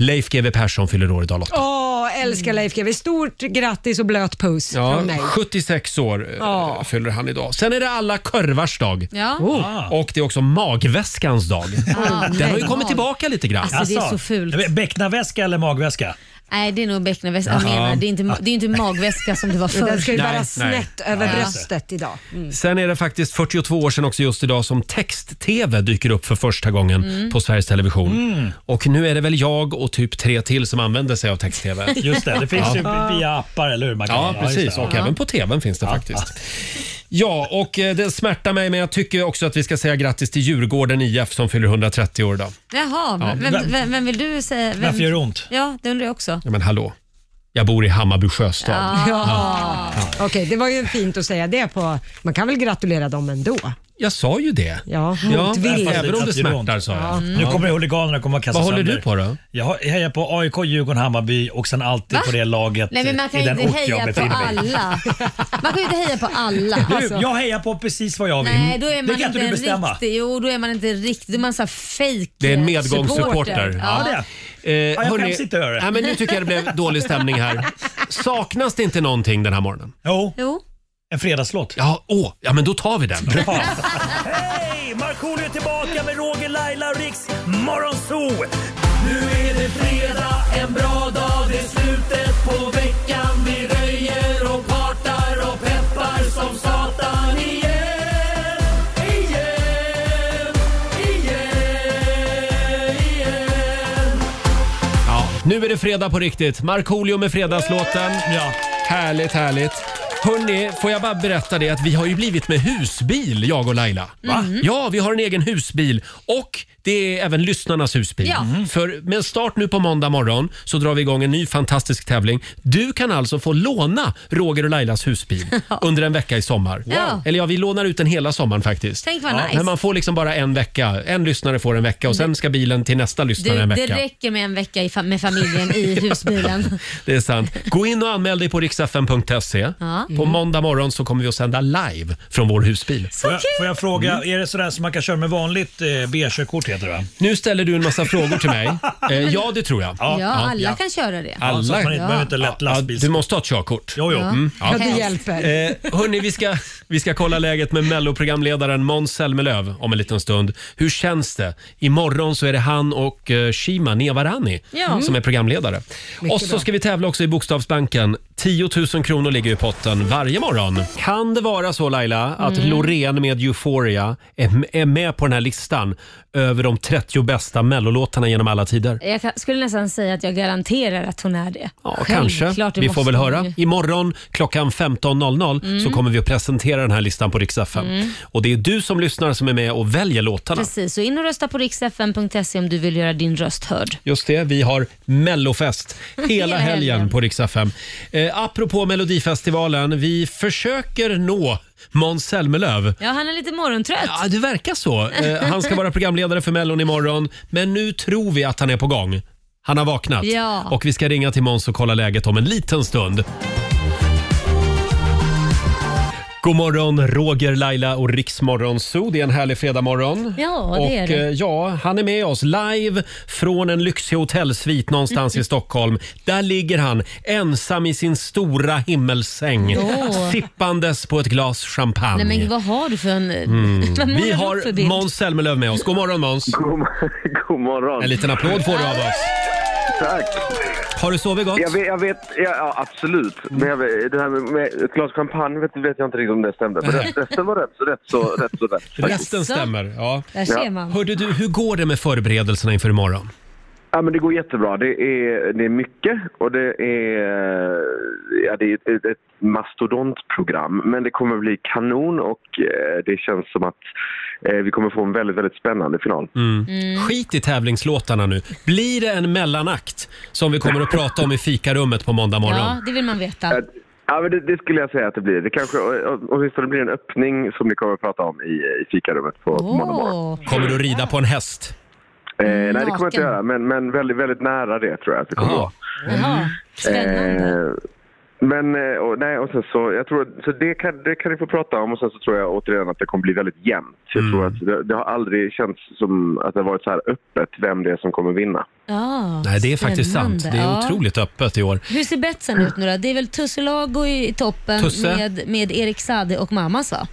[SPEAKER 1] Leif GW Persson fyller år idag Lotta.
[SPEAKER 2] Åh,
[SPEAKER 4] Mm.
[SPEAKER 2] älskar Leif GW. Stort grattis och blöt puss
[SPEAKER 1] Ja,
[SPEAKER 2] från mig.
[SPEAKER 1] 76 år eh,
[SPEAKER 2] Ja.
[SPEAKER 1] fyller han idag. Sen är det alla korvars dag.
[SPEAKER 4] Ja.
[SPEAKER 1] Oh. Och det är också magväskans dag.
[SPEAKER 4] Ah,
[SPEAKER 1] Den har ju
[SPEAKER 4] nej.
[SPEAKER 1] kommit tillbaka lite grann.
[SPEAKER 4] Alltså, det är så fult.
[SPEAKER 8] Bäcknaväska eller magväska?
[SPEAKER 4] Nej, det är nog bäcknaväska.
[SPEAKER 1] Ja.
[SPEAKER 4] Jag menar, det är inte, det är inte magväska som det var förr.
[SPEAKER 2] Den ska ju
[SPEAKER 1] Nej,
[SPEAKER 2] bara
[SPEAKER 1] nej.
[SPEAKER 2] snett över bröstet idag. Mm.
[SPEAKER 1] Sen är det faktiskt 42 år sedan också just idag som text-tv dyker upp för första gången
[SPEAKER 2] Mm.
[SPEAKER 1] på Sveriges Television.
[SPEAKER 8] Mm.
[SPEAKER 1] Och nu är det väl jag och typ tre till som använder sig av text-tv.
[SPEAKER 8] Just det, det finns
[SPEAKER 1] Ja.
[SPEAKER 8] ju via appar, eller hur? Man kan-
[SPEAKER 1] Ja,
[SPEAKER 8] just
[SPEAKER 1] precis.
[SPEAKER 8] det.
[SPEAKER 1] Och även på tvn finns det faktiskt. Ja, och eh, det smärtar mig, men jag tycker också att vi ska säga grattis till Djurgården IF som fyller 130 år idag.
[SPEAKER 4] Jaha,
[SPEAKER 1] Ja.
[SPEAKER 4] vem, vem, vem vill du säga? Vem?
[SPEAKER 1] Varför gör det ont?
[SPEAKER 4] Ja, det undrar jag också.
[SPEAKER 1] Ja, men hallå. Jag bor i Hammarby sjöstad.
[SPEAKER 2] Ja.
[SPEAKER 4] Ah.
[SPEAKER 2] Okej, det var ju fint att säga det på. Man kan väl gratulera dem ändå?
[SPEAKER 1] Jag sa ju det.
[SPEAKER 2] Ja,
[SPEAKER 1] ja
[SPEAKER 2] motvilligt.
[SPEAKER 1] även om det smärtar sa
[SPEAKER 8] Ja.
[SPEAKER 1] jag.
[SPEAKER 8] Nu kommer huliganerna komma och kasta
[SPEAKER 1] Mm. Vad håller
[SPEAKER 8] sönder.
[SPEAKER 1] du på då?
[SPEAKER 8] Jag har- jag hejar på AIK, Djurgården, Hammarby och sen alltid
[SPEAKER 4] Va?
[SPEAKER 8] på det laget
[SPEAKER 4] Nej, men man kan
[SPEAKER 8] i
[SPEAKER 4] ju
[SPEAKER 8] den
[SPEAKER 4] inte
[SPEAKER 8] ort jag
[SPEAKER 4] heja på
[SPEAKER 8] befinner mig i.
[SPEAKER 4] alla. Man kan ju inte heja på alla. alltså.
[SPEAKER 8] Du, jag hejar på precis vad jag vill.
[SPEAKER 4] Nej, då är
[SPEAKER 8] det
[SPEAKER 4] man
[SPEAKER 8] kan
[SPEAKER 4] inte
[SPEAKER 8] inte du
[SPEAKER 4] en
[SPEAKER 8] bestämma.
[SPEAKER 4] riktig... Jo, då är man inte riktig. Då är man så här fake
[SPEAKER 1] Det är
[SPEAKER 8] Eh,
[SPEAKER 1] en
[SPEAKER 4] supporter.
[SPEAKER 1] medgångssupporter.
[SPEAKER 4] Ja.
[SPEAKER 1] Eh,
[SPEAKER 8] jag
[SPEAKER 1] hörni,
[SPEAKER 8] skäms inte över det.
[SPEAKER 1] Nej, men nu tycker jag det blev dålig stämning här. Saknas det inte någonting den här morgonen?
[SPEAKER 8] Jo.
[SPEAKER 4] jo.
[SPEAKER 8] En fredagslåt.
[SPEAKER 1] Ja, åh, ja men då tar vi den.
[SPEAKER 8] Hej! Markoolio är tillbaka med Roger, Laila och Riks Morgonzoo!
[SPEAKER 3] Nu är det fredag, en bra dag, det är slutet på veckan. Vi röjer och partar och peppar som satan igen. Igen, igen, igen.
[SPEAKER 1] Nu är det fredag på riktigt. Markoolio med Fredagslåten. Ja. Härligt, härligt. Hörni, får jag bara berätta det att vi har ju blivit med husbil, jag och Laila. Mm-hmm.
[SPEAKER 3] Va? Mhm.
[SPEAKER 1] Ja, vi har en egen husbil och det är även lyssnarnas husbil.
[SPEAKER 3] Ja.
[SPEAKER 4] Mm.
[SPEAKER 3] Mhm.
[SPEAKER 1] För med start nu på måndag morgon så drar vi igång en ny fantastisk tävling. Du kan alltså få låna Roger och Lailas husbil under en vecka i sommar.
[SPEAKER 4] Ja.
[SPEAKER 1] Eller ja, vi lånar ut den hela sommaren faktiskt.
[SPEAKER 4] Tänk vad nice.
[SPEAKER 1] Men man får liksom bara en vecka. En lyssnare får en vecka och sen ska bilen till nästa lyssnare
[SPEAKER 4] Du,
[SPEAKER 1] en
[SPEAKER 4] det
[SPEAKER 1] vecka.
[SPEAKER 4] räcker med en vecka i fa- med familjen i husbilen.
[SPEAKER 1] Det är sant. Gå in och anmäl dig på riksfn.se.
[SPEAKER 4] Ja.
[SPEAKER 1] På
[SPEAKER 4] Mm.
[SPEAKER 1] måndag morgon så kommer vi att sända live från vår husbil.
[SPEAKER 8] Får jag, får jag fråga,
[SPEAKER 4] Mm.
[SPEAKER 8] är det sådär som man kan köra med vanligt eh, B-körkort heter det va?
[SPEAKER 1] Nu ställer du en massa frågor till mig. Eh, ja, det tror jag.
[SPEAKER 4] Ja, alla kan köra det.
[SPEAKER 1] Alla. Ja, du måste ha ett körkort. Jo,
[SPEAKER 4] jo. Ja.
[SPEAKER 8] Mm.
[SPEAKER 4] Ja, det hjälper.
[SPEAKER 1] Eh, hörni, vi ska, vi ska kolla läget med melloprogramledaren Måns Zelmerlöw om en liten stund. Hur känns det? Imorgon så är det han och eh, Shima Nevarani Mm.
[SPEAKER 3] Ja.
[SPEAKER 1] som är programledare.
[SPEAKER 3] Mycket
[SPEAKER 1] och så
[SPEAKER 3] bra.
[SPEAKER 1] ska vi tävla också i Bokstavsbanken. 10 000 kronor ligger i potten varje morgon. Kan det vara så Laila, att
[SPEAKER 3] Mm.
[SPEAKER 1] Loreen med Euphoria är, är med på den här listan över de 30 bästa mellolåtarna genom alla tider?
[SPEAKER 18] Jag kan, skulle nästan säga att jag garanterar att hon är det.
[SPEAKER 1] Ja, kanske. Vi får väl höra. Imorgon klockan 15.00
[SPEAKER 18] Mm.
[SPEAKER 1] så kommer vi att presentera den här listan på Rix FM.
[SPEAKER 4] Mm.
[SPEAKER 1] Och det är du som lyssnar som är med och väljer låtarna.
[SPEAKER 4] Precis, så in och rösta på riksfn.se om du vill göra din röst hörd.
[SPEAKER 1] Just det, vi har mellofest hela
[SPEAKER 4] Hela
[SPEAKER 1] helgen
[SPEAKER 4] helgen.
[SPEAKER 1] på Rix FM. Eh, apropå Melodifestivalen, vi försöker nå Måns Zelmerlöw.
[SPEAKER 4] Ja, han är lite morgontrött.
[SPEAKER 1] Ja, det verkar så. Eh, han ska vara programledare för Mellon imorgon, men nu tror vi att han är på gång. Han har vaknat.
[SPEAKER 4] Ja.
[SPEAKER 1] Och vi ska ringa till Måns och kolla läget om en liten stund. God morgon, Roger, Laila och Riksmorgon Zoo. Det är en härlig fredagmorgon.
[SPEAKER 4] Ja, det
[SPEAKER 1] och,
[SPEAKER 4] är det.
[SPEAKER 1] eh, Ja, han är med oss live från en lyxig hotellsvit någonstans i Stockholm. Där ligger han ensam i sin stora himmelsäng,
[SPEAKER 4] Åh.
[SPEAKER 1] sippandes på ett glas champagne.
[SPEAKER 4] Nej, men vad har du för en...
[SPEAKER 1] Mm.
[SPEAKER 4] vad målar
[SPEAKER 1] Vi
[SPEAKER 4] du upp för
[SPEAKER 1] har
[SPEAKER 4] bild?
[SPEAKER 1] Måns Zelmerlöw med oss. God morgon Måns! God, morgon! En liten applåd får du av oss.
[SPEAKER 19] Tack.
[SPEAKER 1] Har du sovit gott? Mm.
[SPEAKER 19] Jag vet, jag vet ja, ja, absolut. Men jag vet, det här med, med ett glas champagne vet, vet jag inte riktigt om det stämde. Men
[SPEAKER 1] Nej.
[SPEAKER 19] rest- resten var rätt så rätt. Så, rätt, så rätt faktiskt.
[SPEAKER 1] Resten stämmer. Ja.
[SPEAKER 19] Där ser man.
[SPEAKER 1] Hörde du, hur går det med förberedelserna inför imorgon?
[SPEAKER 19] Ja, men det går jättebra. Det är, det är mycket och det är, ja, det är ett, ett mastodontprogram. Men det kommer bli kanon och eh, det känns som att eh, vi kommer få en väldigt, väldigt spännande final.
[SPEAKER 1] Mm. Skit i tävlingslåtarna nu. Blir det en mellanakt som vi kommer att prata om i fikarummet på måndag morgon?
[SPEAKER 4] Ja, det vill man veta.
[SPEAKER 19] Ja, men det, det skulle jag säga att det blir. Det kanske å- å- åtminstone blir en öppning som ni kommer att prata om i, i fikarummet på på måndag morgon.
[SPEAKER 1] Kommer du rida på en häst?
[SPEAKER 19] Eh, nej, det kommer jag inte
[SPEAKER 1] Naken.
[SPEAKER 19] göra, men, men väldigt, väldigt nära det tror jag att det kommer vara.
[SPEAKER 4] Jaha.
[SPEAKER 19] Eh, men eh, och, nej, och sen så, jag tror, så det, kan, det kan ni få prata om och sen så tror jag återigen att det kommer bli väldigt jämnt. Jag tror att det, det har aldrig känts som att det har varit så här öppet vem det är som kommer vinna.
[SPEAKER 4] Ja,
[SPEAKER 1] Nej, det är faktiskt
[SPEAKER 4] spännande.
[SPEAKER 1] sant. Det är
[SPEAKER 4] Ja.
[SPEAKER 1] otroligt öppet i år.
[SPEAKER 4] Hur ser betsen ut nu då? Det är väl Tusselago i i toppen
[SPEAKER 19] Tusse.
[SPEAKER 4] med, med Erik Sade och mammas va?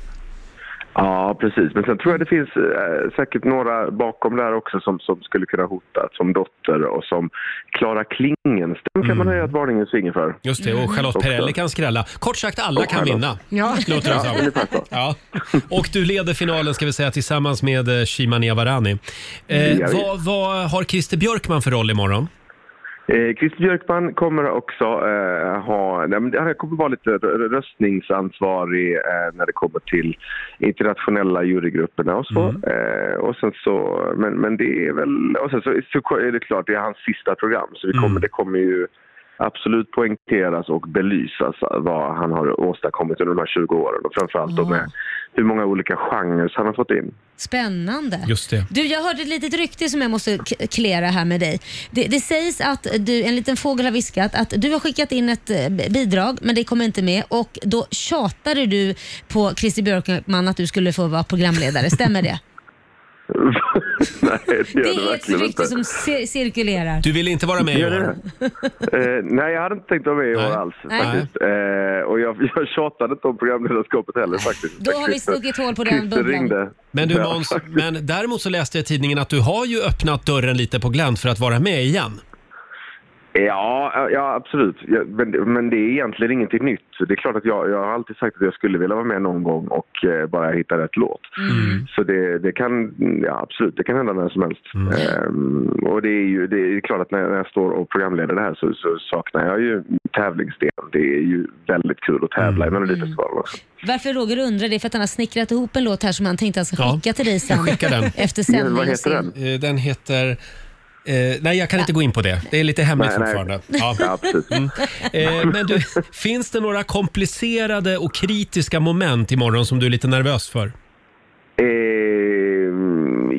[SPEAKER 19] Ja, precis. Men sen tror jag det finns eh, säkert några bakom där också som, som skulle kunna hota, som Dotter och som Klara Klingens. Den kan man höja ett varningens finger för.
[SPEAKER 1] Just det, och Charlotte
[SPEAKER 19] Också.
[SPEAKER 1] Perrelli kan skrälla. Kort sagt, alla
[SPEAKER 19] Mm. eh, Och
[SPEAKER 1] kan
[SPEAKER 19] Charlotte.
[SPEAKER 1] vinna.
[SPEAKER 19] Ja.
[SPEAKER 1] Låter det
[SPEAKER 19] Ja, ungefär
[SPEAKER 1] som. Ja. Och du leder finalen ska vi säga tillsammans med eh, Shima Niavarani. Eh,
[SPEAKER 19] Ja,
[SPEAKER 1] vad, vad har Christer Björkman för roll imorgon?
[SPEAKER 19] Eh, Christer Björkman kommer också eh, ha, nej, men han kommer vara lite r- röstningsansvarig eh, när det kommer till internationella jurygrupperna och
[SPEAKER 4] Mm.
[SPEAKER 19] så. Eh, och sen så men, men det är väl, och sen så, så är det klart, det är hans sista program så vi
[SPEAKER 4] Mm.
[SPEAKER 19] kommer, det kommer ju absolut poängteras och belysas vad han har åstadkommit under de här 20 åren och framförallt då med hur många olika genrer han har fått in.
[SPEAKER 4] Spännande.
[SPEAKER 1] Just det.
[SPEAKER 4] Du, jag hörde ett litet rykte som jag måste k- klära här med dig. Det, det sägs att du, en liten fågel har viskat att du har skickat in ett eh, b- bidrag men det kommer inte med och då tjatade du på Christer Björkman att du skulle få vara programledare. Stämmer det?
[SPEAKER 19] nej, det, gör
[SPEAKER 4] det är ett
[SPEAKER 19] verkligen inte.
[SPEAKER 4] rykte som cir- cirkulerar.
[SPEAKER 1] Du ville inte vara med i
[SPEAKER 19] Gör
[SPEAKER 1] år?
[SPEAKER 19] Eh, nej, jag hade inte tänkt vara med i år alls
[SPEAKER 4] Nej.
[SPEAKER 19] faktiskt. Eh, och jag, jag tjatade inte om programledarskapet heller faktiskt.
[SPEAKER 4] Då har vi stuckit hål på den
[SPEAKER 19] Christer
[SPEAKER 4] bubblan.
[SPEAKER 19] ringde.
[SPEAKER 1] Men du
[SPEAKER 19] Ja.
[SPEAKER 1] Måns, men däremot så läste jag i tidningen att du har ju öppnat dörren lite på glänt för att vara med igen.
[SPEAKER 19] Ja, ja absolut. Ja, men, men det är egentligen ingenting nytt. Det är klart att jag, jag har alltid sagt att jag skulle vilja vara med någon gång och eh, bara hitta rätt låt. Så det, det kan ja, absolut, det kan hända när som helst. Ehm, och det är ju det är ju klart att när, när jag står och programleder det här så, så saknar jag ju tävlingsdelen. Det är ju väldigt kul att tävla i Melodifestivalen också.
[SPEAKER 4] Varför Roger undrar det är för att han har snickrat ihop en låt här som han tänkte han ska
[SPEAKER 1] Ja.
[SPEAKER 4] skicka till dig sen.
[SPEAKER 1] Skicka den.
[SPEAKER 4] Efter sändningen.
[SPEAKER 1] den? Eh, Den heter... eh, nej, jag kan inte gå in på det. Det är lite hemligt
[SPEAKER 19] Nej, nej.
[SPEAKER 1] fortfarande.
[SPEAKER 19] Ja, precis.
[SPEAKER 1] Mm. Eh, men du, finns det några komplicerade och kritiska moment imorgon som du är lite nervös för?
[SPEAKER 19] Ehm,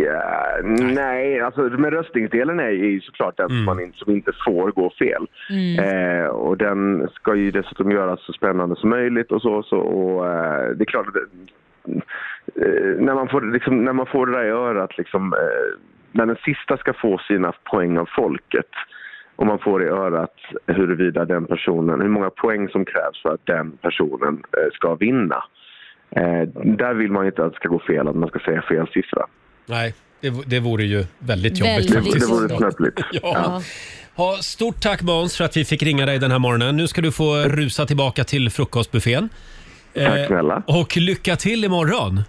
[SPEAKER 19] ja, nej, alltså men röstningsdelen är ju såklart den som, man in, som inte får gå fel.
[SPEAKER 3] Mm.
[SPEAKER 19] Eh, och den ska ju dessutom göras så spännande som möjligt och så. så och, eh, det är klart att det- eh, när, man får, liksom, när man får det där i örat, liksom, eh, när den sista ska få sina poäng av folket och man får i örat huruvida den personen, hur många poäng som krävs för att den personen eh, ska vinna. Eh, där vill man ju inte att det ska gå fel, att man ska säga fel siffra.
[SPEAKER 1] Nej, det, v- det vore ju väldigt jobbigt
[SPEAKER 19] Väldigt
[SPEAKER 1] faktiskt.
[SPEAKER 19] Det vore snöpligt.
[SPEAKER 1] ja.
[SPEAKER 19] Ja.
[SPEAKER 1] Ha, stort tack Måns för att vi fick ringa dig den här morgonen. Nu ska du få rusa tillbaka till frukostbuffén.
[SPEAKER 19] Tack snälla.
[SPEAKER 1] Och lycka till imorgon.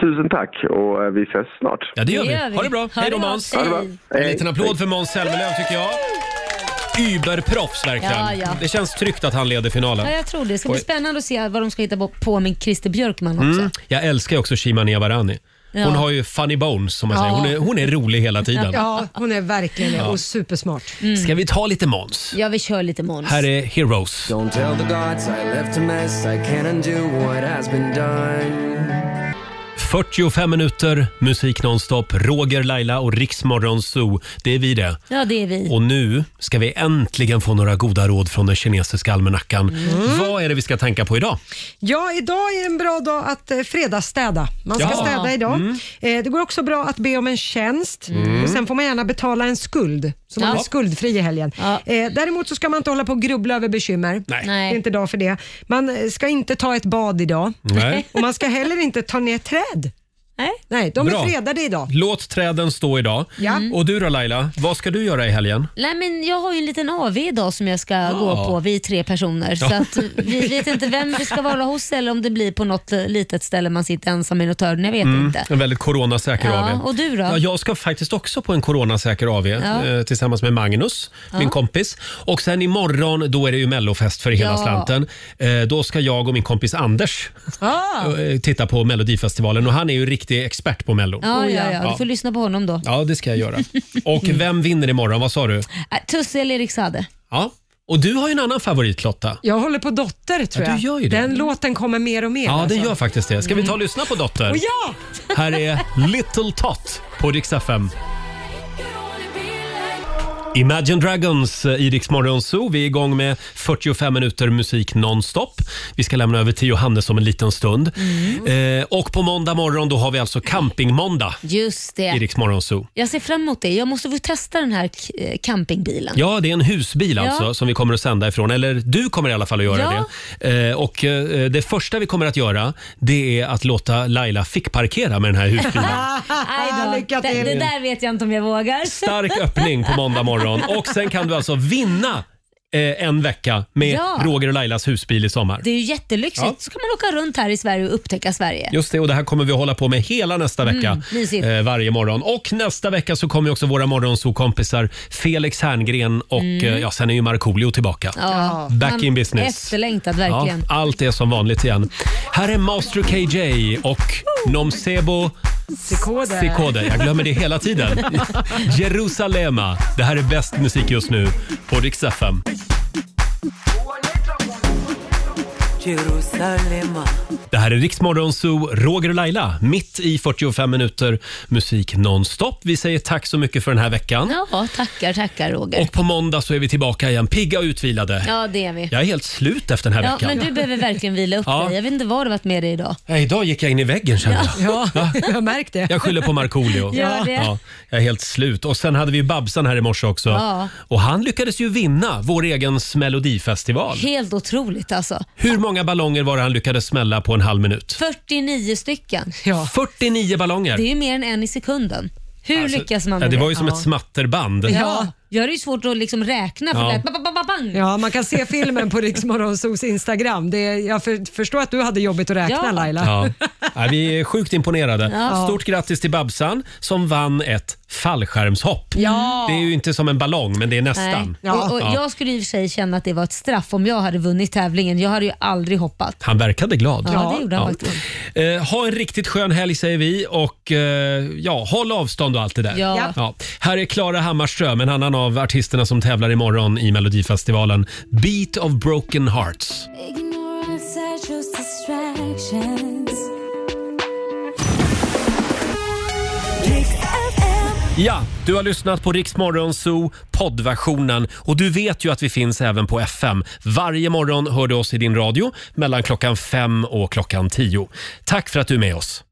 [SPEAKER 19] Tusen tack och eh, vi ses snart.
[SPEAKER 1] Ja, det gör vi. Ha det bra. Hej då Måns.
[SPEAKER 19] Ha det bra.
[SPEAKER 1] En
[SPEAKER 19] Hej.
[SPEAKER 1] liten applåd för Måns Zelmerlöw tycker jag. Überproffs verkligen.
[SPEAKER 4] Ja, ja.
[SPEAKER 1] Det känns tryggt att han leder finalen.
[SPEAKER 4] Ja, jag tror det. Det ska
[SPEAKER 1] Oj.
[SPEAKER 4] bli spännande att se vad de ska hitta på- på med Christer Björkman också.
[SPEAKER 1] Mm. Jag älskar också Shima Niavarani. Hon
[SPEAKER 4] Ja.
[SPEAKER 1] har ju funny bones som man säger.
[SPEAKER 2] Ja.
[SPEAKER 1] Hon är, hon är rolig hela tiden.
[SPEAKER 2] Ja, hon är verkligen det
[SPEAKER 1] Ja.
[SPEAKER 2] och supersmart.
[SPEAKER 1] Ska vi ta lite Måns?
[SPEAKER 4] Ja, vi kör lite Måns.
[SPEAKER 1] Här är Heroes.
[SPEAKER 20] Don't tell the gods I left a mess. I can't undo what has been done.
[SPEAKER 1] 45 minuter musik nonstop. Roger, Laila och Riksmorgon Zoo. Det är vi det.
[SPEAKER 4] Ja, det är vi.
[SPEAKER 1] Och nu ska vi äntligen få några goda råd från den kinesiska almanackan. Vad är det vi ska tänka på idag?
[SPEAKER 2] Ja, idag är en bra dag att eh, fredagsstäda. Man ska
[SPEAKER 1] Ja.
[SPEAKER 2] städa idag.
[SPEAKER 1] Mm.
[SPEAKER 2] Eh, Det går också bra att be om en tjänst
[SPEAKER 1] Mm.
[SPEAKER 2] och sen får man gärna betala en skuld, så man
[SPEAKER 4] Ja.
[SPEAKER 2] är skuldfri i helgen. Eh, Däremot så ska man inte hålla på och grubbla över bekymmer.
[SPEAKER 4] Nej.
[SPEAKER 2] Det är inte dag för det. Man eh, ska inte ta ett bad idag
[SPEAKER 1] Nej.
[SPEAKER 2] och man ska heller inte ta ner träd.
[SPEAKER 4] Nej,
[SPEAKER 2] de
[SPEAKER 1] Bra.
[SPEAKER 2] är fredade idag.
[SPEAKER 1] Låt träden stå idag.
[SPEAKER 4] Ja. Mm.
[SPEAKER 1] Och du då Laila, vad ska du göra i helgen?
[SPEAKER 4] Nej, men jag har ju en liten AV idag som jag ska gå på, vi är tre personer.
[SPEAKER 1] Ja.
[SPEAKER 4] Så att vi vet inte vem vi ska vara hos eller om det blir på något eh, litet ställe man sitter ensam i notörden. Jag vet
[SPEAKER 1] Mm,
[SPEAKER 4] inte.
[SPEAKER 1] En väldigt coronasäker
[SPEAKER 4] Ja,
[SPEAKER 1] AW.
[SPEAKER 4] och du då?
[SPEAKER 1] Ja, jag ska faktiskt också på en coronasäker AW
[SPEAKER 4] Ja.
[SPEAKER 1] eh, tillsammans med Magnus,
[SPEAKER 4] Ja.
[SPEAKER 1] min kompis. Och sen imorgon, då är det ju mellofest för hela
[SPEAKER 4] Ja.
[SPEAKER 1] slanten. Eh, då ska jag och min kompis Anders eh, titta på Melodifestivalen och han är ju riktig expert på Mello.
[SPEAKER 4] Ja, ja, ja. Du får
[SPEAKER 1] Oh, ja.
[SPEAKER 4] lyssna på honom då.
[SPEAKER 1] Ja, det ska jag göra. Och vem vinner imorgon? Vad sa du?
[SPEAKER 4] Äh, Tusse eller Erik Saade?
[SPEAKER 1] Ja. Och du har ju en annan favorit Lotta.
[SPEAKER 2] Jag håller på Dotter tror
[SPEAKER 1] Ja,
[SPEAKER 2] jag.
[SPEAKER 1] du gör ju det.
[SPEAKER 2] Den låten kommer mer och mer.
[SPEAKER 1] Ja,
[SPEAKER 2] alltså.
[SPEAKER 1] den gör faktiskt det. Ska vi ta och lyssna på Dotter?
[SPEAKER 2] Och ja!
[SPEAKER 1] Här är Little Tot på Rix FM. Imagine Dragons eh, i Rix Morgon Zoo. Vi är igång med 45 minuter musik nonstop. Vi ska lämna över till Johannes om en liten stund. Eh, och på måndag morgon då har vi alltså campingmåndag
[SPEAKER 4] Just
[SPEAKER 1] i
[SPEAKER 4] det.
[SPEAKER 1] Rix Morgon Zoo.
[SPEAKER 4] Jag ser fram emot det. Jag måste få testa den här eh, campingbilen.
[SPEAKER 1] Ja, det är en husbil
[SPEAKER 4] Ja.
[SPEAKER 1] alltså som vi kommer att sända ifrån. Eller du kommer i alla fall att göra
[SPEAKER 4] Ja.
[SPEAKER 1] det. Eh, och eh, det första vi kommer att göra det är att låta Laila fickparkera med den här husbilen.
[SPEAKER 4] Aj Ah, då. Det, det där vet jag inte om jag vågar.
[SPEAKER 1] Stark öppning på måndag morgon. Och sen kan du alltså vinna eh, en vecka med
[SPEAKER 4] Ja.
[SPEAKER 1] Roger och Lailas husbil i sommar.
[SPEAKER 4] Det är ju jättelyxigt.
[SPEAKER 1] Ja.
[SPEAKER 4] Så kan man åka runt här i Sverige och upptäcka Sverige.
[SPEAKER 1] Just det, och det här kommer vi att hålla på med hela nästa
[SPEAKER 4] Mm,
[SPEAKER 1] vecka.
[SPEAKER 4] mysigt.
[SPEAKER 1] eh, varje morgon. Och nästa vecka så kommer ju också våra morgonsokompisar Felix Herngren och
[SPEAKER 4] Mm.
[SPEAKER 1] eh, ja, sen är ju Markoolio tillbaka.
[SPEAKER 4] Ja.
[SPEAKER 1] Back
[SPEAKER 4] Man-
[SPEAKER 1] in business.
[SPEAKER 4] Efterlängtad
[SPEAKER 1] Ja,
[SPEAKER 4] verkligen.
[SPEAKER 1] allt är som vanligt igen. Här är Master KJ och Nomsebo
[SPEAKER 2] Sikode.
[SPEAKER 1] Sikode. Jag glömmer det hela tiden. Jerusalema. Det här är bäst musik just nu på Rix FM.
[SPEAKER 5] Jerusalema.
[SPEAKER 1] Det här är Riksmorgon Zoo, Roger och Laila, mitt i 45 minuter musik nonstop. Vi säger tack så mycket för den här veckan.
[SPEAKER 4] Ja, tackar, tackar Roger.
[SPEAKER 1] Och på måndag så är vi tillbaka igen, pigga och utvilade.
[SPEAKER 4] Ja, det är vi.
[SPEAKER 1] Jag är helt slut efter den här
[SPEAKER 4] Ja,
[SPEAKER 1] veckan.
[SPEAKER 4] men du behöver verkligen vila upp
[SPEAKER 1] Ja.
[SPEAKER 4] dig. Jag vet inte vad du varit med dig idag.
[SPEAKER 1] Ja, idag gick jag in i väggen kände jag.
[SPEAKER 2] Ja, jag märkte det.
[SPEAKER 1] Jag skyller på Markoolio.
[SPEAKER 4] Gör det.
[SPEAKER 1] jag är helt slut. Och sen hade vi ju Babsan här i morse också.
[SPEAKER 4] Ja.
[SPEAKER 1] Och han lyckades ju vinna vår egen melodifestival.
[SPEAKER 4] Helt otroligt alltså.
[SPEAKER 1] Hur många ballonger var det han lyckades smälla på en halv minut?
[SPEAKER 4] 49 stycken.
[SPEAKER 1] 49 ballonger. Alltså,
[SPEAKER 4] Det är ju mer än en i sekunden. Hur lyckas man med
[SPEAKER 1] Ja, det var ju som
[SPEAKER 4] Ja.
[SPEAKER 1] ett smatterband.
[SPEAKER 4] Ja, gör det ju svårt att liksom räkna. För
[SPEAKER 2] Ja.
[SPEAKER 4] det, där, ba, ba, ba, bang.
[SPEAKER 2] Ja, man kan se filmen på Riksmorgonsos Instagram. Det är, jag för, förstår att du hade jobbigt att räkna
[SPEAKER 4] Ja.
[SPEAKER 2] Laila.
[SPEAKER 1] Ja. Ja, vi är sjukt imponerade.
[SPEAKER 2] Ja.
[SPEAKER 1] Stort grattis till Babsan som vann ett fallskärmshopp.
[SPEAKER 4] Ja.
[SPEAKER 1] Det är ju inte som en ballong, men det är nästan.
[SPEAKER 4] Nej. Och, och Jag skulle i och för sig känna att det var ett straff om jag hade vunnit tävlingen. Jag hade ju aldrig hoppat.
[SPEAKER 1] Han verkade glad.
[SPEAKER 4] Ja, det gjorde han faktiskt.
[SPEAKER 1] Eh, ha en riktigt skön helg säger vi och eh, ja, håll avstånd och allt det där.
[SPEAKER 4] Ja.
[SPEAKER 1] Här är Klara Hammarström, en annan av artisterna som tävlar imorgon i Melodifestivalen. Beat of broken hearts.
[SPEAKER 13] Ignorance are just distractions.
[SPEAKER 1] Ja, du har lyssnat på Rix Morgon Zoo poddversionen och du vet ju att vi finns även på FM. Varje morgon hör du oss i din radio mellan klockan fem och klockan tio. Tack för att du är med oss.